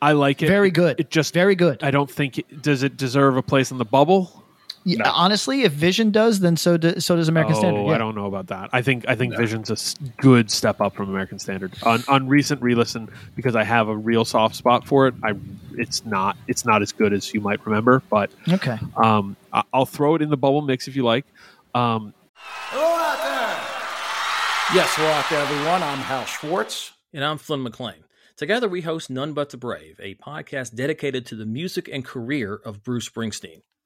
[SPEAKER 2] I like it.
[SPEAKER 1] Very good.
[SPEAKER 2] It just
[SPEAKER 1] Very good.
[SPEAKER 2] I don't think it, does it deserve a place in the bubble.
[SPEAKER 1] Yeah, Honestly, if Vision does, then so do, so does American
[SPEAKER 2] oh,
[SPEAKER 1] Standard. Yeah.
[SPEAKER 2] I don't know about that. I think I think Vision's a s- good step up from American Standard on, on recent re-listen because I have a real soft spot for it. I it's not it's not as good as you might remember, but
[SPEAKER 1] Okay.
[SPEAKER 2] um, I- I'll throw it in the bubble mix if you like. Um,
[SPEAKER 8] Yes, hello out there, everyone. I'm Hal Schwartz. And I'm Flynn McLean. Together, we host None But the Brave, a podcast dedicated to the music and career of Bruce Springsteen.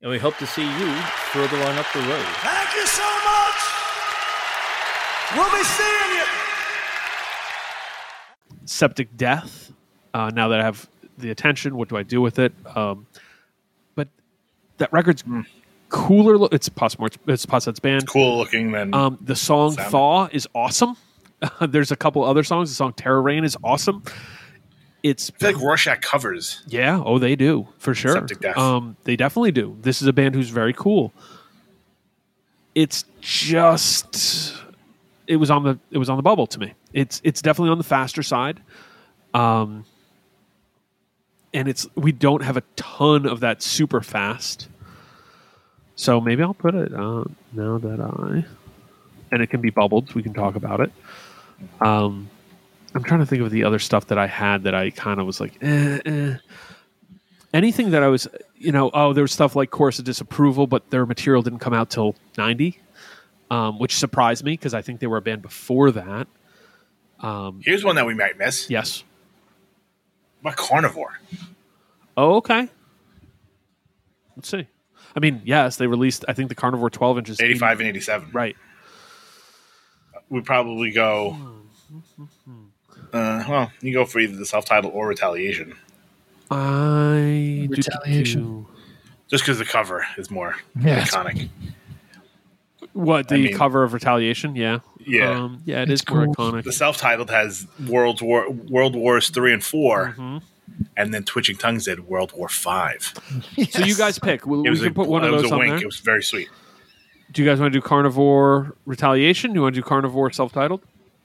[SPEAKER 8] and we hope to see you further on up the road.
[SPEAKER 4] Thank you so much. We'll be seeing you.
[SPEAKER 2] septic death. Uh, now that I have the attention, what do I do with it? Um, but that record's cooler. Lo- it's Posmore. It's Posset's band.
[SPEAKER 3] Cool looking then.
[SPEAKER 2] Um, the song
[SPEAKER 3] Sound.
[SPEAKER 2] Thaw is awesome. There's a couple other songs. The song Terror Rain is awesome. It's
[SPEAKER 3] I feel like Rorschach covers.
[SPEAKER 2] yeah, oh they do for sure.
[SPEAKER 3] Septic Death.
[SPEAKER 2] Um, they definitely do. This is a band who's very cool. It's just it was on the it was on the bubble to me. It's it's definitely on the faster side. Um, and it's we don't have a ton of that super fast. So maybe I'll put it uh, now that I and it can be bubbled. We can talk about it. Um, I'm trying to think of the other stuff that I had that I kind of was like, eh, eh. anything that I was, you know, oh, there was stuff like Course of Disapproval, but their material didn't come out till '90, um, which surprised me because I think they were a band before that.
[SPEAKER 3] Here's one that we might miss.
[SPEAKER 2] Yes.
[SPEAKER 3] What about carnivore?
[SPEAKER 2] Oh, okay. Let's see. I mean, yes, they released. I think the Carnivore 12 inches, in-
[SPEAKER 3] Eighty five and eighty seven.
[SPEAKER 2] Right.
[SPEAKER 3] We probably go uh, well, you go for either the self title or retaliation.
[SPEAKER 2] I do-
[SPEAKER 1] Retaliation.
[SPEAKER 3] Just because the cover is more
[SPEAKER 1] Yeah.
[SPEAKER 3] iconic.
[SPEAKER 2] What the
[SPEAKER 3] I mean-
[SPEAKER 2] cover of Retaliation? Yeah.
[SPEAKER 3] Yeah.
[SPEAKER 2] um, yeah, it
[SPEAKER 7] It's
[SPEAKER 2] is more
[SPEAKER 7] cool.
[SPEAKER 2] iconic.
[SPEAKER 3] The self-titled has World War World Wars three and 4
[SPEAKER 2] Mm-hmm.
[SPEAKER 3] and then Twitching Tongues did World War Five.
[SPEAKER 2] So you guys pick. We,
[SPEAKER 3] It
[SPEAKER 2] we
[SPEAKER 3] was
[SPEAKER 2] can
[SPEAKER 3] a,
[SPEAKER 2] put one of
[SPEAKER 3] it was
[SPEAKER 2] those
[SPEAKER 3] a
[SPEAKER 2] on
[SPEAKER 3] wink.
[SPEAKER 2] there.
[SPEAKER 3] It was very sweet.
[SPEAKER 2] do you guys want to do Carnivore Retaliation? Do you want to do Carnivore Self-Titled?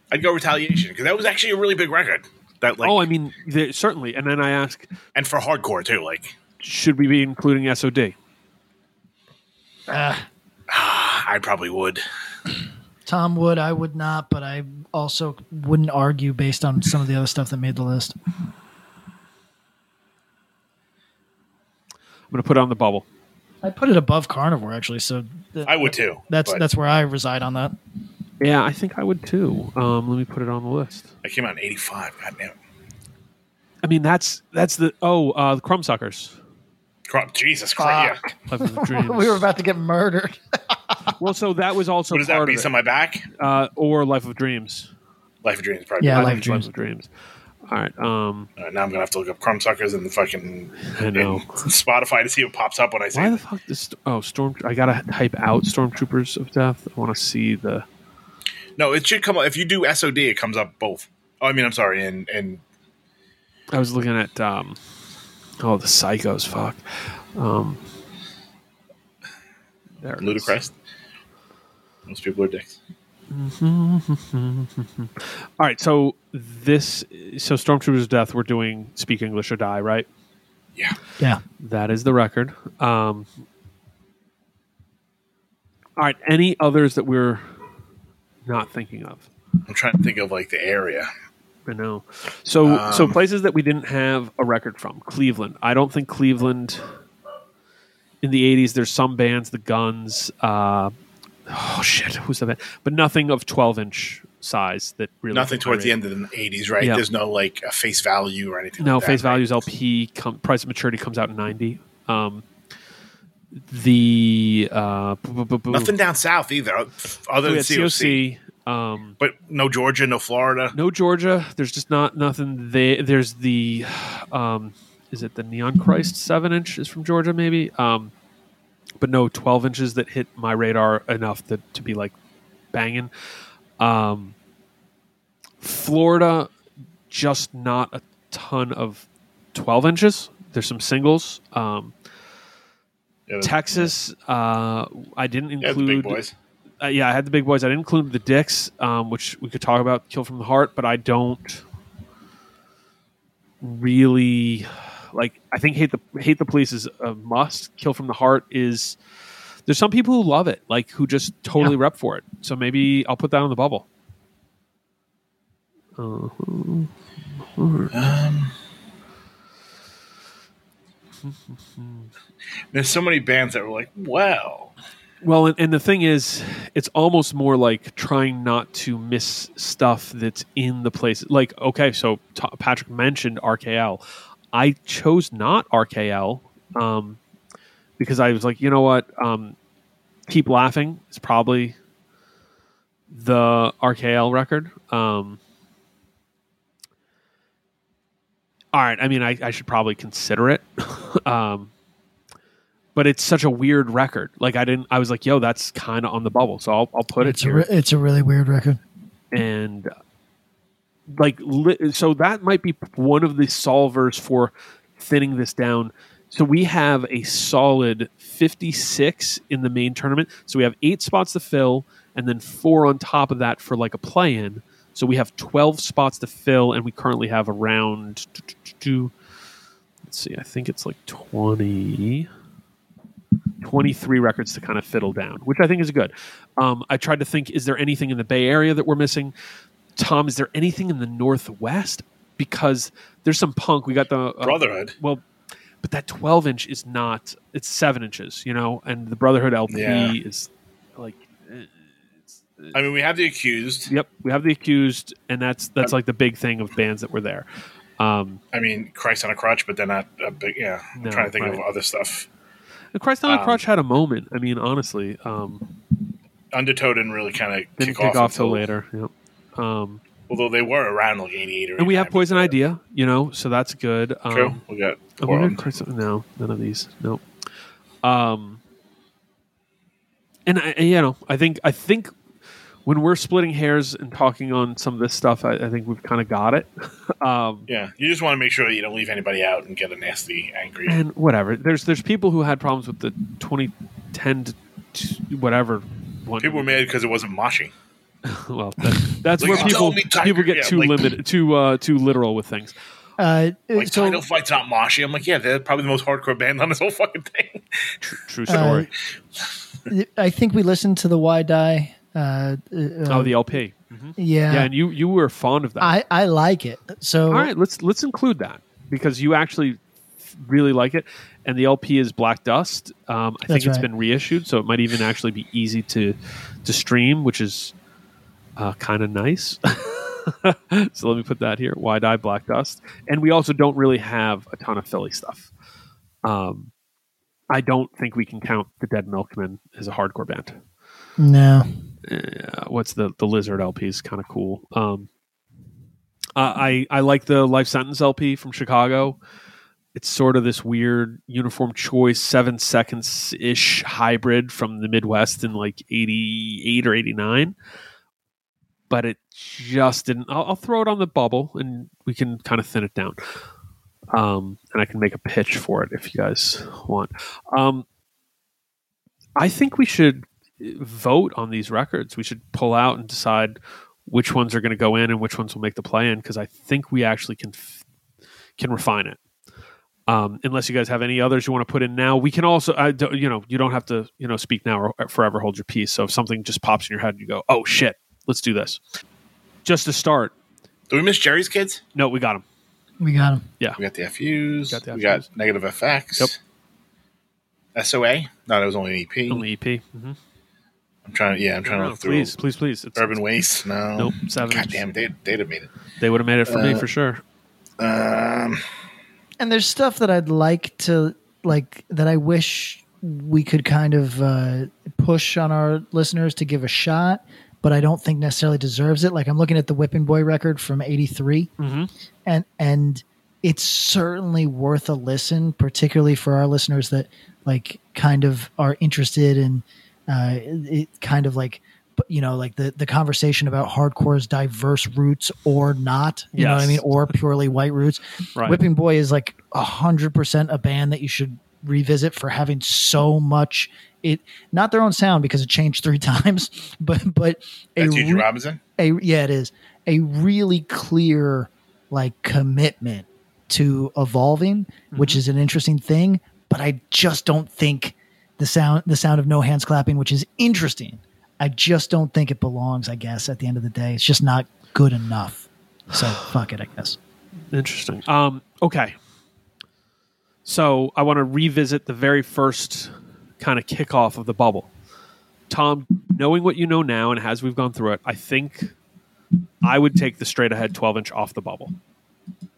[SPEAKER 3] I'd go Retaliation because that was actually a really big record. That like
[SPEAKER 2] oh, I mean, there, certainly. And then I ask,
[SPEAKER 3] and for hardcore too. Like
[SPEAKER 2] should we be including SOD?
[SPEAKER 3] I probably would.
[SPEAKER 7] Tom would, I would not, but I also wouldn't argue based on some of the other stuff that made the list.
[SPEAKER 2] I'm going to put it on the bubble.
[SPEAKER 7] I put it above Carnivore actually, so th-
[SPEAKER 3] I would too.
[SPEAKER 7] that's
[SPEAKER 3] but
[SPEAKER 7] that's where I reside on that.
[SPEAKER 2] Yeah, I think I would too. Um, let me put it on the list.
[SPEAKER 3] that came out in eighty five. God damn. it.
[SPEAKER 2] I mean, that's that's the oh uh, the crumb suckers.
[SPEAKER 3] Cro- Jesus Christ. Yeah.
[SPEAKER 2] Eleven of Dreams.
[SPEAKER 7] We were about to get murdered.
[SPEAKER 2] well, so that was also
[SPEAKER 3] What does that
[SPEAKER 2] part of
[SPEAKER 3] piece
[SPEAKER 2] it.
[SPEAKER 3] on my back?
[SPEAKER 2] uh, or Life of Dreams.
[SPEAKER 3] Life of Dreams is probably.
[SPEAKER 7] Yeah,
[SPEAKER 2] I
[SPEAKER 7] Life
[SPEAKER 2] think
[SPEAKER 7] of Dreams.
[SPEAKER 2] it's Life of Dreams. All right. Um,
[SPEAKER 3] All right, now I'm gonna have to look up crumb suckers and the fucking
[SPEAKER 2] I know.
[SPEAKER 3] and Spotify to see what pops up when I say
[SPEAKER 2] Why the
[SPEAKER 3] it.
[SPEAKER 2] fuck this? Oh, storm. I gotta type out Stormtroopers of Death. I want to see the.
[SPEAKER 3] No, it should come up if you do SOD. It comes up both. Oh, I mean, I'm sorry, and and
[SPEAKER 2] I was looking at. Um, oh, the psychos. Fuck. Um, there it is.
[SPEAKER 3] Ludacris. Most people are dicks.
[SPEAKER 2] All right. So this. So Stormtroopers of Death. We're doing Speak English or Die. Right.
[SPEAKER 3] Yeah,
[SPEAKER 7] Yeah.
[SPEAKER 2] That is the record. Um, all right. Any others that we're not thinking of?
[SPEAKER 3] I'm trying to think of like the area.
[SPEAKER 2] I know. So,
[SPEAKER 3] Um,
[SPEAKER 2] so places that we didn't have a record from Cleveland. I don't think Cleveland in the '80s. There's some bands, the Guns. Uh, oh shit, who's that? Band? But nothing of 12 inch size that really.
[SPEAKER 3] Nothing towards the end of the '80s, right?
[SPEAKER 2] Yeah.
[SPEAKER 3] There's no like a face value or anything.
[SPEAKER 2] No,
[SPEAKER 3] like that,
[SPEAKER 2] Face
[SPEAKER 3] right?
[SPEAKER 2] Values LP com- Price of Maturity comes out in '90. Um, the uh, boo- boo- boo- boo-
[SPEAKER 3] Nothing down south either, other
[SPEAKER 2] We
[SPEAKER 3] than
[SPEAKER 2] had
[SPEAKER 3] COC.
[SPEAKER 2] COC. Um,
[SPEAKER 3] But no Georgia, no Florida.
[SPEAKER 2] no Georgia. There's just not nothing. There. There's the, um, is it the Neon Christ seven inch is from Georgia maybe, um, but no twelve inches that hit my radar enough that to be like banging. Um, Florida, just not a ton of twelve inches. There's some singles. Um,
[SPEAKER 3] Yeah, the-
[SPEAKER 2] Texas, uh, I didn't
[SPEAKER 3] yeah, the
[SPEAKER 2] include
[SPEAKER 3] big boys.
[SPEAKER 2] uh, yeah, I had the big boys. I didn't include the dicks, um, which we could talk about Kill from the Heart, but I don't really like. I think hate the hate the police is a must. Kill from the Heart is. There's some people who love it, like who just totally rep for it. So maybe I'll put that on the bubble.
[SPEAKER 3] There's so many bands that were like, wow.
[SPEAKER 2] Well, and, and the thing is, it's almost more like trying not to miss stuff that's in the place. Like, okay, so t- Patrick mentioned RKL. I chose not RKL um, because I was like, you know what? Um, Keep Laughing is probably the RKL record. Um, all right. I mean, I, I should probably consider it. um, but it's such a weird record. Like I didn't, I was like, yo, that's kind of on the bubble. So I'll, I'll put it
[SPEAKER 7] It's a
[SPEAKER 2] here
[SPEAKER 7] re- it's a really weird record.
[SPEAKER 2] and like li- so that might be one of the solvers for thinning this down so we have a solid 56 in the main tournament so we have eight spots to fill and then four on top of that for like a play-in so we have 12 spots to fill and we currently have around two let's see i think it's like 20 23 records to kind of fiddle down, which I think is good. Um, I tried to think, is there anything in the Bay Area that we're missing? Tom, is there anything in the Northwest? Because there's some punk. We got the uh,
[SPEAKER 3] Brotherhood.
[SPEAKER 2] Well, but that 12 inch is not, it's seven inches, you know, and the Brotherhood LP
[SPEAKER 3] Yeah.
[SPEAKER 2] is like,
[SPEAKER 3] I mean, we have the accused.
[SPEAKER 2] yep, we have the accused, and that's that's like the big thing of bands that were there. Um,
[SPEAKER 3] I mean, Christ on a crutch, but they're not a big. Yeah, I'm
[SPEAKER 2] No,
[SPEAKER 3] trying to think of
[SPEAKER 2] right.
[SPEAKER 3] other stuff.
[SPEAKER 2] and Christ on a
[SPEAKER 3] Um,
[SPEAKER 2] Crutch had a moment. I mean, honestly, um,
[SPEAKER 3] Undertow didn't really kind of
[SPEAKER 2] didn't
[SPEAKER 3] kick,
[SPEAKER 2] kick
[SPEAKER 3] off,
[SPEAKER 2] off till
[SPEAKER 3] until-
[SPEAKER 2] later. Yep. Um,
[SPEAKER 3] Although they were around like 88 or
[SPEAKER 2] and we have
[SPEAKER 3] 89.
[SPEAKER 2] Poison Idea, you know, so that's good. Um,
[SPEAKER 3] True. we got.
[SPEAKER 2] I
[SPEAKER 3] Portland.
[SPEAKER 2] wonder if Chris- no, none of these. Nope. Um, and I, you know, I think I think when we're splitting hairs and talking on some of this stuff, I, I think we've kind of got it. um,
[SPEAKER 3] Yeah, you just want to make sure you don't leave anybody out and get a nasty, angry.
[SPEAKER 2] and whatever. There's there's people who had problems with the 2010 to t- whatever one.
[SPEAKER 3] People were mad because it wasn't moshing.
[SPEAKER 2] well, that, that's
[SPEAKER 3] Like,
[SPEAKER 2] where
[SPEAKER 3] you
[SPEAKER 2] people
[SPEAKER 3] told me, Tiger,
[SPEAKER 2] people get
[SPEAKER 3] yeah,
[SPEAKER 2] too
[SPEAKER 3] like-
[SPEAKER 2] limited, too uh, too literal with things.
[SPEAKER 1] Uh,
[SPEAKER 3] Like
[SPEAKER 1] so
[SPEAKER 3] title fight's not moshing. I'm like, yeah, they're probably the most hardcore band on this whole fucking thing.
[SPEAKER 2] True story.
[SPEAKER 1] I think we listened to the Why Die. Uh, uh,
[SPEAKER 2] oh, the LP. Mhm.
[SPEAKER 1] yeah,
[SPEAKER 2] Yeah, and you you were fond of that.
[SPEAKER 1] I, I like it. So
[SPEAKER 2] All right, let's let's include that because you actually really like it, and the LP is Black Dust. Um, I think
[SPEAKER 1] That's
[SPEAKER 2] it's
[SPEAKER 1] right.
[SPEAKER 2] been reissued, so it might even actually be easy to to stream, which is uh, kind of nice. so let me put that here: Wide Eye Black Dust, and we also don't really have a ton of Philly stuff. Um, I don't think we can count the Dead Milkmen as a hardcore band.
[SPEAKER 1] no,
[SPEAKER 2] Uh, what's the the Lizard LP is kind of cool. Um, I I I like the Life Sentence LP from Chicago. It's sort of this weird uniform choice seven seconds ish hybrid from the Midwest in like eighty eight or eighty nine, but it just didn't. I'll, I'll throw it on the bubble and we can kind of thin it down. Um, and I can make a pitch for it if you guys want. Um, I think we should uh, vote on these records. We should pull out and decide which ones are going to go in and which ones will make the play in because I think we actually can f- can refine it. Um, unless you guys have any others you want to put in now, we can also, I don't, you know, you don't have to, you know, speak now or uh, forever hold your peace. So if something just pops in your head and you go, oh shit, let's do this. Just to start,
[SPEAKER 3] Do we miss Jerry's kids?
[SPEAKER 2] no, we got him.
[SPEAKER 1] we got him.
[SPEAKER 3] We got the FUs.
[SPEAKER 2] Got the
[SPEAKER 3] We
[SPEAKER 2] FUs.
[SPEAKER 3] got negative FX. Yep. SOA. No, that was only an EP.
[SPEAKER 2] Only EP. Mm-hmm.
[SPEAKER 3] I'm trying. Yeah, I'm trying to look through.
[SPEAKER 2] please, please, please. It's,
[SPEAKER 3] Urban Waste. No.
[SPEAKER 2] Nope, Savage.
[SPEAKER 3] God damn, they they'd have made it.
[SPEAKER 2] They would have made it for me for sure.
[SPEAKER 3] Um,
[SPEAKER 1] And there's stuff that I'd like to like that I wish we could kind of uh, push on our listeners to give a shot, but I don't think necessarily deserves it. Like I'm looking at the Whipping Boy record from '83, and and it's certainly worth a listen, particularly for our listeners that like kind of are interested in uh, it, kind of like you know like the the conversation about hardcore's diverse roots or not you know what i
[SPEAKER 2] Yes.
[SPEAKER 1] mean or purely white roots
[SPEAKER 2] Right.
[SPEAKER 1] whipping boy is like 100% a band that you should revisit for having so much it not their own sound because it changed three times but but a,
[SPEAKER 3] that's Eugene
[SPEAKER 1] re-
[SPEAKER 3] Robinson.
[SPEAKER 1] a yeah it is a really clear like commitment to evolving
[SPEAKER 3] Mm-hmm.
[SPEAKER 1] which is an interesting thing but i just don't think the sound the sound of no hands clapping which is interesting i just don't think it belongs i guess at the end of the day it's just not good enough so fuck it i guess
[SPEAKER 2] Interesting. Um, okay. So I want to revisit the very first kind of kickoff of the bubble. Tom, knowing what you know now and as we've gone through it, I think I would take the straight ahead 12 inch off the bubble.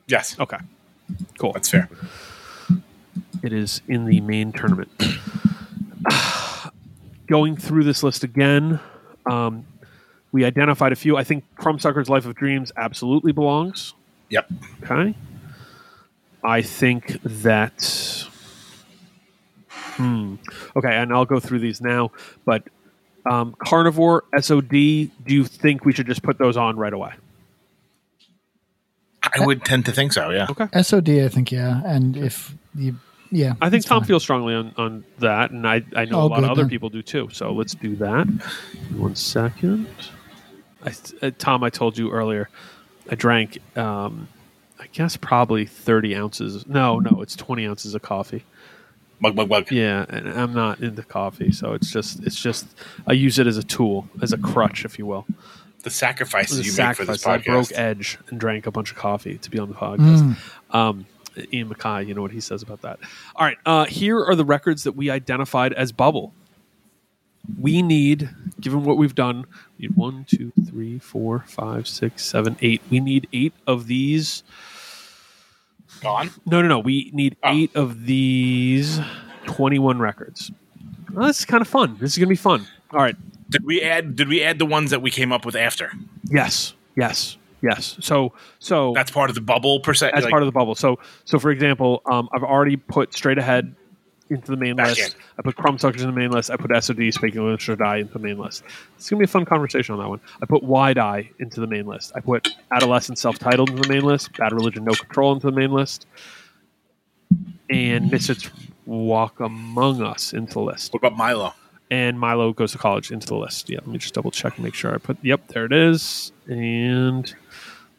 [SPEAKER 3] Yes,
[SPEAKER 2] Okay. Cool.
[SPEAKER 3] that's fair.
[SPEAKER 2] It is in the main tournament. Going through this list again, um, we identified a few. I think Crumbsucker's Life of Dreams absolutely belongs.
[SPEAKER 3] Yep.
[SPEAKER 2] Okay. I think that. Hmm. Okay, and I'll go through these now. But um, carnivore, SOD. Do you think we should just put those on right away?
[SPEAKER 3] I would tend to think so. Yeah.
[SPEAKER 7] SOD, I think, yeah. And if you, yeah.
[SPEAKER 2] I think
[SPEAKER 7] it's
[SPEAKER 2] Tom
[SPEAKER 7] fine.
[SPEAKER 2] feels strongly on, on that, and I, I know
[SPEAKER 7] Oh,
[SPEAKER 2] a lot
[SPEAKER 7] good,
[SPEAKER 2] of other
[SPEAKER 7] then.
[SPEAKER 2] people do too. So let's do that. One second. I, uh, Tom, I told you earlier, I drank, um, I guess, probably 30 ounces. No, no, it's 20 ounces of coffee.
[SPEAKER 3] Mug, mug, mug.
[SPEAKER 2] Yeah, and I'm not into coffee, so it's just it's just I use it as a tool, as a crutch, if you will.
[SPEAKER 3] The sacrifices
[SPEAKER 2] The
[SPEAKER 3] you
[SPEAKER 2] sacrifice. I
[SPEAKER 3] make for this
[SPEAKER 2] broke
[SPEAKER 3] podcast.
[SPEAKER 2] edge and drank a bunch of coffee to be on the podcast. Um, Ian Mackay, you know what he says about that. All right, uh, here are the records that we identified as bubble. We need, given what we've done, we need one, two, three, four, five, six, seven, eight. We need eight of these.
[SPEAKER 3] Gone.
[SPEAKER 2] No, no, no. We need
[SPEAKER 3] Oh.
[SPEAKER 2] eight of these 21 records. Well, that's kind of fun. This is going to be fun. All right.
[SPEAKER 3] Did we add? Did we add the ones that we came up with after?
[SPEAKER 2] Yes. Yes. Yes. So, so
[SPEAKER 3] That's part of the bubble per se.
[SPEAKER 2] as
[SPEAKER 3] like-
[SPEAKER 2] part of the bubble. So, so for example, um, I've already put straight ahead into the main
[SPEAKER 3] Back
[SPEAKER 2] list.
[SPEAKER 3] in.
[SPEAKER 2] I put crumb suckers in the main list. I put SOD, speculum, should die into the main list. It's gonna be a fun conversation on that one. I put wide eye into the main list. I put adolescent self-titled into the main list. Bad religion, no control into the main list, and Misfits walk among us into the list.
[SPEAKER 3] What about Milo?
[SPEAKER 2] And Milo goes to college into the list. Yeah, let me just double check and make sure I put. Yep, there it is. And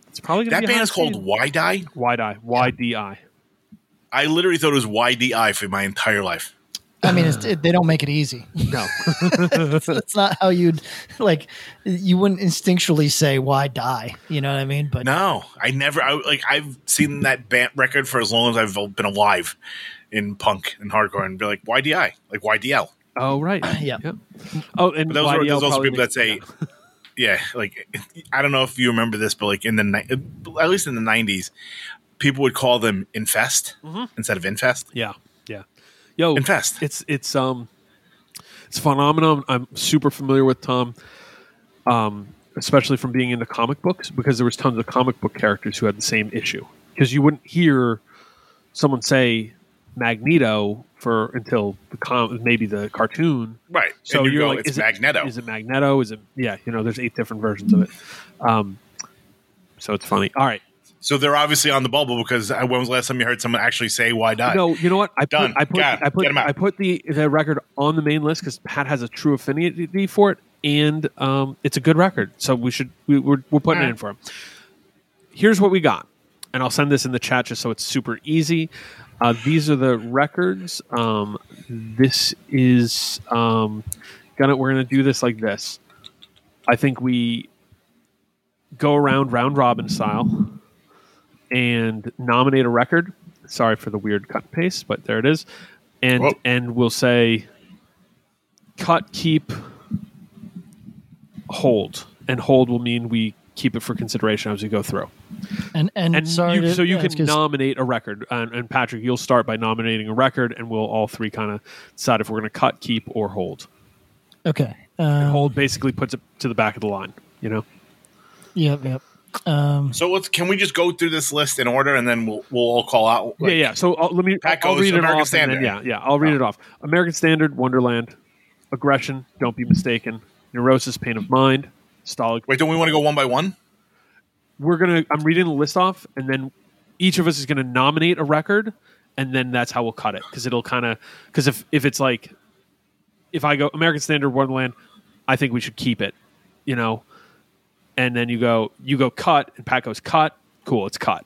[SPEAKER 2] it's probably gonna
[SPEAKER 3] That
[SPEAKER 2] be
[SPEAKER 3] band
[SPEAKER 2] high
[SPEAKER 3] is called
[SPEAKER 2] seed.
[SPEAKER 3] Wide Eye.
[SPEAKER 2] Wide Eye. Y D I.
[SPEAKER 3] I literally thought it was YDI for my entire life.
[SPEAKER 7] I mean, it's, it, they don't make it easy.
[SPEAKER 2] No.
[SPEAKER 7] That's not how you'd like. You wouldn't instinctually say why die. You know what I mean? But
[SPEAKER 3] No, I never. I like I've seen that band record for as long as I've been alive in punk and hardcore, and be like YDI, like YDL.
[SPEAKER 2] Oh right.
[SPEAKER 7] Yeah.
[SPEAKER 2] Oh, and
[SPEAKER 3] But those are,
[SPEAKER 2] YDL
[SPEAKER 3] there's also
[SPEAKER 2] probably
[SPEAKER 3] people that
[SPEAKER 2] makes-
[SPEAKER 3] say, yeah, like I don't know if you remember this, but like in the ni- at least in the '90s, people would call them infest
[SPEAKER 2] Mm-hmm.
[SPEAKER 3] instead of infest.
[SPEAKER 2] Yeah, yeah. Yo,
[SPEAKER 3] Infest.
[SPEAKER 2] It's it's um, it's a phenomenon I'm super familiar with, Tom. Um, especially from being into comic books because there was tons of comic book characters who had the same issue because you wouldn't hear someone say Magneto for until the com- maybe the cartoon.
[SPEAKER 3] Right.
[SPEAKER 2] So
[SPEAKER 3] and you
[SPEAKER 2] you are
[SPEAKER 3] go,
[SPEAKER 2] like,
[SPEAKER 3] it's
[SPEAKER 2] is
[SPEAKER 3] Magneto.
[SPEAKER 2] It, is it Magneto? Is it yeah? You know, there's eight different versions of it. Um, so it's funny. All right.
[SPEAKER 3] so they're obviously on the bubble because uh, when was the last time you heard someone actually say "Why die"?
[SPEAKER 2] No, you know what? I
[SPEAKER 3] Done.
[SPEAKER 2] put I put,
[SPEAKER 3] Got him.
[SPEAKER 2] I put,
[SPEAKER 3] Get him out.
[SPEAKER 2] I put the, the record on the main list because Pat has a true affinity for it, and um, it's a good record. So we should we, we're we're putting it in for him. Here's what we got, and I'll send this in the chat just so it's super easy. Uh, these are the records. Um, this is um, gonna we're gonna do this like this. I think we go around round robin style and nominate a record. Sorry for the weird cut and paste, but there it is. And
[SPEAKER 3] Whoa.
[SPEAKER 2] and we'll say cut, keep, hold, and hold will mean we keep it for consideration as we go through.
[SPEAKER 7] and and,
[SPEAKER 2] And
[SPEAKER 7] sorry.
[SPEAKER 2] you,
[SPEAKER 7] to-
[SPEAKER 2] so you
[SPEAKER 7] yeah, it's
[SPEAKER 2] can
[SPEAKER 7] 'cause-
[SPEAKER 2] nominate a record, and, and Patrick, you'll start by nominating a record, and we'll all three kind of decide if we're going to cut, keep, or hold.
[SPEAKER 7] okay. Uh,
[SPEAKER 2] Hold basically puts it to the back of the line. You know,
[SPEAKER 7] yep. Yep. Um,
[SPEAKER 3] So let's can we just go through this list in order, and then we'll we'll all call out. like,
[SPEAKER 2] yeah, yeah. So I'll, let me.
[SPEAKER 3] Pat
[SPEAKER 2] I'll
[SPEAKER 3] goes
[SPEAKER 2] read it
[SPEAKER 3] American
[SPEAKER 2] off. And
[SPEAKER 3] Standard. Oh.
[SPEAKER 2] then, yeah, yeah. I'll read it off. American Standard, Wonderland, Aggression. Don't be mistaken. Neurosis, Pain of Mind, Stalag.
[SPEAKER 3] Wait, don't we want to go one by one?
[SPEAKER 2] We're gonna. I'm reading the list off, and then each of us is gonna nominate a record, and then that's how we'll cut it because it'll kind of because if if it's like if I go American Standard, Wonderland, I think we should keep it. You know, and then you go you go cut and pat goes cut cool it's cut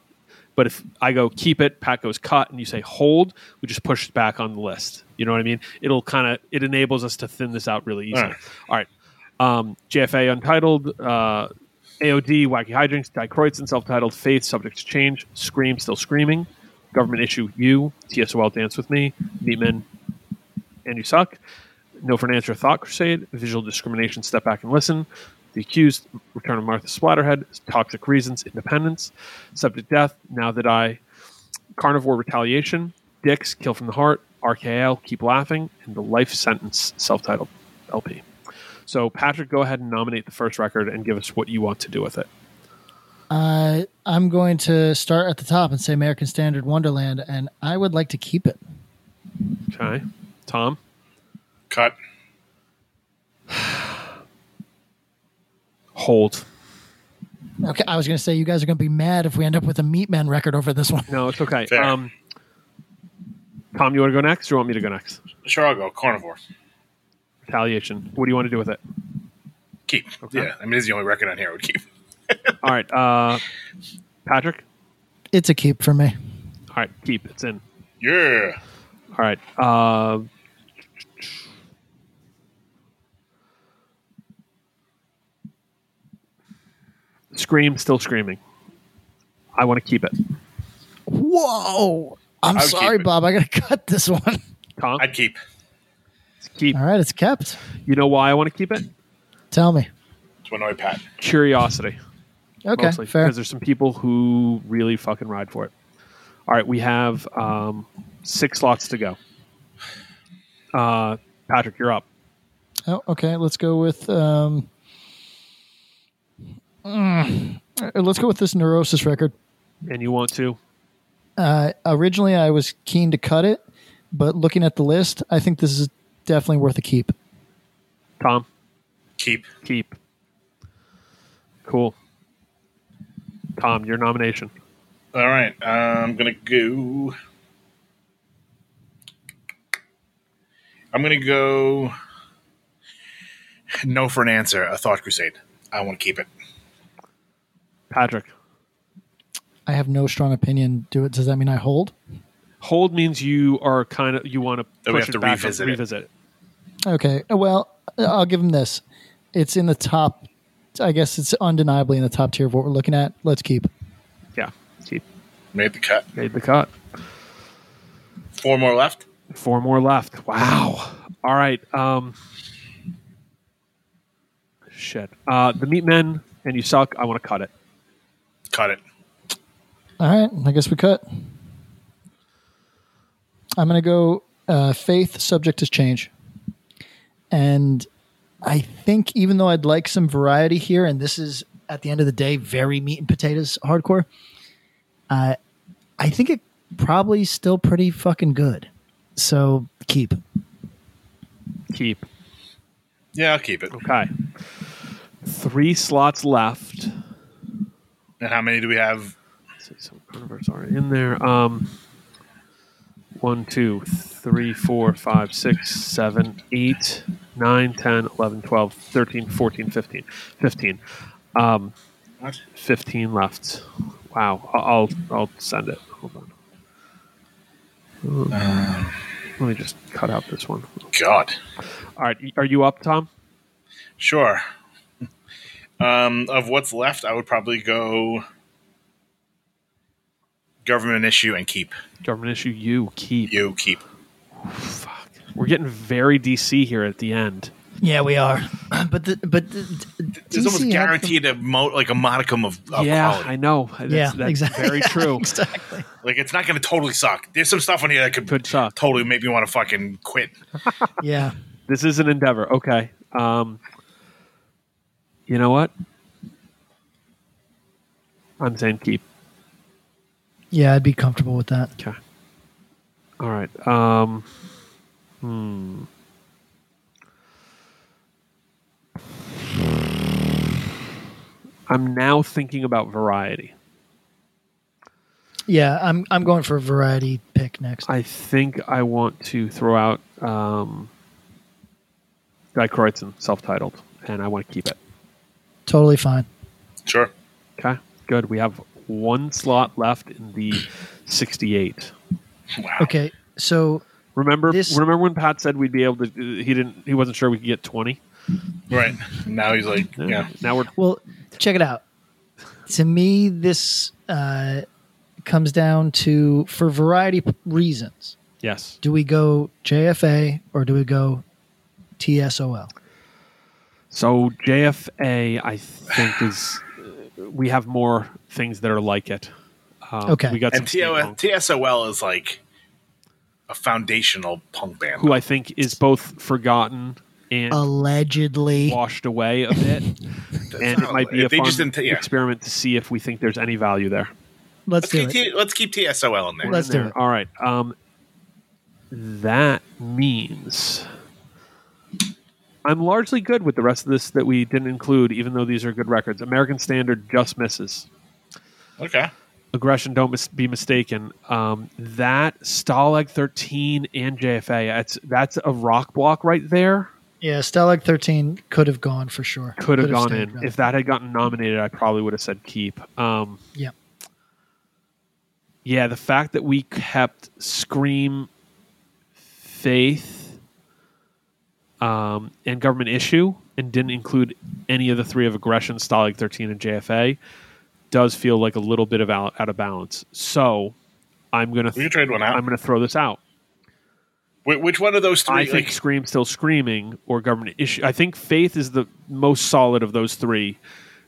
[SPEAKER 2] but if i go keep it pat goes cut and you say hold we just push it back on the list you know what i mean it'll kind of it enables us to thin this out really easily
[SPEAKER 3] All right.
[SPEAKER 2] all right, um, jfa untitled uh, aod wacky hijinks dicroitzen self-titled faith subject to change scream still screaming government issue you tsol dance with me meatmen and you suck. No for an answer, Thought Crusade, Visual Discrimination, Step Back and Listen, The Accused, Return of Martha Splatterhead, Toxic Reasons, Independence, Subject Death, Now That I, Carnivore Retaliation, Dicks, Kill from the Heart, RKL, Keep Laughing, and The Life Sentence self titled LP. So, Patrick, go ahead and nominate the first record and give us what you want to do with it.
[SPEAKER 7] uh, I'm going to start at the top and say American Standard Wonderland, and I would like to keep it.
[SPEAKER 2] Okay. Tom?
[SPEAKER 3] Cut.
[SPEAKER 2] Hold.
[SPEAKER 7] Okay, I was going to say you guys are going to be mad if we end up with a Meatman record over this one.
[SPEAKER 2] No, it's okay.
[SPEAKER 3] Fair.
[SPEAKER 2] Um, Tom, you want to go next or you want me to go next?
[SPEAKER 3] Sure, I'll go carnivore.
[SPEAKER 2] Retaliation. What do you want to do with it?
[SPEAKER 3] Keep. Yeah, I mean, it's the only record on here I would keep.
[SPEAKER 2] All right, uh, Patrick.
[SPEAKER 7] It's a keep for me.
[SPEAKER 2] All right, keep it's in.
[SPEAKER 3] Yeah.
[SPEAKER 2] All right, uh, scream, still screaming. I want to keep it,
[SPEAKER 7] Whoa! I'm
[SPEAKER 3] I would
[SPEAKER 7] sorry,
[SPEAKER 3] keep it.
[SPEAKER 7] Bob. I got to cut this one.
[SPEAKER 2] Tom.
[SPEAKER 3] I'd keep.
[SPEAKER 2] keep.
[SPEAKER 7] All right, it's kept.
[SPEAKER 2] You know why I want to keep it?
[SPEAKER 7] Tell me.
[SPEAKER 3] To annoy Pat.
[SPEAKER 2] Curiosity,
[SPEAKER 7] Okay,
[SPEAKER 2] mostly
[SPEAKER 7] fair.
[SPEAKER 2] because there's some people who really fucking ride for it. All right, we have um, six slots to go. Uh, Patrick, you're up.
[SPEAKER 7] Oh, okay. Let's go with um, mm, uh, let's go with this neurosis record.
[SPEAKER 2] and you want to
[SPEAKER 7] Originally, I was keen to cut it,
[SPEAKER 1] But looking at the list, I think this is definitely worth a keep.
[SPEAKER 2] Tom,
[SPEAKER 3] Keep.
[SPEAKER 2] keep. Cool. Tom, your nomination.
[SPEAKER 3] All right, I'm gonna go. I'm gonna go. No for an answer. A thought crusade. I want to keep it.
[SPEAKER 2] Patrick,
[SPEAKER 1] I have no strong opinion. Do it? Does that mean I hold?
[SPEAKER 2] hold means you are kind of you want to push
[SPEAKER 3] That we have
[SPEAKER 2] it
[SPEAKER 3] to
[SPEAKER 2] back
[SPEAKER 3] revisit
[SPEAKER 2] and
[SPEAKER 3] it.
[SPEAKER 2] revisit it.
[SPEAKER 1] Okay. Well, I'll give him this. It's in the top. I guess it's undeniably in the top tier of what we're looking at. Let's keep.
[SPEAKER 2] Yeah, keep
[SPEAKER 3] Made the cut.
[SPEAKER 2] made the cut.
[SPEAKER 3] Four more left.
[SPEAKER 2] Four more left. Wow. All right. Um, shit. Uh, the meat men and you suck. I want to cut it.
[SPEAKER 3] Cut it.
[SPEAKER 1] All right. I guess we cut. I'm going to go uh, faith, subject is change. And I think even though I'd like some variety here, and this is at the end of the day very meat and potatoes hardcore, uh, I think it probably still pretty fucking good. So keep.
[SPEAKER 2] Keep.
[SPEAKER 3] Yeah, I'll keep it.
[SPEAKER 2] Okay. Three slots left.
[SPEAKER 3] And how many do we have?
[SPEAKER 2] So some carnivores are in there. Um, one, two, three, four, five, six, seven, eight, nine, 10, 11, 12, 13, 14, 15. 15. Um,
[SPEAKER 3] What?
[SPEAKER 2] 15 left. Wow. I- I'll, I'll send it. Hold on. Um, Let me just cut out this one.
[SPEAKER 3] God.
[SPEAKER 2] All right. y- Are you up, Tom?
[SPEAKER 3] Sure. Um, of what's left, I would probably go government issue and keep.
[SPEAKER 2] Government issue, you keep.
[SPEAKER 3] You keep.
[SPEAKER 2] Fuck. We're getting very DC here at the end.
[SPEAKER 9] Yeah, we are. but the, but the,
[SPEAKER 3] There's almost
[SPEAKER 9] DC had
[SPEAKER 3] guaranteed a mo- like a modicum of, of
[SPEAKER 2] yeah,
[SPEAKER 3] quality.
[SPEAKER 2] I know. That's,
[SPEAKER 9] Yeah,
[SPEAKER 2] that's
[SPEAKER 9] exactly.
[SPEAKER 2] very true.
[SPEAKER 9] exactly.
[SPEAKER 3] Like it's not going to totally suck. There's some stuff on here that could,
[SPEAKER 2] Could suck.
[SPEAKER 3] totally make me want to fucking quit.
[SPEAKER 9] Yeah.
[SPEAKER 2] This is an endeavor. Okay. Um, you know what? I'm saying keep.
[SPEAKER 1] Yeah, I'd be comfortable with that.
[SPEAKER 2] Okay. All right. Um, hmm. I'm now thinking about variety.
[SPEAKER 1] Yeah, I'm I'm going for a variety pick next.
[SPEAKER 2] I think I want to throw out um, Guy Kreutzen, self-titled, and I want to keep it.
[SPEAKER 1] Totally fine.
[SPEAKER 3] Sure.
[SPEAKER 2] Okay, good. We have one slot left in the 68.
[SPEAKER 3] Wow.
[SPEAKER 1] Okay, so
[SPEAKER 2] Remember,
[SPEAKER 1] This-
[SPEAKER 2] remember when Pat said we'd be able to? He didn't. He wasn't sure we could get 20.
[SPEAKER 3] Right now he's like, yeah,
[SPEAKER 2] Now we're
[SPEAKER 1] well, check it out. To me, this uh, comes down to for variety p- reasons.
[SPEAKER 2] yes.
[SPEAKER 1] Do we go JFA or do we go TSOL?
[SPEAKER 2] So JFA, I think is we have more things that are like it. Um,
[SPEAKER 1] Okay.
[SPEAKER 2] we got some
[SPEAKER 3] and TO-
[SPEAKER 2] steampunk,
[SPEAKER 3] TSOL is like a foundational punk band.
[SPEAKER 2] who I think is both forgotten and
[SPEAKER 1] Allegedly,
[SPEAKER 2] washed away a bit, and it
[SPEAKER 3] not-
[SPEAKER 2] might be a
[SPEAKER 3] if they
[SPEAKER 2] fun
[SPEAKER 3] just didn't ta- yeah. experiment
[SPEAKER 2] experiment to see if we think there's any value there.
[SPEAKER 1] let's
[SPEAKER 3] let's
[SPEAKER 1] do
[SPEAKER 3] keep
[SPEAKER 1] it.
[SPEAKER 3] T- let's keep TSOL in there.
[SPEAKER 1] Let's do it.
[SPEAKER 2] All right. Um, that means I'm largely good with the rest of this that we didn't include, even though these are good records. American Standard just misses.
[SPEAKER 3] okay.
[SPEAKER 2] Aggression, don't mis- be mistaken. Um, that Stalag 13 and JFA, that's, that's a rock block right there.
[SPEAKER 1] Yeah, Stalag thirteen could have gone for sure.
[SPEAKER 2] Could have gone
[SPEAKER 1] stayed
[SPEAKER 2] in.
[SPEAKER 1] relevant.
[SPEAKER 2] If that had gotten nominated, I probably would have said keep. Um,
[SPEAKER 1] yeah,
[SPEAKER 2] Yeah, the fact that we kept Scream, Faith, um, and Government Issue and didn't include any of the three of Aggression, Stalag 13, and JFA does feel like a little bit of out, out of balance. So I'm gonna
[SPEAKER 3] We can trade one out.
[SPEAKER 2] I'm gonna throw this out.
[SPEAKER 3] Wh- which one of those three?
[SPEAKER 2] I think
[SPEAKER 3] like,
[SPEAKER 2] Scream still screaming or government issue. I think Faith is the most solid of those three.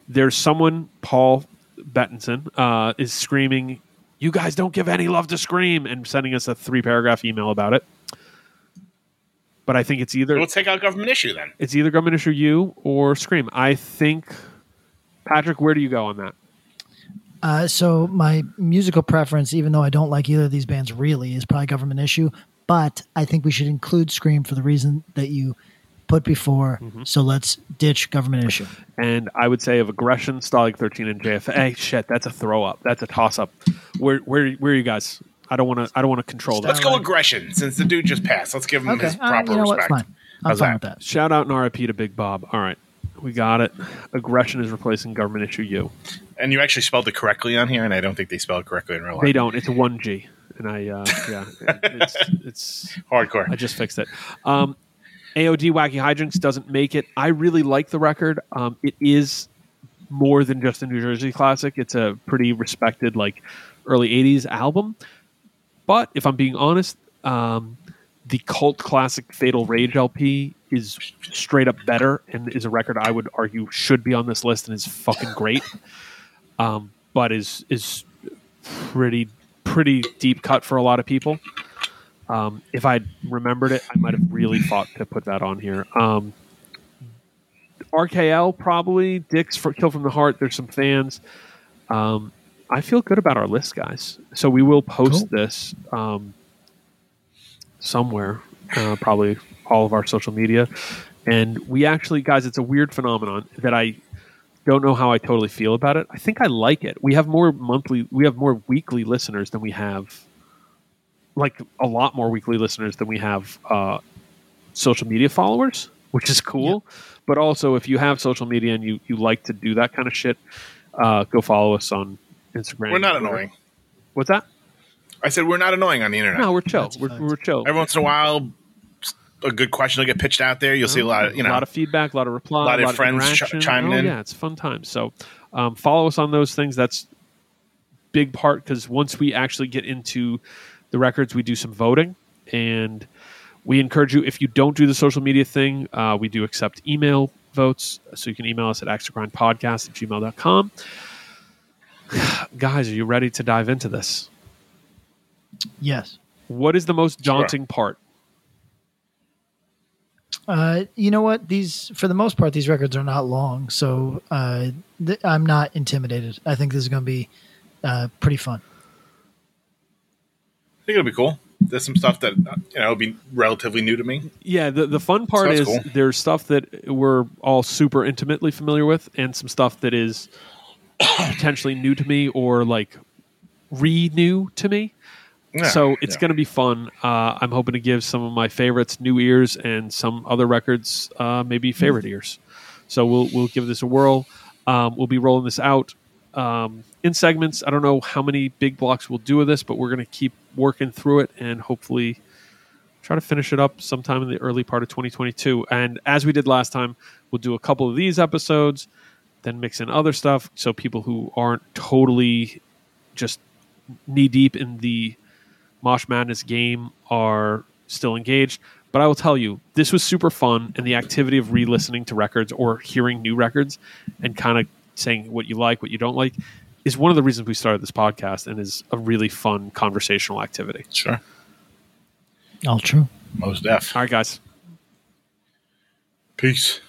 [SPEAKER 2] There's someone Paul Bettinson uh, is screaming. You guys don't give any love to Scream and sending us a three paragraph email about it. But I think it's either
[SPEAKER 3] we'll take out government issue then.
[SPEAKER 2] it's either government issue you or Scream. I think Patrick, where do you go on that?
[SPEAKER 1] Uh, so my musical preference, even though I don't like either of these bands, really is probably Government Issue.
[SPEAKER 7] But I think we should include Scream for the reason that you put before.
[SPEAKER 3] Mm-hmm.
[SPEAKER 7] So let's ditch government issue.
[SPEAKER 2] and I would say of aggression, Stalag 13 and JFA. Shit, that's a throw up. That's a toss up. Where where where are you guys? I don't want to. I don't want to control that. uh,
[SPEAKER 3] Let's go aggression since the dude just passed. Let's give him
[SPEAKER 7] Okay,
[SPEAKER 3] his
[SPEAKER 7] all right,
[SPEAKER 3] proper
[SPEAKER 7] you know what?
[SPEAKER 3] respect.
[SPEAKER 7] Fine. I'm
[SPEAKER 3] How's
[SPEAKER 7] fine
[SPEAKER 3] that?
[SPEAKER 7] with that.
[SPEAKER 2] Shout out and RIP to Big Bob. All right, we got it. Aggression is replacing government issue. You.
[SPEAKER 3] And you actually spelled it correctly on here, and I don't think they spell it correctly in real life.
[SPEAKER 2] They don't. It's a one G. And I uh, yeah, it- it's, it's
[SPEAKER 3] Hardcore.
[SPEAKER 2] I just fixed it. Um, AOD Wacky Hijinks doesn't make it. I really like the record. Um, it is more than just a New Jersey classic. It's a pretty respected like early '80s album. But if I'm being honest, um, the cult classic Fatal Rage LP is straight up better and is a record I would argue should be on this list and is fucking great. um, but is is pretty pretty deep cut for a lot of people. Um, if I remembered it, I might have really thought to put that on here. Um, RKL probably Dick's for Kill from the Heart. There's some fans. Um, I feel good about our list, guys. So we will post this um, somewhere, uh, probably all of our social media. And we actually, guys, it's a weird phenomenon that I don't know how I totally feel about it. I think I like it. We have more monthly, we have more weekly listeners than we have, like a lot more weekly listeners than we have uh, social media followers, which is cool. But also, if you have social media and you, you like to do that kind of shit, uh, go follow us on Instagram.
[SPEAKER 3] We're not
[SPEAKER 2] Twitter.
[SPEAKER 3] annoying.
[SPEAKER 2] What's that?
[SPEAKER 3] I said we're not annoying on the internet.
[SPEAKER 2] No, we're chill.
[SPEAKER 7] That's
[SPEAKER 2] We're,
[SPEAKER 7] fact.
[SPEAKER 2] we're chill.
[SPEAKER 3] Every once in a while, a good question will get pitched out there. You'll see a lot of, you know,
[SPEAKER 2] a lot of feedback, a lot of reply,
[SPEAKER 3] lot of friends ch-
[SPEAKER 2] interaction.
[SPEAKER 3] chiming
[SPEAKER 2] oh,
[SPEAKER 3] in.
[SPEAKER 2] Yeah, it's a fun time. So um, follow us on those things. That's big part because once we actually get into the records, we do some voting, and we encourage you. If you don't do the social media thing, uh, we do accept email votes, so you can email us at axegrindpodcast at gmail.com. Guys, are you ready to dive into this?
[SPEAKER 7] Yes.
[SPEAKER 2] What is the most daunting part?
[SPEAKER 7] Uh, you know what? These, for the most part, these records are not long, so uh, th- I'm not intimidated. I think this is going to be uh, pretty fun.
[SPEAKER 3] I think it'll be cool. There's some stuff that uh, you know will be relatively new to me.
[SPEAKER 2] Yeah, the, the fun part
[SPEAKER 3] Sounds
[SPEAKER 2] is
[SPEAKER 3] cool.
[SPEAKER 2] there's stuff that we're all super intimately familiar with, and some stuff that is potentially new to me or like re new to me.
[SPEAKER 3] Yeah,
[SPEAKER 2] so it's
[SPEAKER 3] yeah.
[SPEAKER 2] going to be fun. Uh, I'm hoping to give some of my favorites new ears and some other records uh, maybe
[SPEAKER 3] Hmm.
[SPEAKER 2] favorite ears. So we'll we'll give this a whirl. Um, we'll be rolling this out um, in segments. I don't know how many big blocks we'll do with this, but we're going to keep working through it and hopefully try to finish it up sometime in the early part of 2022. And as we did last time, we'll do a couple of these episodes, then mix in other stuff so people who aren't totally just knee deep in the Mosh Madness game are still engaged. But I will tell you, this was super fun, and the activity of re listening to records or hearing new records and kind of saying what you like, what you don't like, is one of the reasons we started this podcast and is a really fun conversational activity.
[SPEAKER 3] Sure,
[SPEAKER 7] All true.
[SPEAKER 3] most def.
[SPEAKER 2] All right, guys.
[SPEAKER 3] Peace.